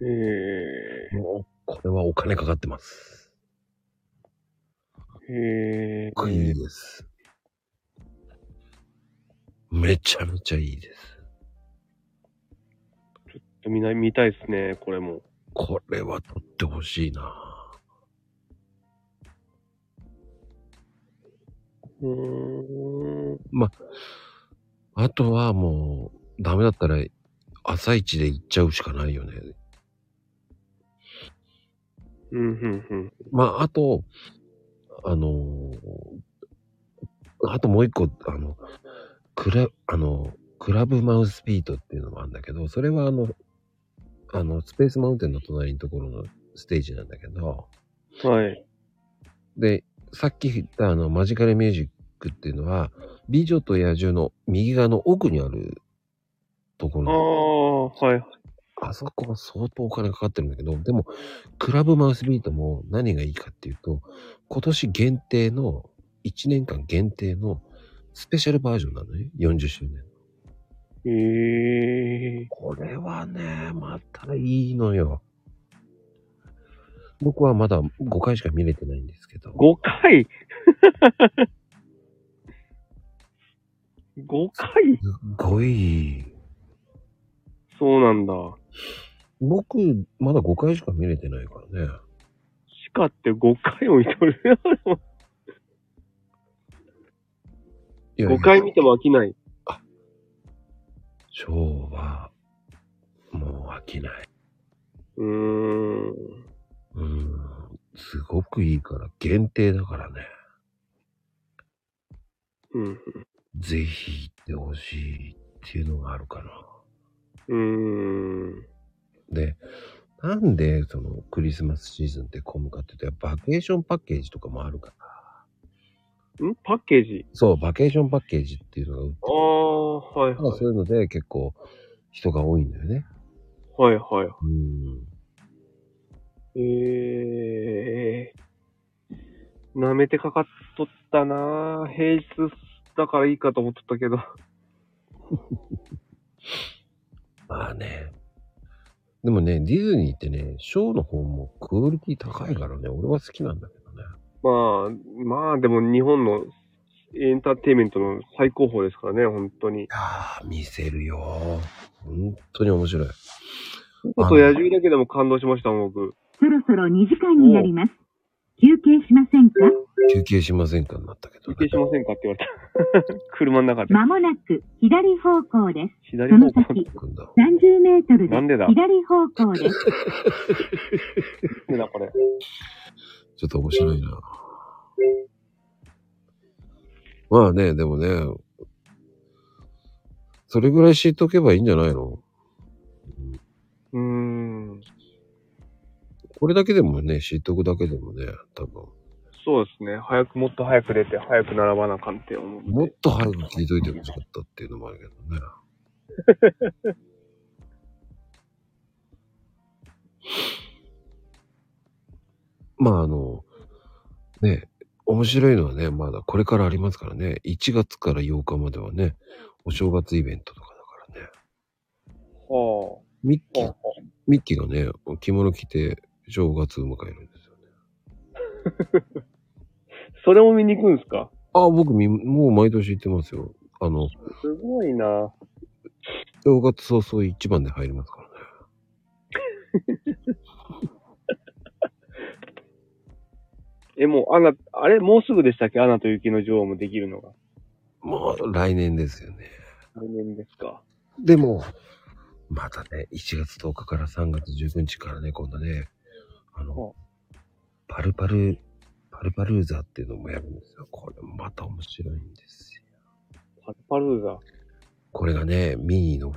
Speaker 1: えー、
Speaker 2: もう、これはお金かかってます。
Speaker 1: えー、
Speaker 2: いいです。めちゃめちゃいいです。
Speaker 1: 見ない、見たいですね、これも。
Speaker 2: これは撮ってほしいな。
Speaker 1: うーん。
Speaker 2: あとはもう、ダメだったら、朝一で行っちゃうしかないよね。
Speaker 1: うん、うん、うん。
Speaker 2: まあ、あと、あのーあともう一個、あの、クラ、あの、クラブマウスビートっていうのもあるんだけど、それはあの、あの、スペースマウンテンの隣のところのステージなんだけど、
Speaker 1: はい。
Speaker 2: で、さっき言ったあの、マジカルミュージックっていうのは、美女と野獣の右側の奥にあるとこ
Speaker 1: あ
Speaker 2: ろ
Speaker 1: あ、はい。
Speaker 2: あそこは相当お金かかってるんだけど、でも、クラブマウスビートも何がいいかっていうと、今年限定の、1年間限定のスペシャルバージョンなのよ、40周年。
Speaker 1: えー、
Speaker 2: これはね、またいいのよ。僕はまだ5回しか見れてないんですけど。
Speaker 1: 5回 ?5 回
Speaker 2: すっごい。
Speaker 1: そうなんだ。
Speaker 2: 僕、まだ5回しか見れてないからね。
Speaker 1: 地下って5回も見とる。
Speaker 2: いやいや
Speaker 1: 5回見ても飽きない。
Speaker 2: ショーは、もう飽きない。
Speaker 1: うーん。
Speaker 2: うん。すごくいいから、限定だからね。
Speaker 1: うん、
Speaker 2: ぜひ行ってほしいっていうのがあるかな。
Speaker 1: うん。うーん。
Speaker 2: で、なんでそのクリスマスシーズンって混むかっていうと、やっぱバケーションパッケージとかもあるから。
Speaker 1: んパッケージ
Speaker 2: そう、バケーションパッケージっていうのが売って
Speaker 1: ああ、はい
Speaker 2: るから、
Speaker 1: はい
Speaker 2: そ。ういうので結構人が多いんだよね。
Speaker 1: はいはい。
Speaker 2: うん。
Speaker 1: ええ舐めてかかっとったなぁ平日だからいいかと思っとったけど。
Speaker 2: まあね。でもね、ディズニーってね、ショーの方もクオリティ高いからね、俺は好きなんだけどね。
Speaker 1: まあ、まあでも日本のエンターテインメントの最高峰ですからね、本当に。
Speaker 2: ああ、見せるよ。本当に面白い。
Speaker 1: あと野獣だけでも感動しましたもん、僕。
Speaker 3: そろそろ2時間になります。休憩しませんか
Speaker 2: 休憩しませんかになったけど、
Speaker 1: 休
Speaker 2: ね。
Speaker 1: 憩しませんかって言われた。 車の中で。
Speaker 3: まもなく左方向です。
Speaker 1: 左
Speaker 3: そ
Speaker 1: 方向。
Speaker 3: の先
Speaker 2: 行くんだ。
Speaker 3: 30メートルで
Speaker 1: なんでだ
Speaker 3: 左方向です。
Speaker 1: ねだ、これ。
Speaker 2: ちょっと面白いな。まあね、でもね、それぐらい知っとけばいいんじゃないの
Speaker 1: うーん。
Speaker 2: これだけでもね、知っとくだけでもね、多分、
Speaker 1: そうですね。早く、もっと早く出て、早く並ばなあかんって思
Speaker 2: も
Speaker 1: う
Speaker 2: っ。と早く聞いといてほしかったっていうのもあるけどね。 まああの、ね、面白いのはね、まだこれからありますからね、1月から8日まではね、お正月イベントとかだからね、
Speaker 1: は
Speaker 2: ミッキ
Speaker 1: あ
Speaker 2: ー、ミッキーがね、着物着て正月を迎えるんですよね。
Speaker 1: それも見に行くんですか
Speaker 2: ああ、僕み、もう毎年行ってますよ。あの、
Speaker 1: すごいな。
Speaker 2: 正月早々一番で入りますからね。
Speaker 1: え、もう、アナ、あれ、もうすぐでしたっけアナと雪の女王もできるのが。
Speaker 2: もう来年ですよね。
Speaker 1: 来年ですか。
Speaker 2: でも、またね、1月10日から3月19日からね、今度ね、あの、パルパル、パルパルーザーっていうのもやるんですよ。これまた面白いんですよ。
Speaker 1: パルパルーザ。
Speaker 2: これがね、ミニーの、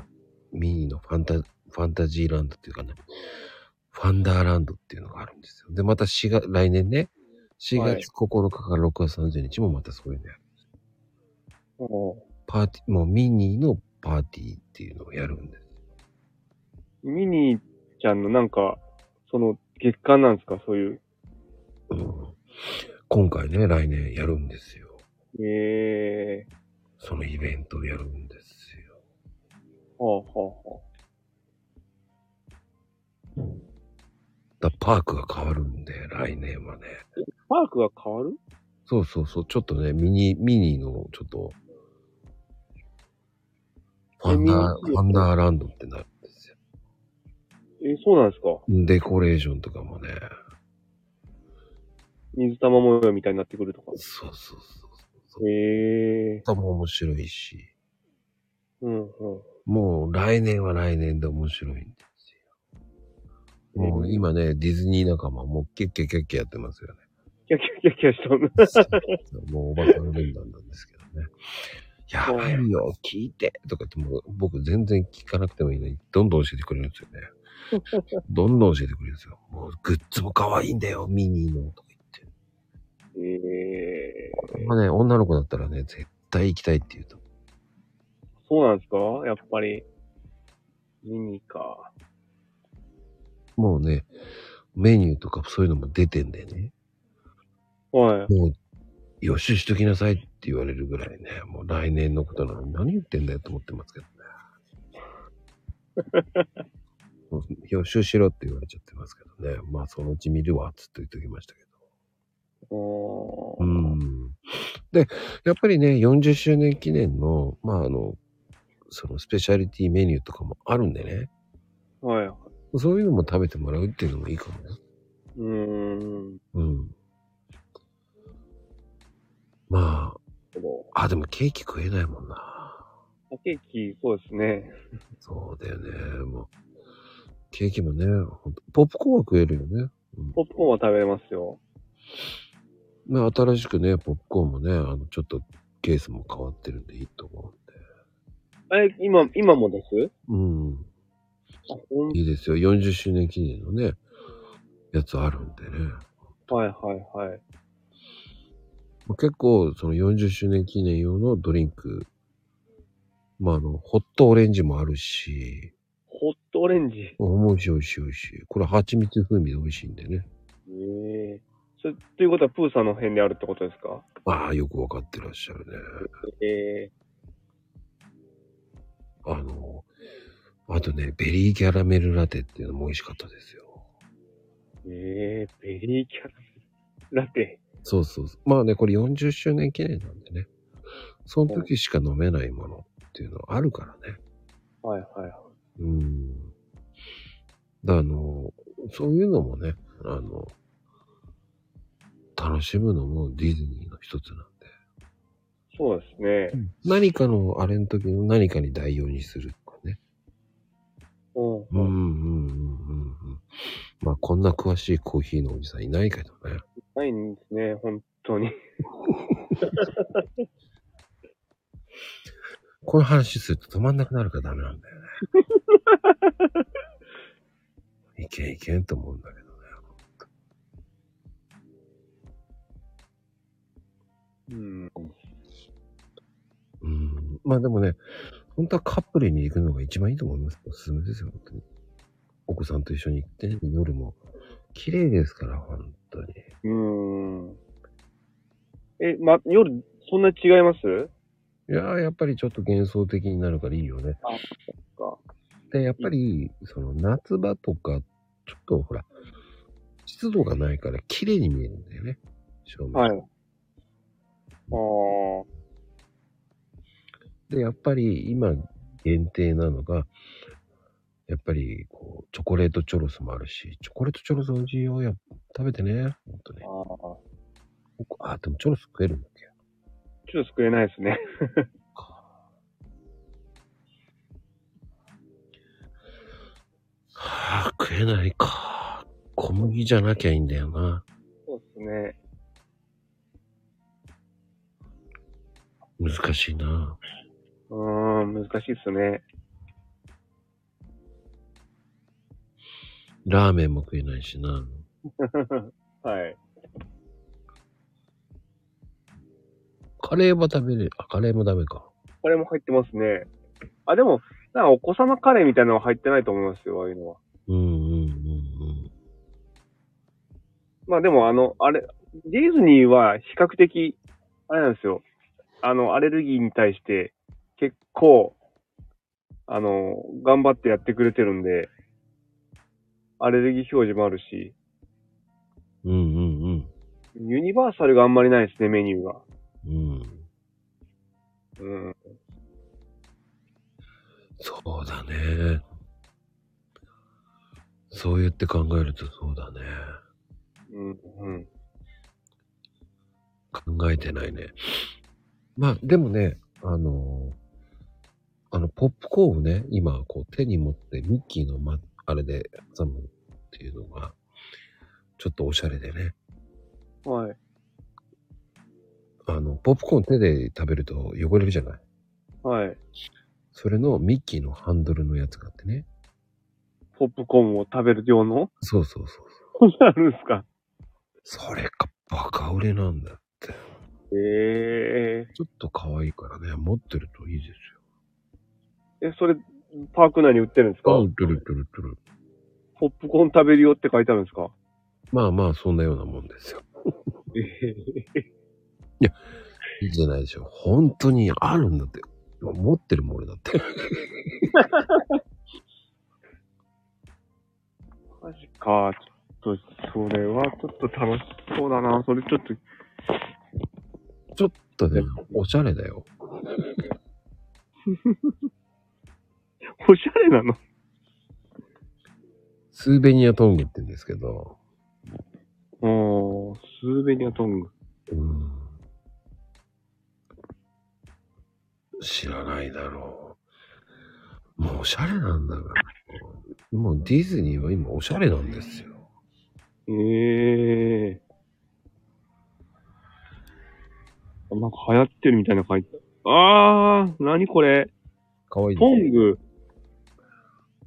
Speaker 2: ミニーのファンタ、ファンタジーランドっていうかね、ファンダーランドっていうのがあるんですよ。で、また4月、来年ね、4
Speaker 1: はい
Speaker 2: 月9日から6月30日もまたそういうのやる。
Speaker 1: お
Speaker 2: パーティー、もうミニーのパーティーっていうのをやるんです。
Speaker 1: ミニーちゃんのなんか、その、月間なんですかそういう。
Speaker 2: うん今回ね、来年やるんですよ。
Speaker 1: ええ
Speaker 2: そのイベントをやるんですよ。
Speaker 1: はあはあはあ。
Speaker 2: だパークが変わるんで、来年はね。
Speaker 1: パークが変わる
Speaker 2: そうそうそう、ちょっとね、ミニ、ミニの、ちょっと、ファンダー、
Speaker 1: ミニ
Speaker 2: ファンダーランドってなるんですよ。
Speaker 1: え、そうなんですか
Speaker 2: デコレーションとかもね。
Speaker 1: 水玉模様みたいになってくるとか。
Speaker 2: そうそうそう。
Speaker 1: へえ
Speaker 2: とも面白いし、
Speaker 1: うんうん。
Speaker 2: もう来年は来年で面白いんですよ。もう今ね、ディズニー仲間もキャッキャッキャッキャやってますよね。
Speaker 1: キャキャキャキャし とる。
Speaker 2: もうおばさん連弾なんですけどね。やばいよ、聞いてとか言っても、僕全然聞かなくてもいいのに、どんどん教えてくれるんですよね。どんどん教えてくれるんですよ。もうグッズも可愛いんだよ、ミニーのとか言っ
Speaker 1: ええ
Speaker 2: て。まあね、女の子だったらね、絶対行きたいって言うと。
Speaker 1: そうなんですかやっぱり。ミニーか。
Speaker 2: もうね、メニューとかそういうのも出てんだよね。
Speaker 1: はい。
Speaker 2: もう、予習しときなさいって言われるぐらいね、もう来年のことなのに何言ってんだよと思ってますけどね。 もう予習しろって言われちゃってますけどね。まあ、そのうち見るわ、つって言っときましたけど。
Speaker 1: おー
Speaker 2: うん。で、やっぱりね、40周年記念の、まあ、あの、そのスペシャリティメニューとかもあるんでね。
Speaker 1: はい。う
Speaker 2: そういうのも食べてもらうっていうのもいいかもね。
Speaker 1: ーん。
Speaker 2: うん。ま
Speaker 1: けど
Speaker 2: あ、あ、でもケーキ食えないもんな。
Speaker 1: ケーキ、そうですね。
Speaker 2: そうだよね。もう、ケーキもね、ほんとポップコーンは食えるよね。
Speaker 1: ポップコーンは食べれますよ。
Speaker 2: ね新しくね、ポップコーンもね、あの、ちょっとケースも変わってるんでいいと思
Speaker 1: え、今、今もです
Speaker 2: うんで。
Speaker 1: あほん
Speaker 2: うん。いいですよ。40周年記念のね、やつあるんでね。
Speaker 1: はいはいはい。
Speaker 2: まあ結構、その40周年記念用のドリンク、まあ、あの、ホットオレンジもあるし、
Speaker 1: ホットオレンジ。え
Speaker 2: もう美味しい美味しい美味しい。これ蜂蜜風味で美味しいんでね。
Speaker 1: えそれ、ということは、プーさんの辺であるってことですか
Speaker 2: ああ、よくわかってらっしゃるね。
Speaker 1: ええ
Speaker 2: あの、あとね、ベリーキャラメルラテっていうのも美味しかったですよ。
Speaker 1: ええベリーキャラメル。ラテ。
Speaker 2: そうそうそう。まあね、これ40周年記念なんでね。その時しか飲めないものっていうのはあるからね。
Speaker 1: はいはいは
Speaker 2: うん。だあの、そういうのもね、あの、楽しむのもディズニーの一つなんで。
Speaker 1: い。そうですね。
Speaker 2: 何かの、あれの時の何かに代用にするとかね。
Speaker 1: うん。
Speaker 2: うんうんうんうんうん。まあ、こんな詳しいコーヒーのおじさんいないけどね。
Speaker 1: ないんですね、本当に。
Speaker 2: この話すると止まんなくなるからダメなんだよね。いけんいけんと思うんだけどね。
Speaker 1: うん。
Speaker 2: うん。まあでもね、本当はカップルに行くのが一番いいと思います。おすすめですよ、本当に。お子さんと一緒に行って、夜も。綺麗ですから、本当に。
Speaker 1: うん。え、ま、夜、そんな違います
Speaker 2: いやー、やっぱりちょっと幻想的になるからいいよね。
Speaker 1: あ、そ
Speaker 2: で、やっぱり、その夏場とか、ちょっとほら、湿度がないから綺麗に見えるんだよね。正面。
Speaker 1: はい。ああ。
Speaker 2: で、やっぱり今限定なのが、やっぱりこう、チョコレートチョロスもあるし、チョコレートチョロス美味しいよ。やっ食べてね。ほんとね。
Speaker 1: ああ。
Speaker 2: あ、でもチョロス食えるんだっけ
Speaker 1: ちょっと救えないですね。
Speaker 2: はあ、食えないか。小麦じゃなきゃいいんだよな。
Speaker 1: そうですね。
Speaker 2: 難しいな。
Speaker 1: うーん、難しいっすね。
Speaker 2: ラーメンも食えないしな。
Speaker 1: はい。
Speaker 2: カレーは食べれる。あ、カレーもダメか。
Speaker 1: これも入ってますね。あ、でも、なんかお子様カレーみたいなのは入ってないと思いますよ、ああいうのは。
Speaker 2: うんうんうんうん。
Speaker 1: まあでも、あの、あれ、ディズニーは比較的、あれなんですよ。あの、アレルギーに対して、結構、あの、頑張ってやってくれてるんで、アレルギー表示もあるし、
Speaker 2: うんうんうん。
Speaker 1: ユニバーサルがあんまりないですね、メニューが。
Speaker 2: うん。
Speaker 1: うん。
Speaker 2: そうだね。そう言って考えるとそうだね。
Speaker 1: うん。うん。
Speaker 2: 考えてないね。まあ、でもね、あのーあの、ポップコーンをね、今、こう、手に持って、ミッキーの、ま、あれで挟むっていうのが、ちょっとおしゃれでね。
Speaker 1: はい。
Speaker 2: あの、ポップコーン手で食べると汚れるじゃない。
Speaker 1: はい。
Speaker 2: それのミッキーのハンドルのやつがあってね。
Speaker 1: ポップコーンを食べる用の
Speaker 2: そうそうそう。
Speaker 1: こんなのあるんですか
Speaker 2: それか、バカ売れなんだって。
Speaker 1: え
Speaker 2: ちょっと可愛いからね、持ってるといいですよ。
Speaker 1: え。え、それ、パーク内に売ってるんですか
Speaker 2: あ、売ってる売ってる売ってる。
Speaker 1: ポップコーン食べるよって書いてあるんですか
Speaker 2: まあまあ、そんなようなもんですよ。
Speaker 1: ええ
Speaker 2: いいじゃないでしょ。本当にあるんだって。持ってるもん俺だって。
Speaker 1: マジか。ちょっと、それはちょっと楽しそうだな。それちょっと、
Speaker 2: ちょっと ね、おしゃれだよ。
Speaker 1: おしゃれなの
Speaker 2: スーベニアトングって言うんですけど。
Speaker 1: おー、スーベニアトング。
Speaker 2: うん。知らないだろう。もうおしゃれなんだから。もうディズニーは今おしゃれなんですよ。
Speaker 1: ええなんか流行ってるみたいな書いてある。あー、なにこれ。
Speaker 2: かわいいで
Speaker 1: トン
Speaker 2: しょ。
Speaker 1: グ。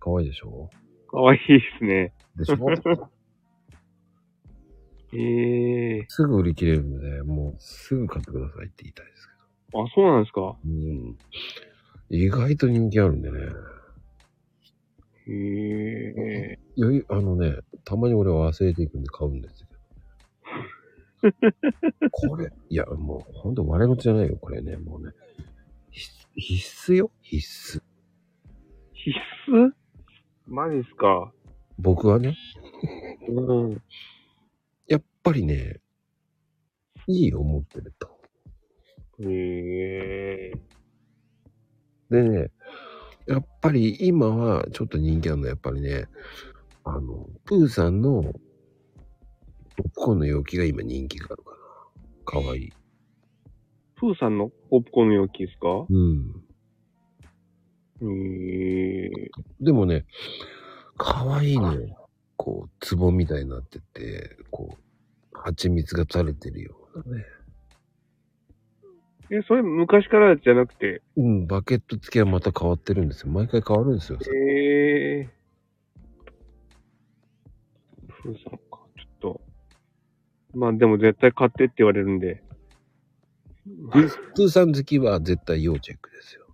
Speaker 2: かわいいでしょ
Speaker 1: かわいいですね。
Speaker 2: でしょ
Speaker 1: ええ
Speaker 2: すぐ売り切れるんで、もうすぐ買ってくださいって言いたいですけど。
Speaker 1: あ、そうなんですか。
Speaker 2: うん。意外と人気あるんでね。
Speaker 1: へえ
Speaker 2: よい、あのね、たまに俺は忘れていくんで買うんですよ。これ、いや、もうほんと我事じゃないよ、これね、もうね。必必須よ、必須。
Speaker 1: 必マジっすか。
Speaker 2: 僕はね、
Speaker 1: うん。
Speaker 2: やっぱりね、いい思ってると。
Speaker 1: へえ。
Speaker 2: でね、やっぱり今はちょっと人気あるのはやっぱりね、あの、プーさんのポップコーンの容器が今人気があるかな。かわいい。
Speaker 1: プーさんのポップコーンの容器ですか
Speaker 2: うん。
Speaker 1: へえ。
Speaker 2: でもね、かわいいのよ。こう、壺みたいになってて、こう、蜂蜜が垂れてるようなね。
Speaker 1: え、それ昔からじゃなくて。
Speaker 2: うん、バケット付きはまた変わってるんですよ。毎回変わるんですよ。
Speaker 1: へえ。プーさんか。ちょっと。まあでも絶対買ってって言われるんで。
Speaker 2: プープーさん好きは絶対要チェックですよ。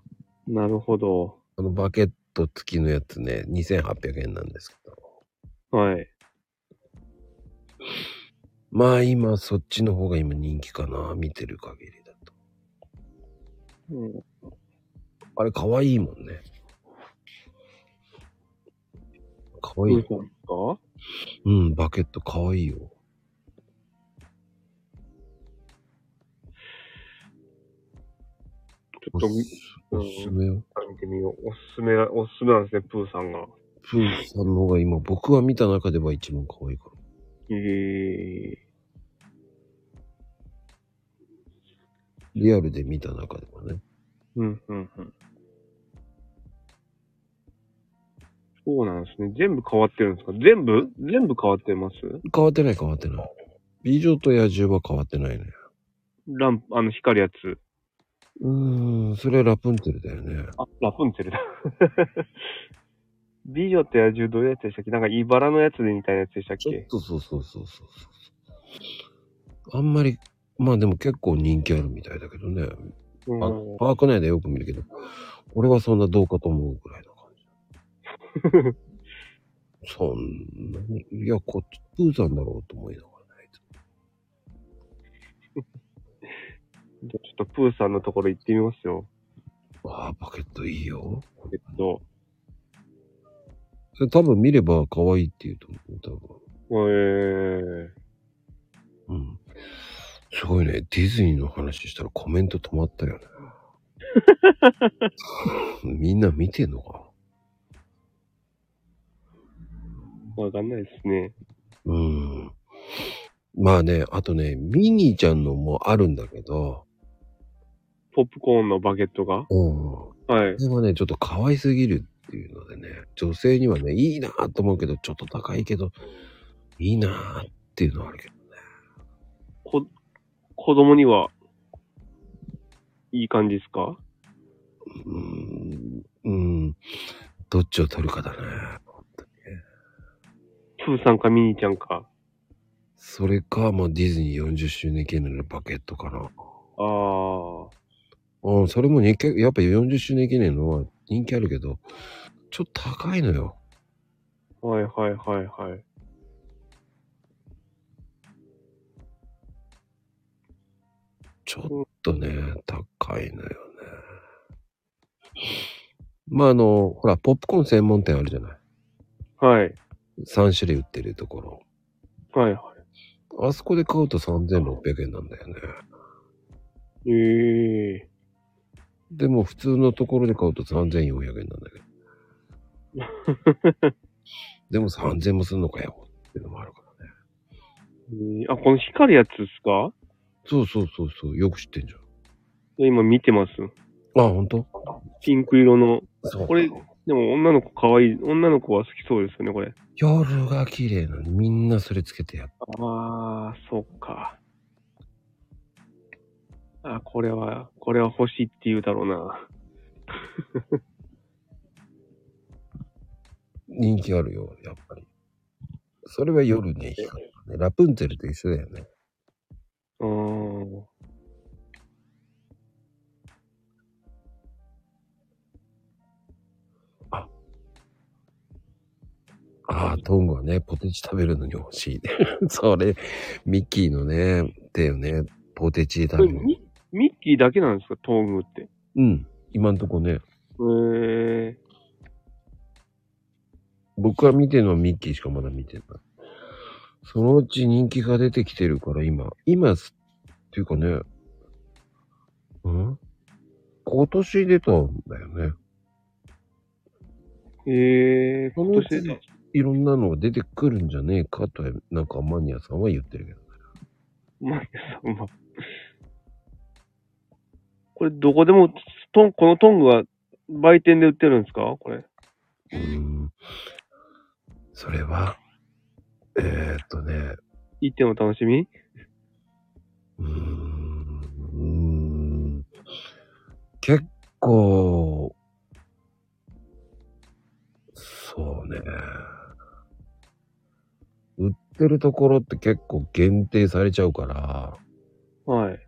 Speaker 1: なるほど。
Speaker 2: あの、バケット付きのやつね、2800円なんですけど。
Speaker 1: はい。
Speaker 2: まあ今そっちの方が今人気かな見てる限りだと
Speaker 1: うん、
Speaker 2: あれ可愛いもんね可
Speaker 1: プ
Speaker 2: 愛い
Speaker 1: ーさんですか
Speaker 2: うんバケット可愛いよ
Speaker 1: ちょ
Speaker 2: お
Speaker 1: っ
Speaker 2: す
Speaker 1: と見
Speaker 2: おすすめよ
Speaker 1: 見てみよう。おすすめな、おすすめなんですね、プーさんが。
Speaker 2: プーさんの方が今僕は見た中では一番可愛いか
Speaker 1: へえ。
Speaker 2: らリアルで見た中ではね
Speaker 1: うん、うん、うん。そうなんですね。全部変わってるんですか全部全部変わってます
Speaker 2: 変わってない変わってない美女と野獣は変わってないね
Speaker 1: ランプ、あの、光るやつ。
Speaker 2: うーんそれはラプンツェルだよね
Speaker 1: あ、ラプンツェルだ。 美女と野獣どういうやつでしたっけなんか、茨のやつみたいなやつでしたっ
Speaker 2: ちょっ
Speaker 1: け
Speaker 2: とそうそうそうそうそうあんまりまあでも結構人気あるみたいだけどね
Speaker 1: うん
Speaker 2: あ のパーク内でよく見るけど、俺はそんなどうかと思うぐらいな感じ。そんなに、いや、こっち、プーさんだろうと思いながらね。
Speaker 1: じゃあちょっとプーさんのところ行ってみますよ。
Speaker 2: ああ、バケットいいよ。
Speaker 1: えっと、
Speaker 2: 多分見れば可愛いって言うと思う、
Speaker 1: え
Speaker 2: 多
Speaker 1: ー、
Speaker 2: 分。うん。すごいね。ディズニーの話したらコメント止まった よね。みんな見てんのか
Speaker 1: わかんないですね。
Speaker 2: なうん。まあね、あとね、ミニーちゃんのもあるんだけど、
Speaker 1: ポップコーンのバケットが
Speaker 2: うん。
Speaker 1: はい。
Speaker 2: これはね、ちょっと可愛すぎるっていうのでね、女性にはね、いいなぁと思うけど、ちょっと高いけど、いいなぁっていうのはあるけど。
Speaker 1: こ、子供には、いい感じですか
Speaker 2: うーん、うーん、どっちを取るかだね。
Speaker 1: プーさんかミニーちゃんか。
Speaker 2: それか、まあディズニー40周年記念のパケットかな。
Speaker 1: あー。
Speaker 2: うん、それもね、結構やっぱ40周年記念のは人気あるけど、ちょっと高いのよ。
Speaker 1: はいはいはいはい。
Speaker 2: ちょっとね、高いのよね。まああの、ほら、ポップコーン専門店あるじゃない。
Speaker 1: はい。
Speaker 2: 3種類売ってるところ。
Speaker 1: はいは
Speaker 2: あそこで買うと3600円なんだよね。
Speaker 1: い。ええ
Speaker 2: でも普通のところで買うと3400円なんだけど。 でも3000もすんのかよっていうのもあるからね。
Speaker 1: ー。あ、この光るやつですか
Speaker 2: そうそうそうそう、よく知ってんじ
Speaker 1: 今見てます。
Speaker 2: ゃん。あ、ほんと
Speaker 1: ピンク色の。
Speaker 2: そう。
Speaker 1: これ、でも女の子可愛い。女の子は好きそうですよね、これ。
Speaker 2: 夜が綺麗なのにみんなそれつけてやっ
Speaker 1: ああ、そっか。あ、これは、これは欲しいって言うだろうな。
Speaker 2: 人気あるよ、やっぱり。それは夜ね、光るね。ラプンツェルと一緒だよね。
Speaker 1: うーん。
Speaker 2: ああ、トングはね、ポテチ食べるのに欲しいね。 それ、ミッキーのね、手をね、ポテチで
Speaker 1: こ
Speaker 2: 食
Speaker 1: れ
Speaker 2: べる。
Speaker 1: ミミッキーだけなんですか、トーグって。へ
Speaker 2: うん、今んとこね。
Speaker 1: え。
Speaker 2: 僕は見てるのはミッキーしかまだ見てない。そのうち人気が出てきてるから今、今す、っていうかね、うん今年出たんだよね。
Speaker 1: ええー、
Speaker 2: そのうちいろんなのが出てくるんじゃねえかと、なんかマニアさんは言ってるけど。
Speaker 1: マリアさんは。これ、どこでも、トン、このトングは、売店で売ってるんですかこれ。
Speaker 2: うーん。それは、えー、っとね、
Speaker 1: 一点の楽しみ
Speaker 2: うーんうーん結構、そうね。売ってるところって結構限定されちゃうから、
Speaker 1: はい。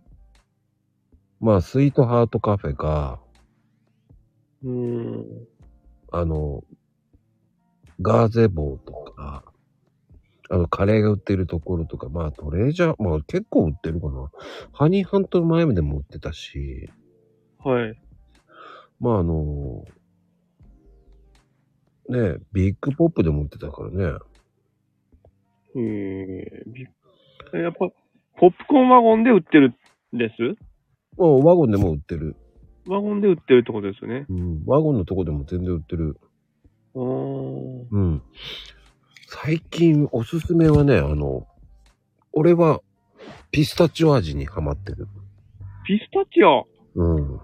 Speaker 2: まあ、スイートハートカフェか、
Speaker 1: うーん。
Speaker 2: あの、ガーゼ棒とか、あの、カレーが売ってるところとか、まあ、トレジャー、まあ、結構売ってるかな。ハニーハント前までも売ってたし、
Speaker 1: はい。
Speaker 2: まああの、ねえビッグポップで持ってたからね。
Speaker 1: ええーびっ、えやっぱ、ポップコーンワゴンで売ってるんです
Speaker 2: まあワゴンでも売ってる。
Speaker 1: ワゴンで売ってるってことですよね。
Speaker 2: うん。ワゴンのとこでも全然売ってる。
Speaker 1: あー。
Speaker 2: うん。最近おすすめはね、あの、俺はピスタチオ味にハマってる。
Speaker 1: ピスタチオ
Speaker 2: うん。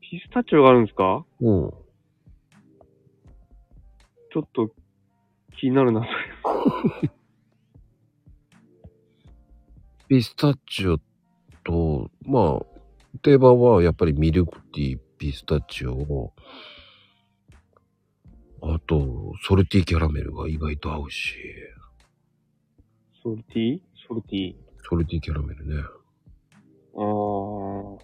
Speaker 1: ピスタチオがあるんですか
Speaker 2: うん。
Speaker 1: ちょっと、気になるな、それ。
Speaker 2: ピスタチオと、まあ、定番はやっぱりミルクティー、ピスタチオ、あと、ソルティキャラメルが意外と合うし、
Speaker 1: ソルティーソルティー。
Speaker 2: ソルティキャラメルね。
Speaker 1: あー。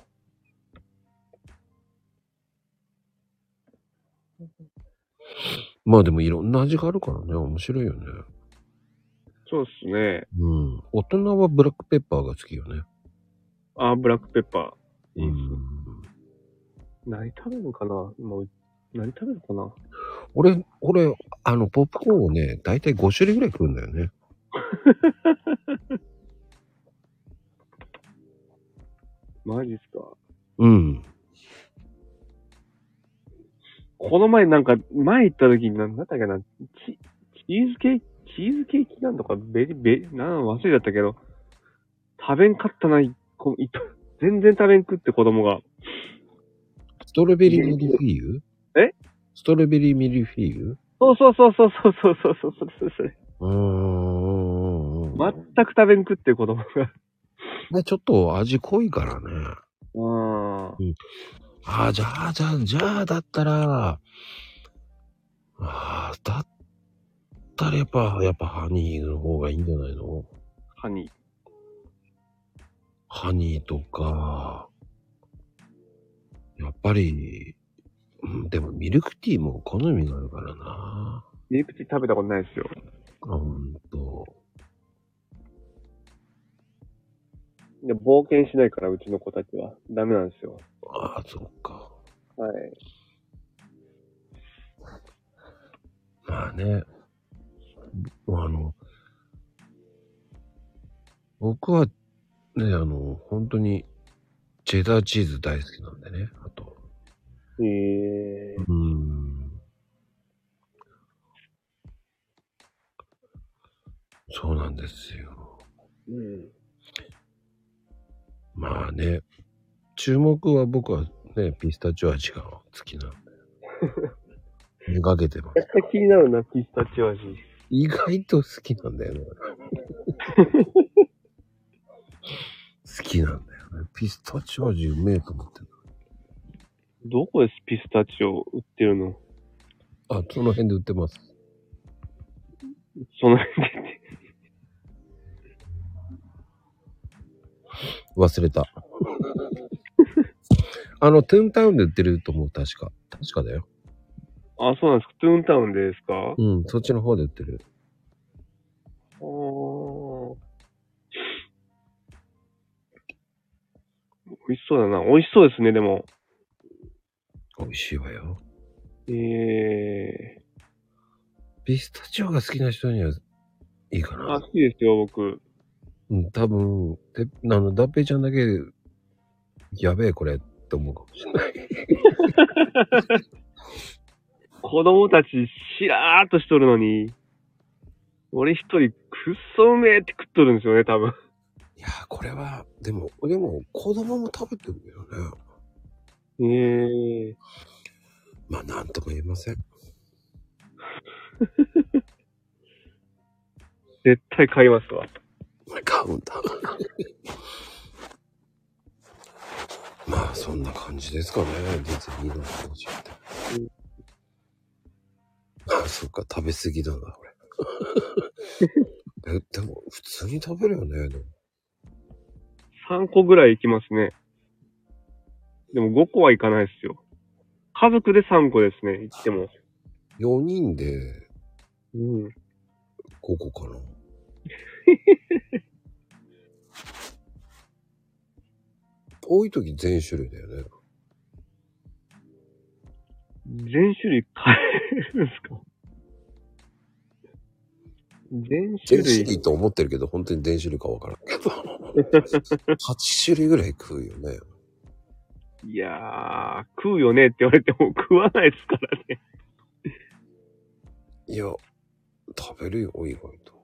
Speaker 2: まあでもいろんな味があるからね、面白いよね。
Speaker 1: そうっすね。
Speaker 2: うん。大人はブラックペッパーが好きよね。
Speaker 1: あー、ブラックペッパ
Speaker 2: う。
Speaker 1: ー。うん何食べるかなもう、何食べるかな
Speaker 2: 俺、俺、あの、ポップコーンをね、だいたい5種類ぐらい食うんだよね。
Speaker 1: マジっすか
Speaker 2: うん。
Speaker 1: この前なんか、前行った時に何だったっけな、チチーズケーキ、チーズケーキなんとか、ベリ、ベリ、なん忘れちゃったけど、食べんかったな、いこい全然食べんくって子供が。
Speaker 2: ストロベリーミルフィーユ
Speaker 1: え
Speaker 2: ストロベリーミルフィーユ
Speaker 1: そうそうそうそうそうそうそうそうそうそうそう。
Speaker 2: うーん。
Speaker 1: 全く食べんくって子供が。
Speaker 2: ね、ちょっと味濃いからね。
Speaker 1: うん。
Speaker 2: ああ、じゃあ、じゃあ、じゃあ、だったら、ああ、だったらやっぱ、やっぱハニーの方がいいんじゃないの
Speaker 1: ハニー。
Speaker 2: ハニーとか、やっぱり、うん、でもミルクティーも好みがあるからな。
Speaker 1: ミルクティー食べたことないですよ。
Speaker 2: ほんと。
Speaker 1: で冒険しないから、うちの子たちは。ダメなんですよ。
Speaker 2: ああ、そっか。
Speaker 1: はい。
Speaker 2: まあね。あの、僕はね、あの、本当に、チェダーチーズ大好きなんでね、あと。
Speaker 1: へえ
Speaker 2: うーん。そうなんですよ。
Speaker 1: うん。
Speaker 2: まあね、注目は僕はね、ピスタチオ味が好きなんで。めがけてます。
Speaker 1: 絶対気になるな、ピスタチオ味。
Speaker 2: 意外と好きなんだよね。好きなんだよね。ピスタチオ味うめえと思ってる。
Speaker 1: どこですピスタチオ売ってるの
Speaker 2: あ、その辺で売ってます。
Speaker 1: その辺で。
Speaker 2: 忘れた。 あの、トゥーンタウンで売ってると思う、確か。確かだよ。
Speaker 1: あ、そうなんですか。トゥーンタウンでですかあ
Speaker 2: うん、そっちの方で売ってる。
Speaker 1: ー美味しそうだな。美味しそうですね、でも。
Speaker 2: 美味しいわよ。
Speaker 1: え
Speaker 2: ピスタチオが好きな人にはいいか
Speaker 1: ー、
Speaker 2: な。
Speaker 1: あ、好きですよ、僕。
Speaker 2: うん、多分、てあの、ダッペイちゃんだけ、やべえこれって思うかもしれない。
Speaker 1: 子供たち、しらーっとしとるのに、俺一人、くっそうめえって食っとるんですよね、多分。
Speaker 2: いやー、これは、でも、でも、子供も食べてるけどね。
Speaker 1: ええ
Speaker 2: まあ、なんとも言えません。
Speaker 1: 絶対買いますわ。
Speaker 2: 買うんだ。 まあ、そんな感じですかね。ディズニーの話って。あ、そっか、食べ過ぎだな、 俺。え、でも、普通に食べるよね。でも
Speaker 1: 3個ぐらいいきますね。でも5個はいかないですよ。家族で3個ですね、いっても。
Speaker 2: 4人で
Speaker 1: うん。
Speaker 2: 5個かな。多い時全種類だよね。
Speaker 1: 全種類買えるんですか全
Speaker 2: 全
Speaker 1: 種類
Speaker 2: 種類と思ってるけど、本当に全種類かわ からんけど。8種類ぐらい食うよね。
Speaker 1: いやー、食うよねって言われても食わないですからね。
Speaker 2: いや、食べるよ、意外と。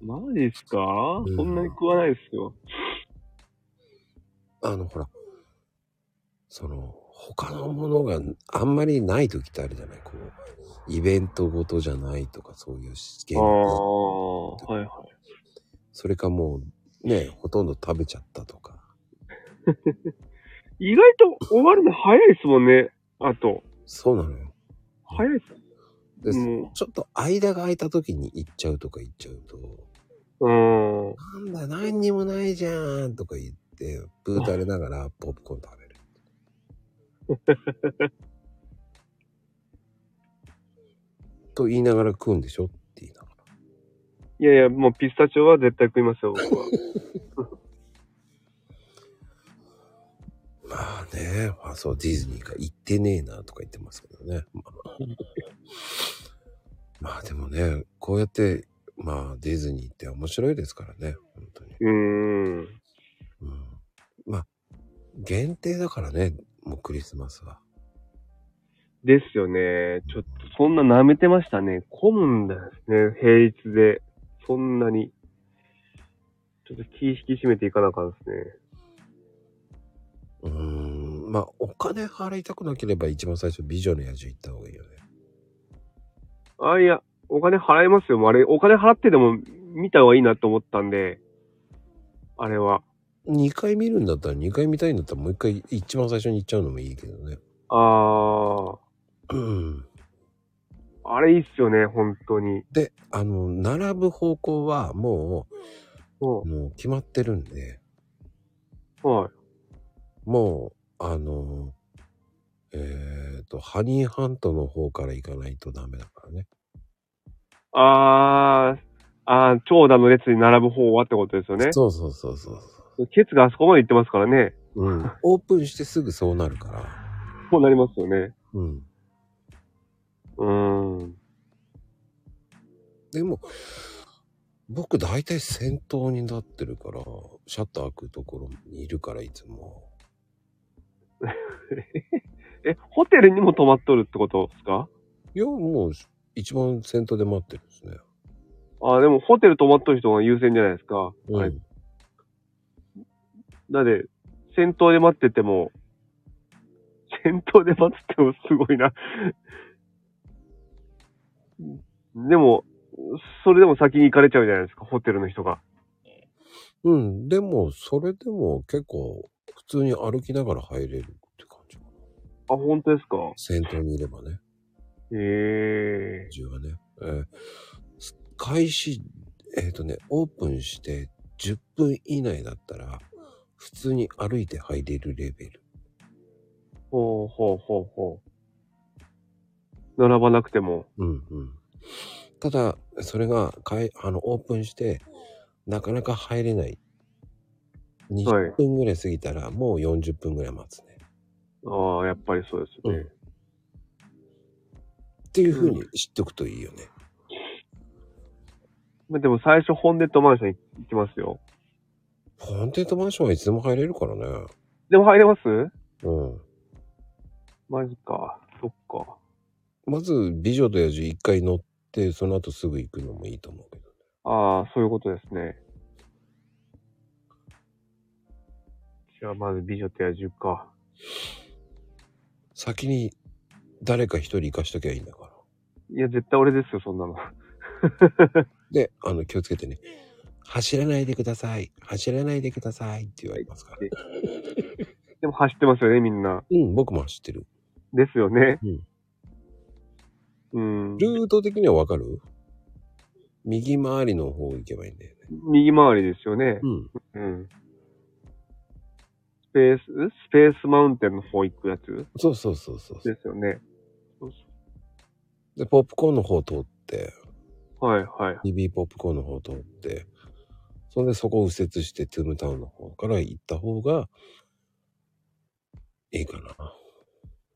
Speaker 1: マジですか、
Speaker 2: うん
Speaker 1: そんなに食わないですよ。
Speaker 2: あの、ほら、その、他のものがあんまりない時ってあるじゃないこう、イベントごとじゃないとか、そういう試
Speaker 1: あ
Speaker 2: 験
Speaker 1: ー、。はいはい。
Speaker 2: それかもう、ね、ほとんど食べちゃったとか。
Speaker 1: 意外と終わるの早いですもんね。あと、
Speaker 2: そうなのよ。
Speaker 1: 早いっ。
Speaker 2: です
Speaker 1: も
Speaker 2: ちょっと間が空いた時に行っちゃうとか行っちゃうと、
Speaker 1: う、うん。
Speaker 2: なんだ、何にもないじゃーんとか言って、ブー垂れながらポップコーン食べる。と言いながら食うんでしょって言いながら。
Speaker 1: いやいや、もうピスタチオは絶対食いますよ、僕は。
Speaker 2: まあね、まあそう、ディズニーが行ってねえなとか言ってますけどね。まあ、まあでもね、こうやって、まあディズニーって面白いですからね、本当に。
Speaker 1: うーん。
Speaker 2: うん、まあ、限定だからね、もうクリスマスは。
Speaker 1: ですよね。ちょっと、そんな舐めてましたね。混むんだよね、平日で。そんなに。ちょっと気引き締めていかなあかんですね。
Speaker 2: うーん、まあお金払いたくなければ一番最初美女の野獣行った方がいいよね。
Speaker 1: あ、いや、お金払いますよ。もうあれ、お金払ってでも見た方がいいなと思ったんで、あれは。
Speaker 2: 2回見るんだったら2回見たいんだったらもう1回一番最初に行っちゃうのもいいけどね。
Speaker 1: あ
Speaker 2: うん。
Speaker 1: ー、あれいいっすよね、本当に。
Speaker 2: で、あの、並ぶ方向はも
Speaker 1: も
Speaker 2: う、もう決まってるんで、
Speaker 1: う、はい。
Speaker 2: もう、あの、えっ、と、ハニーハントの方から行かないとダメだからね。
Speaker 1: あー、あー、長蛇の列に並ぶ方はってことですよね。
Speaker 2: そうそうそうそう
Speaker 1: ケツがあそこまで行ってますからね。
Speaker 2: そう。うん。オープンしてすぐそうなるから。
Speaker 1: こうなりますよね。
Speaker 2: うん。
Speaker 1: うーん。
Speaker 2: でも、僕大体先頭になってるから、シャッター開くところにいるから、いつも。
Speaker 1: え、ホテルにも泊まっとるってことですか
Speaker 2: いや、もう、一番先頭で待ってるんですね。
Speaker 1: あー、でもホテル泊まっとる人が優先じゃないですか。
Speaker 2: うん。
Speaker 1: はい。だって、先頭で待ってても、先頭で待っててもすごいな。でも、それでも先に行かれちゃうじゃないですか、ホテルの人が。
Speaker 2: うん、でも、それでも結構、普通に歩きながら入れるって感じかな。
Speaker 1: あ、本当ですか
Speaker 2: 先頭にいればね、
Speaker 1: へえ
Speaker 2: 銃がね。えーす開始、えっ、とね、オープンして10分以内だったら、普通に歩いて入れるレベル。
Speaker 1: ほうほうほうほう。並ばなくても。
Speaker 2: うんうん。ただ、それが、かいあの、オープンして、なかなか入れない。
Speaker 1: はい
Speaker 2: 20分ぐらい過ぎたら、もう40分ぐらい待つね。
Speaker 1: ああ、やっぱりそうですね。
Speaker 2: っていうふうに知っておくといいよね。
Speaker 1: まあ、でも最初、ホンデッドマンション行きますよ。
Speaker 2: ホーンテッドマンションはいつでも入れるからね。
Speaker 1: でも入れます
Speaker 2: うん。
Speaker 1: マジか。そっか。
Speaker 2: まず、美女と野獣一回乗って、その後すぐ行くのもいいと思うけど。
Speaker 1: ああ、そういうことですね。じゃあ、まず美女と野獣か。
Speaker 2: 先に誰か一人行かしときゃいいんだから。
Speaker 1: いや、絶対俺ですよ、そんなの。
Speaker 2: で、あの、気をつけてね。走らないでください。走らないでくださいって言われますから。
Speaker 1: でも走ってますよね、みんな。
Speaker 2: うん、僕も走ってる。
Speaker 1: ですよね。うん
Speaker 2: ルート的にはわかる右回りの方行けばいいんだよね。
Speaker 1: 右回りですよね。
Speaker 2: うん。
Speaker 1: うん。スペース、スペースマウンテンの方行くやつ
Speaker 2: そうそうそうそう。
Speaker 1: ですよね。
Speaker 2: で、ポップコーンの方通って、
Speaker 1: はいはい。
Speaker 2: BB ポップコーンの方通って、それでそこを右折してトゥームタウンの方から行った方がいいかな。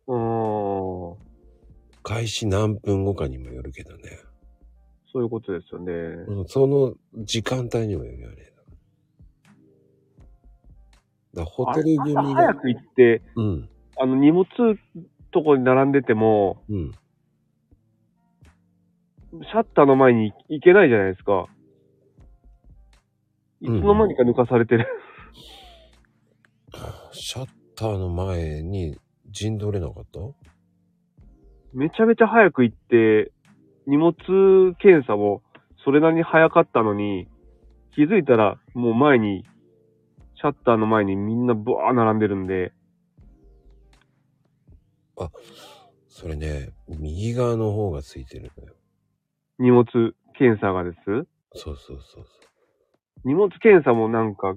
Speaker 1: うーん。
Speaker 2: 開始何分後かにもよるけどね。
Speaker 1: そういうことですよね。
Speaker 2: うんその時間帯にもよるよね。だからホテル組
Speaker 1: 朝
Speaker 2: が
Speaker 1: 早、く行って、
Speaker 2: うん、
Speaker 1: あの、荷物とこに並んでても、
Speaker 2: うん。
Speaker 1: シャッターの前に行けないじゃないですか。いつの間にか抜かされてる。
Speaker 2: シャッターの前に陣取れなかった
Speaker 1: めちゃめちゃ早く行って、荷物検査もそれなりに早かったのに、気づいたらもう前に、シャッターの前にみんなブワー並んでるんで、
Speaker 2: それね、右側の方がついてるのよ。
Speaker 1: 荷物検査がです。
Speaker 2: そうそうそうそう。
Speaker 1: 荷物検査もなんか、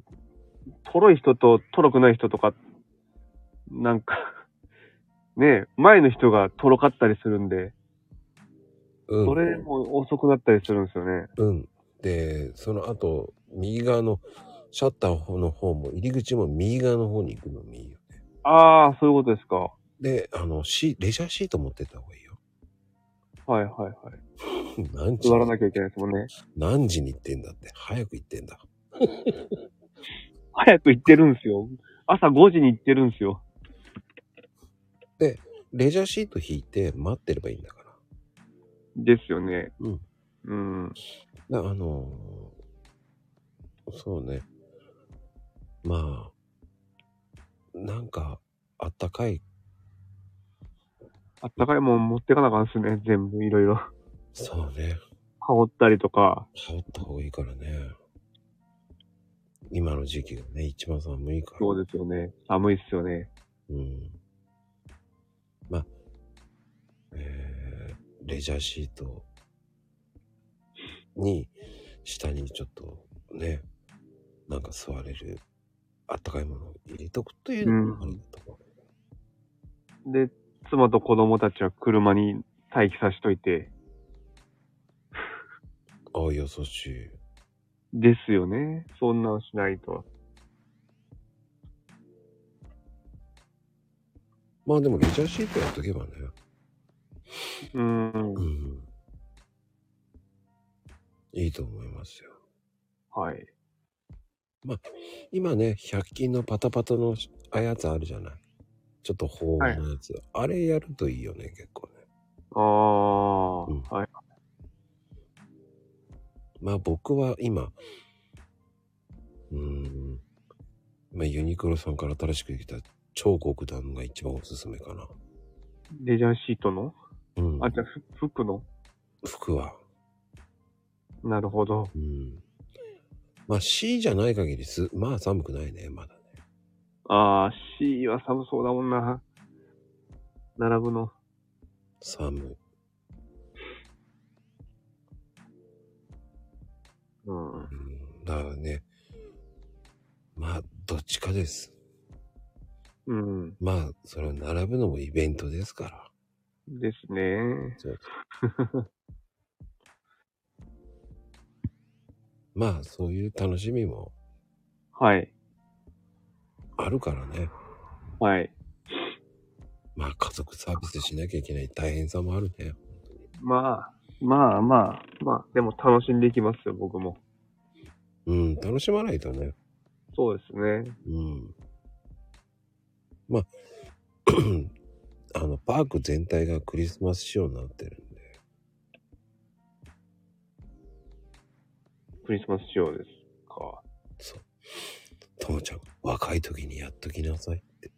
Speaker 1: とろい人ととろくない人とか、なんか、 ねえ、前の人がとろかったりするんで、
Speaker 2: うん、
Speaker 1: それも遅くなったりするんですよね。
Speaker 2: うん。で、その後、右側のシャッターの方も、入り口も右側の方に行くのもいいよね。
Speaker 1: ああ、そういうことですか。
Speaker 2: で、あの、シレジャーシート持ってった方がいいよ。
Speaker 1: はいはいはい。
Speaker 2: 何時
Speaker 1: 座らなきゃいけないですもんね。
Speaker 2: 何時に行ってんだって。早く行ってんだ。
Speaker 1: 早く行ってるんですよ。朝5時に行ってるんですよ。
Speaker 2: レジャーシート引いて待ってればいいんだから。
Speaker 1: ですよね。
Speaker 2: うん。
Speaker 1: うん。
Speaker 2: だあのーそうね。まあ、なんか、あったかい。
Speaker 1: あったかいもん持ってかなあかんっすね。全部いろいろ。
Speaker 2: そうね。
Speaker 1: 羽織ったりとか。
Speaker 2: 羽織った方がいいからね。今の時期がね、一番寒いから。
Speaker 1: そうですよね。寒いっすよね。
Speaker 2: うん。まあ、えー、レジャーシートに、下にちょっとね、なんか座れる、あったかいものを入れとくというのもありだと思う。
Speaker 1: で、妻と子供たちは車に待機さしといて。
Speaker 2: ああ、優しい。
Speaker 1: ですよね。そんなんしないと。
Speaker 2: まあでもレジャーシートやっとけばね。
Speaker 1: うん
Speaker 2: う。ん。いいと思いますよ。
Speaker 1: はい。
Speaker 2: 今ね、100均のパタパタのあやつあるじゃない。ちょっと保温のやつ。あれやるといいよね、結構ね。
Speaker 1: ああ、
Speaker 2: うん
Speaker 1: はい。
Speaker 2: まあ僕は今、うーん、まあユニクロさんから新しく来た超極暖が一番おすすめかな。
Speaker 1: レジャーシートの
Speaker 2: うん。
Speaker 1: あ、じゃあ、ふ服の
Speaker 2: 服は。
Speaker 1: なるほど。
Speaker 2: うん。まあ C じゃない限りす、まあ寒くないね、まだね。
Speaker 1: ああ、C は寒そうだもんな。並ぶの。
Speaker 2: 寒い。
Speaker 1: うん。
Speaker 2: うん、だからね、まあどっちかです。
Speaker 1: うん。
Speaker 2: まあそれは並ぶのもイベントですから。
Speaker 1: ですね。
Speaker 2: そうまあそういう楽しみも
Speaker 1: はい。
Speaker 2: あるからね。
Speaker 1: はい。
Speaker 2: まあ家族サービスしなきゃいけない大変さもあるね。本当に
Speaker 1: まあ、まあまあ、まあ、でも楽しんでいきますよ、僕も。
Speaker 2: うん、楽しまないとね。
Speaker 1: そうですね。
Speaker 2: うん。まあ、 あの、パーク全体がクリスマス仕様になってるんで。
Speaker 1: クリスマス仕様ですか。
Speaker 2: そう。ともちゃん、若い時にやっときなさいって。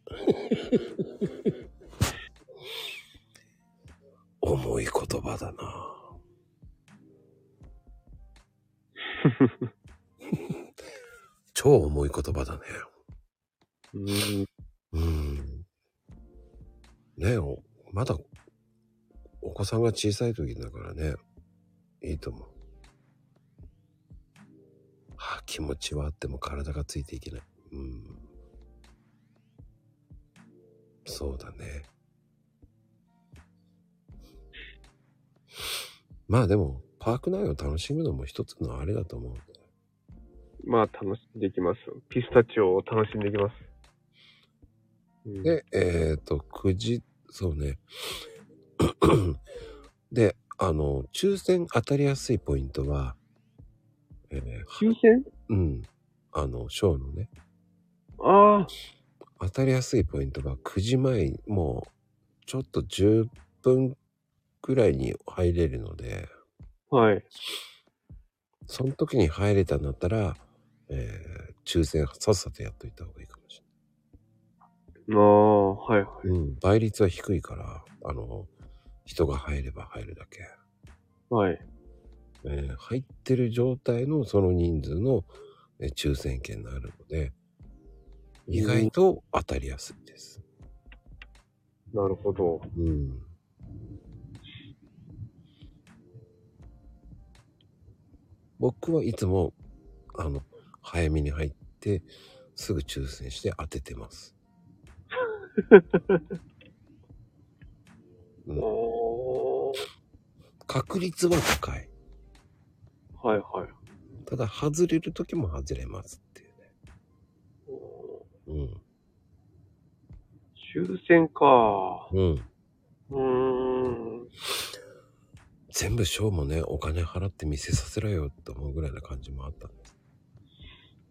Speaker 2: 重い言葉だな。超重い言葉だね。
Speaker 1: う
Speaker 2: う
Speaker 1: ん。
Speaker 2: ん。ねえ、おまだ、お子さんが小さい時だからね、いいと思う。はあ、気持ちはあっても体がついていけない。うん。そうだね。まあでも、パーク内を楽しむのも一つのあれだと思う。
Speaker 1: まあ、楽しんでいきます。ピスタチオを楽しんでいきます。うん
Speaker 2: で、えっ、と、9時、そうね。 で、あの、抽選当たりやすいポイントは、えー
Speaker 1: 抽選
Speaker 2: うん、あの、ショーのね、
Speaker 1: ああ、
Speaker 2: 当たりやすいポイントは9時前に、もう、ちょっと10分くらいに入れるので、
Speaker 1: はい。
Speaker 2: その時に入れたんだったら、えー抽選さっさとやっといた方がいいかもし
Speaker 1: ああ、はい。
Speaker 2: れない。うん、倍率は低いから、あの、人が入れば入るだけ。
Speaker 1: はい。
Speaker 2: えー入ってる状態のその人数の、えー抽選券になるので、意外と当たりやすいです。
Speaker 1: なるほど。
Speaker 2: うん。僕はいつも、あの、早めに入って、すぐ抽選して当ててます。うん
Speaker 1: お
Speaker 2: 確率は高い。
Speaker 1: はいはい。
Speaker 2: ただ、外れる時も外れますっていうね。
Speaker 1: お
Speaker 2: うん。
Speaker 1: ー抽選か。
Speaker 2: うん。
Speaker 1: うーん。
Speaker 2: 全部ショーもね、お金払って見せさせろよって思うぐらいな感じもあったんです。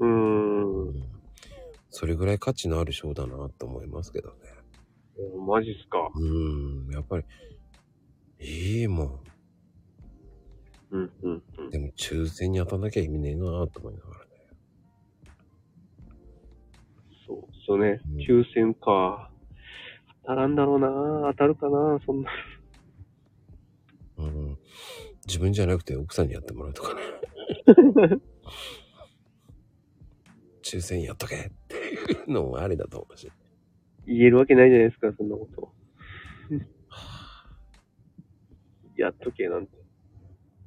Speaker 1: う
Speaker 2: う
Speaker 1: ーん。
Speaker 2: ん。それぐらい価値のあるショーだなと思いますけどね。
Speaker 1: マジっすか。
Speaker 2: うん、やっぱり、いいも
Speaker 1: うんうんうん
Speaker 2: ん。。でも抽選に当たんなきゃ意味ねえなと思いながらね。
Speaker 1: そうっすよね
Speaker 2: うん。
Speaker 1: 抽選か。当たらんだろうな。当たるかな。そんな。
Speaker 2: うん。自分じゃなくて奥さんにやってもらうとかね。抽選やっとけっていうのもありだと思うし。
Speaker 1: 言えるわけないじゃないですか、そんなこと。やっとけなんて。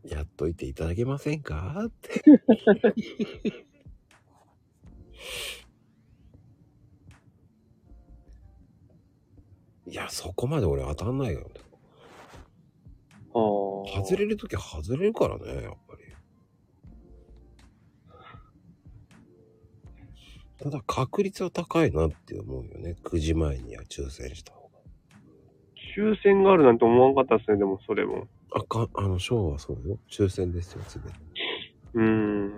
Speaker 2: やっといていただけませんかって。いや、そこまで俺当たんないよ。
Speaker 1: ああ。
Speaker 2: 外れるとき外れるからね、やっぱり。ただ確率は高いなって思うよね。9時前には抽選した方
Speaker 1: 抽選があるなんて思わんかったですね、でもそれも。
Speaker 2: が。あか、あの、ショーはそうよ。抽選ですよ、すべて。
Speaker 1: うーん。
Speaker 2: うん。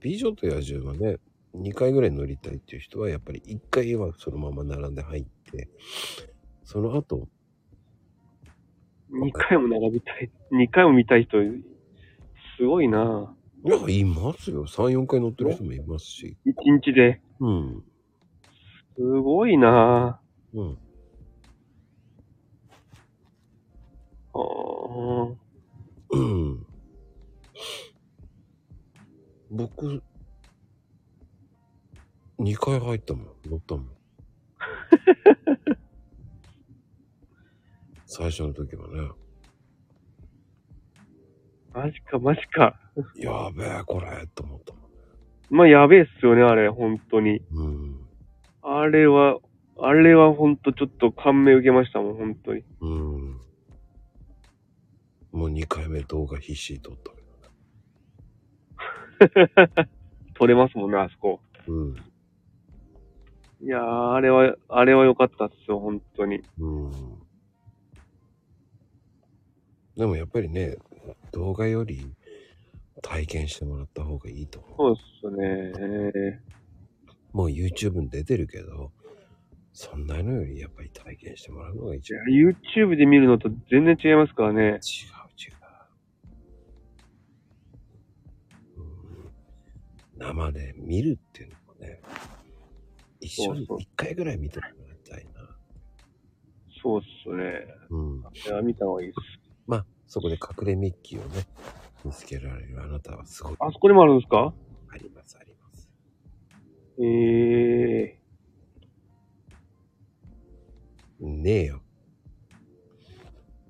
Speaker 2: 美女と野獣はね、2回ぐらい乗りたいっていう人は、やっぱり1回はそのまま並んで入って、その後、
Speaker 1: 2回も並びたい。2回も見たい人、すごいな。
Speaker 2: いや、いますよ。3、4回乗ってる人もいますし。
Speaker 1: 1日で。
Speaker 2: うん。
Speaker 1: すごいな。
Speaker 2: うん。
Speaker 1: あー
Speaker 2: うん。僕、2回入ったもん。乗った もん。最初の時はね。
Speaker 1: マジか、マジか。
Speaker 2: やべえ、これ、と思ったも
Speaker 1: まあ、やべえっすよね、あれ、本当に。
Speaker 2: ん。うん。
Speaker 1: あれは、あれは本当ちょっと感銘受けましたもん、本当に。
Speaker 2: うん。もう2回目動画必死に撮ったけ
Speaker 1: 取れますもんね、あそこ。
Speaker 2: ど。うん。
Speaker 1: いやー、あれは、あれは良かったっすよ、本当に。
Speaker 2: うん。でもやっぱりね、動画より体験してもらった方がいいと思う。
Speaker 1: そうっすね。
Speaker 2: もう YouTube に出てるけど、そんなのよりやっぱり体験してもらうのが一
Speaker 1: じゃ
Speaker 2: 番
Speaker 1: あ YouTube で見るのと全然違いますからね。
Speaker 2: 違う違う。うん、生で見るっていうのもね、一緒に
Speaker 1: そうそう
Speaker 2: 一回ぐらい見てもらいたいな。
Speaker 1: そうっすね。
Speaker 2: うん。
Speaker 1: いや、見た方がいいっす。
Speaker 2: まあ、そこで隠れミッキーをね、見つけられるあなたはすごい。
Speaker 1: あそこにもあるんですか
Speaker 2: あります、あります。
Speaker 1: ええ
Speaker 2: ねえよ。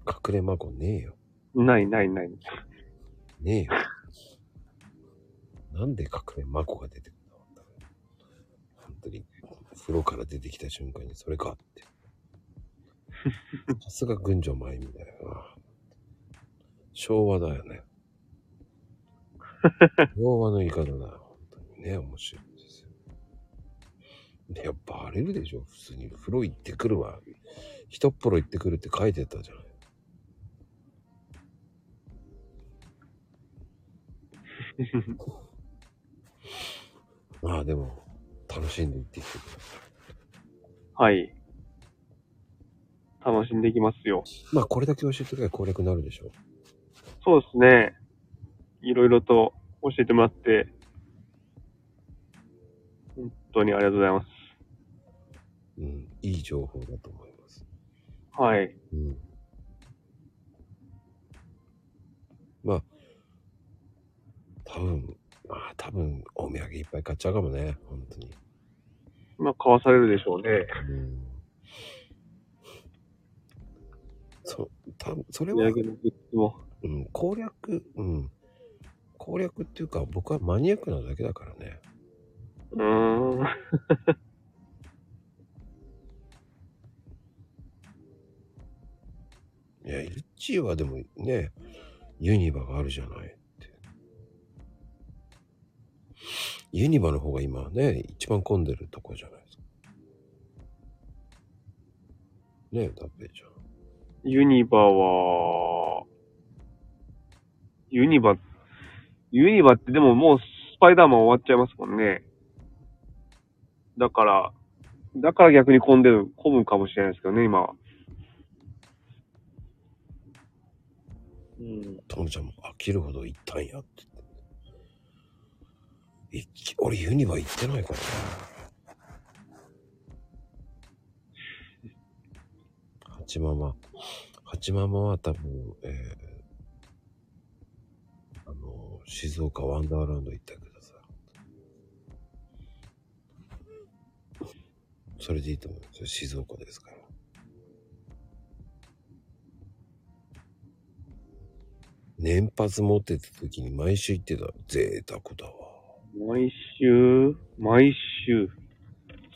Speaker 2: 隠れ孫ねえよ。
Speaker 1: ー。ないないない。
Speaker 2: ねえよ。なんで隠れ孫が出てくるんだろう本当に、風呂から出てきた瞬間にそれかって。さすが群女前みたいな。昭和だよね。昭和の言い方だよ。本当にね、面白いですよ。で、やっぱバレるでしょ普通に。風呂行ってくるわ。一っ風呂行ってくるって書いてたじゃない。まあでも、楽しんで行ってきてください。
Speaker 1: はい。楽しんでいきますよ。
Speaker 2: まあこれだけ教えてくれば攻略になるでしょう。
Speaker 1: そうですね。いろいろと教えてもらって、本当にありがとうございます。
Speaker 2: うん、いい情報だと思います。
Speaker 1: はい。
Speaker 2: うん。まあ、多分、まあ多分お土産いっぱい買っちゃうかもね、本当に。
Speaker 1: まあ、買わされるでしょうね。
Speaker 2: うん。そ、多分それ
Speaker 1: お土
Speaker 2: は
Speaker 1: 産、のグッズも。
Speaker 2: うん、攻略、うん。攻略っていうか僕はマニアックなだけだからね。
Speaker 1: うーん。
Speaker 2: いや、1位はでもね、ユニバがあるじゃないって。ユニバの方が今ね、一番混んでるとこじゃないですか。ねえ、ダッペイちゃん。
Speaker 1: ユニバは、ユニバ、ユニバってでももうスパイダーマン終わっちゃいますもんね。だから、だから逆に混んでる、混むかもしれないですけどね、今は。うん。
Speaker 2: トムちゃんも飽きるほど行ったんやって言って。行き俺ユニバ行ってないからね。八ママ。八ママは多分、えー、あの、静岡ワンダーランド行ったけどさ。それでいいと思うんですよ。静岡ですから。年発持ってた時に毎週行ってた。贅沢だわ。
Speaker 1: 毎週、毎週。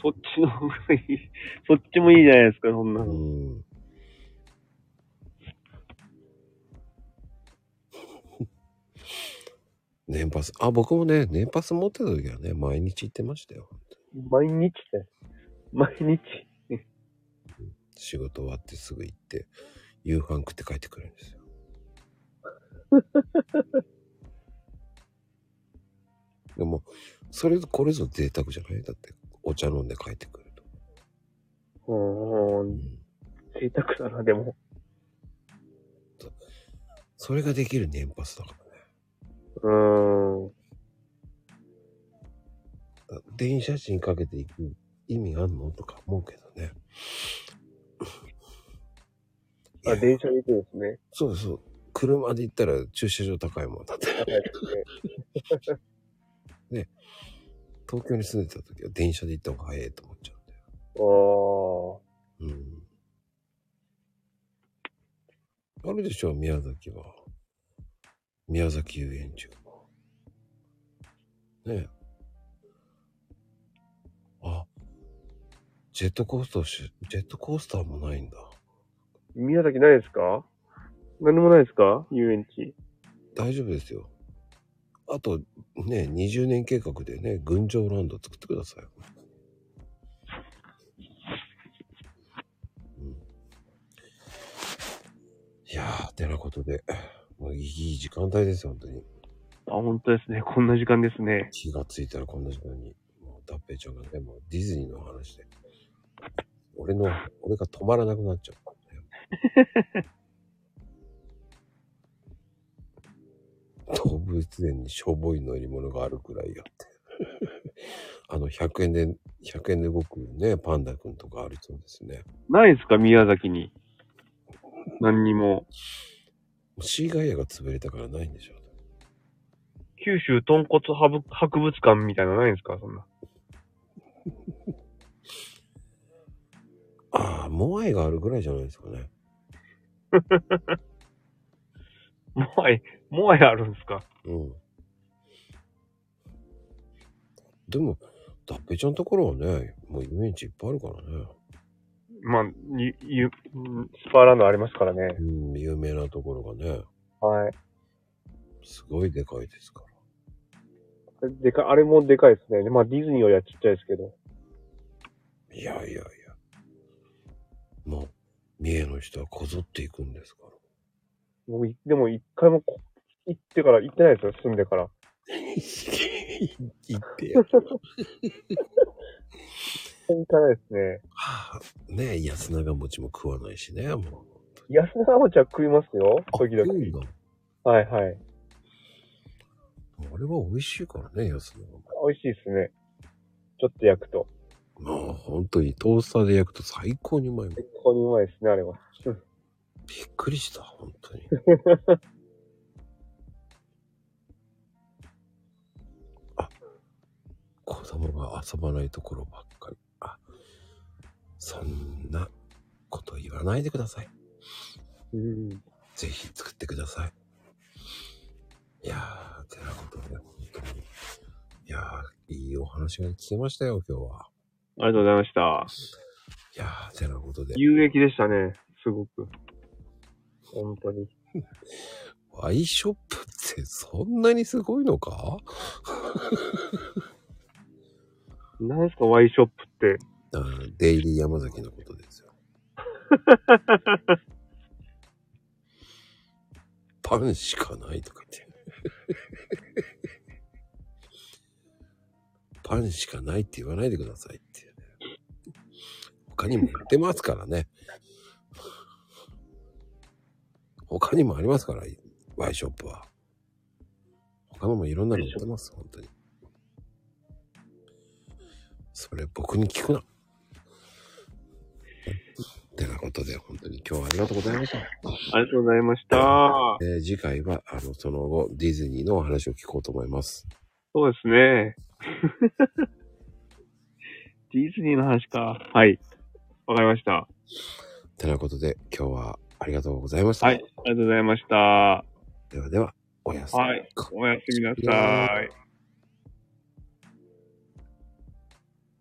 Speaker 1: そっちの方がいい。そっちもいいじゃないですか、そんな
Speaker 2: う
Speaker 1: の。
Speaker 2: ん。 年パス。あ、僕もね、年パス持ってた時はね、毎日行ってましたよ。
Speaker 1: 毎日ね。毎日。
Speaker 2: 仕事終わってすぐ行って、夕飯食って帰ってくるんですよ。 でも、それ、これぞ贅沢じゃないだって、お茶飲んで帰ってくると。
Speaker 1: うーん。贅沢だな、でも。
Speaker 2: それができる年パスだからね。
Speaker 1: うーん。
Speaker 2: 電車賃かけていく意味あんのとか思うけどね。い
Speaker 4: あ、
Speaker 2: や
Speaker 4: 電車で行くんですね。
Speaker 2: そうですそう。車で行ったら駐車場高いもんだって。
Speaker 4: はいですね。
Speaker 2: 東京に住んでた時は電車で行った方が早いと思っちゃ
Speaker 4: あ
Speaker 2: う
Speaker 4: ー
Speaker 2: んだよ。うん。あるでしょ、宮崎は。宮崎遊園地が。ねえ。あ、ジェットコースターし、ジェットコースターもないんだ。
Speaker 4: 宮崎ないですか
Speaker 1: 何もないですか遊園地。
Speaker 2: 大丈夫ですよ。あとね、20年計画でね、群青ランド作ってください。いやー、てなことで、もういい時間帯ですよ、本当に。
Speaker 1: あ、本当ですね。こんな時間ですね。
Speaker 2: 気がついたらこんな時間に、もう、ダッペイちゃんがね、もうディズニーの話で、俺の、俺が止まらなくなっちゃったんだよ。動物園にしょぼい乗り物があるくらいやって。あの、100円で、100円で動くね、パンダくんとかあるそうですね。
Speaker 1: ないですか宮崎に。何にも。
Speaker 2: シーガイアが潰れたからないんでしょうね。
Speaker 1: 九州豚骨博博物館みたいなのないんですかそんな。
Speaker 2: ああ、モアイがあるぐらいじゃないですかね。
Speaker 1: モアイ、モアイあるんですか
Speaker 2: うん。でも、ダッペちゃんのところはね、もう遊園地いっぱいあるからね。
Speaker 1: まあ、ゆ、ゆ、うんスパーランドありますからね。
Speaker 2: うん、有名なところがね、
Speaker 1: はい。
Speaker 2: すごいでかいですから。
Speaker 1: でか、あれもでかいですね。まあ、ディズニーよりはちっちゃいですけど。
Speaker 2: いやいやいや。もう、三重の人はこぞっていくんですから。
Speaker 1: 僕、いでも一回もこ行ってから、行ってないですよ、住んでから。
Speaker 2: 言ってよ。
Speaker 1: 行かないですね。
Speaker 2: はあ、 ねえ、安永餅も食わないしね、もう。
Speaker 1: 安永餅は食いますよ、
Speaker 2: あ
Speaker 1: 時
Speaker 2: 食うん
Speaker 1: 々。
Speaker 2: だ
Speaker 1: はいはい。
Speaker 2: あれは美味しいからね、安永餅。
Speaker 1: 美味しいですね。ちょっと焼くと。
Speaker 2: もう本当にトースターで焼くと最高にうまいもん。びっ
Speaker 1: 最高にうまいですね、あれは。
Speaker 2: くりした、本当に。あ、子供が遊ばないところばっかり。あ、そんなこと言わないでください。
Speaker 1: うん。
Speaker 2: ぜひ作ってください。いやー、てなことで、本当に。いやー、いいお話が聞けましたよ、今日は。
Speaker 1: ありがとうございました。
Speaker 2: いやー、てなことで。
Speaker 1: 有益でしたね、すごく。本当に。
Speaker 2: ワイショップってそんなにすごいのか
Speaker 1: なんすか、ワイショップって。
Speaker 2: あデイリー山崎のことですよ。パンしかないとか言って。 パンしかないって言わないでくださいっていうね。他にも売ってますからね。他にもありますから、ワイショップは。他のもいろんなの売ってます、本当に。それ僕に聞くな。てなことで、本当に今日はありがとうございました。
Speaker 1: ありがとうございました。
Speaker 2: えー次回は、あの、その後、ディズニーのお話を聞こうと思います。
Speaker 1: そうですね。 ディズニーの話か。はい。わかりました。
Speaker 2: てなことで、今日はありがとうございました。
Speaker 1: はい。ありがとうございました。は
Speaker 2: ではでは、おやすみ。
Speaker 1: い。おやすみなさい。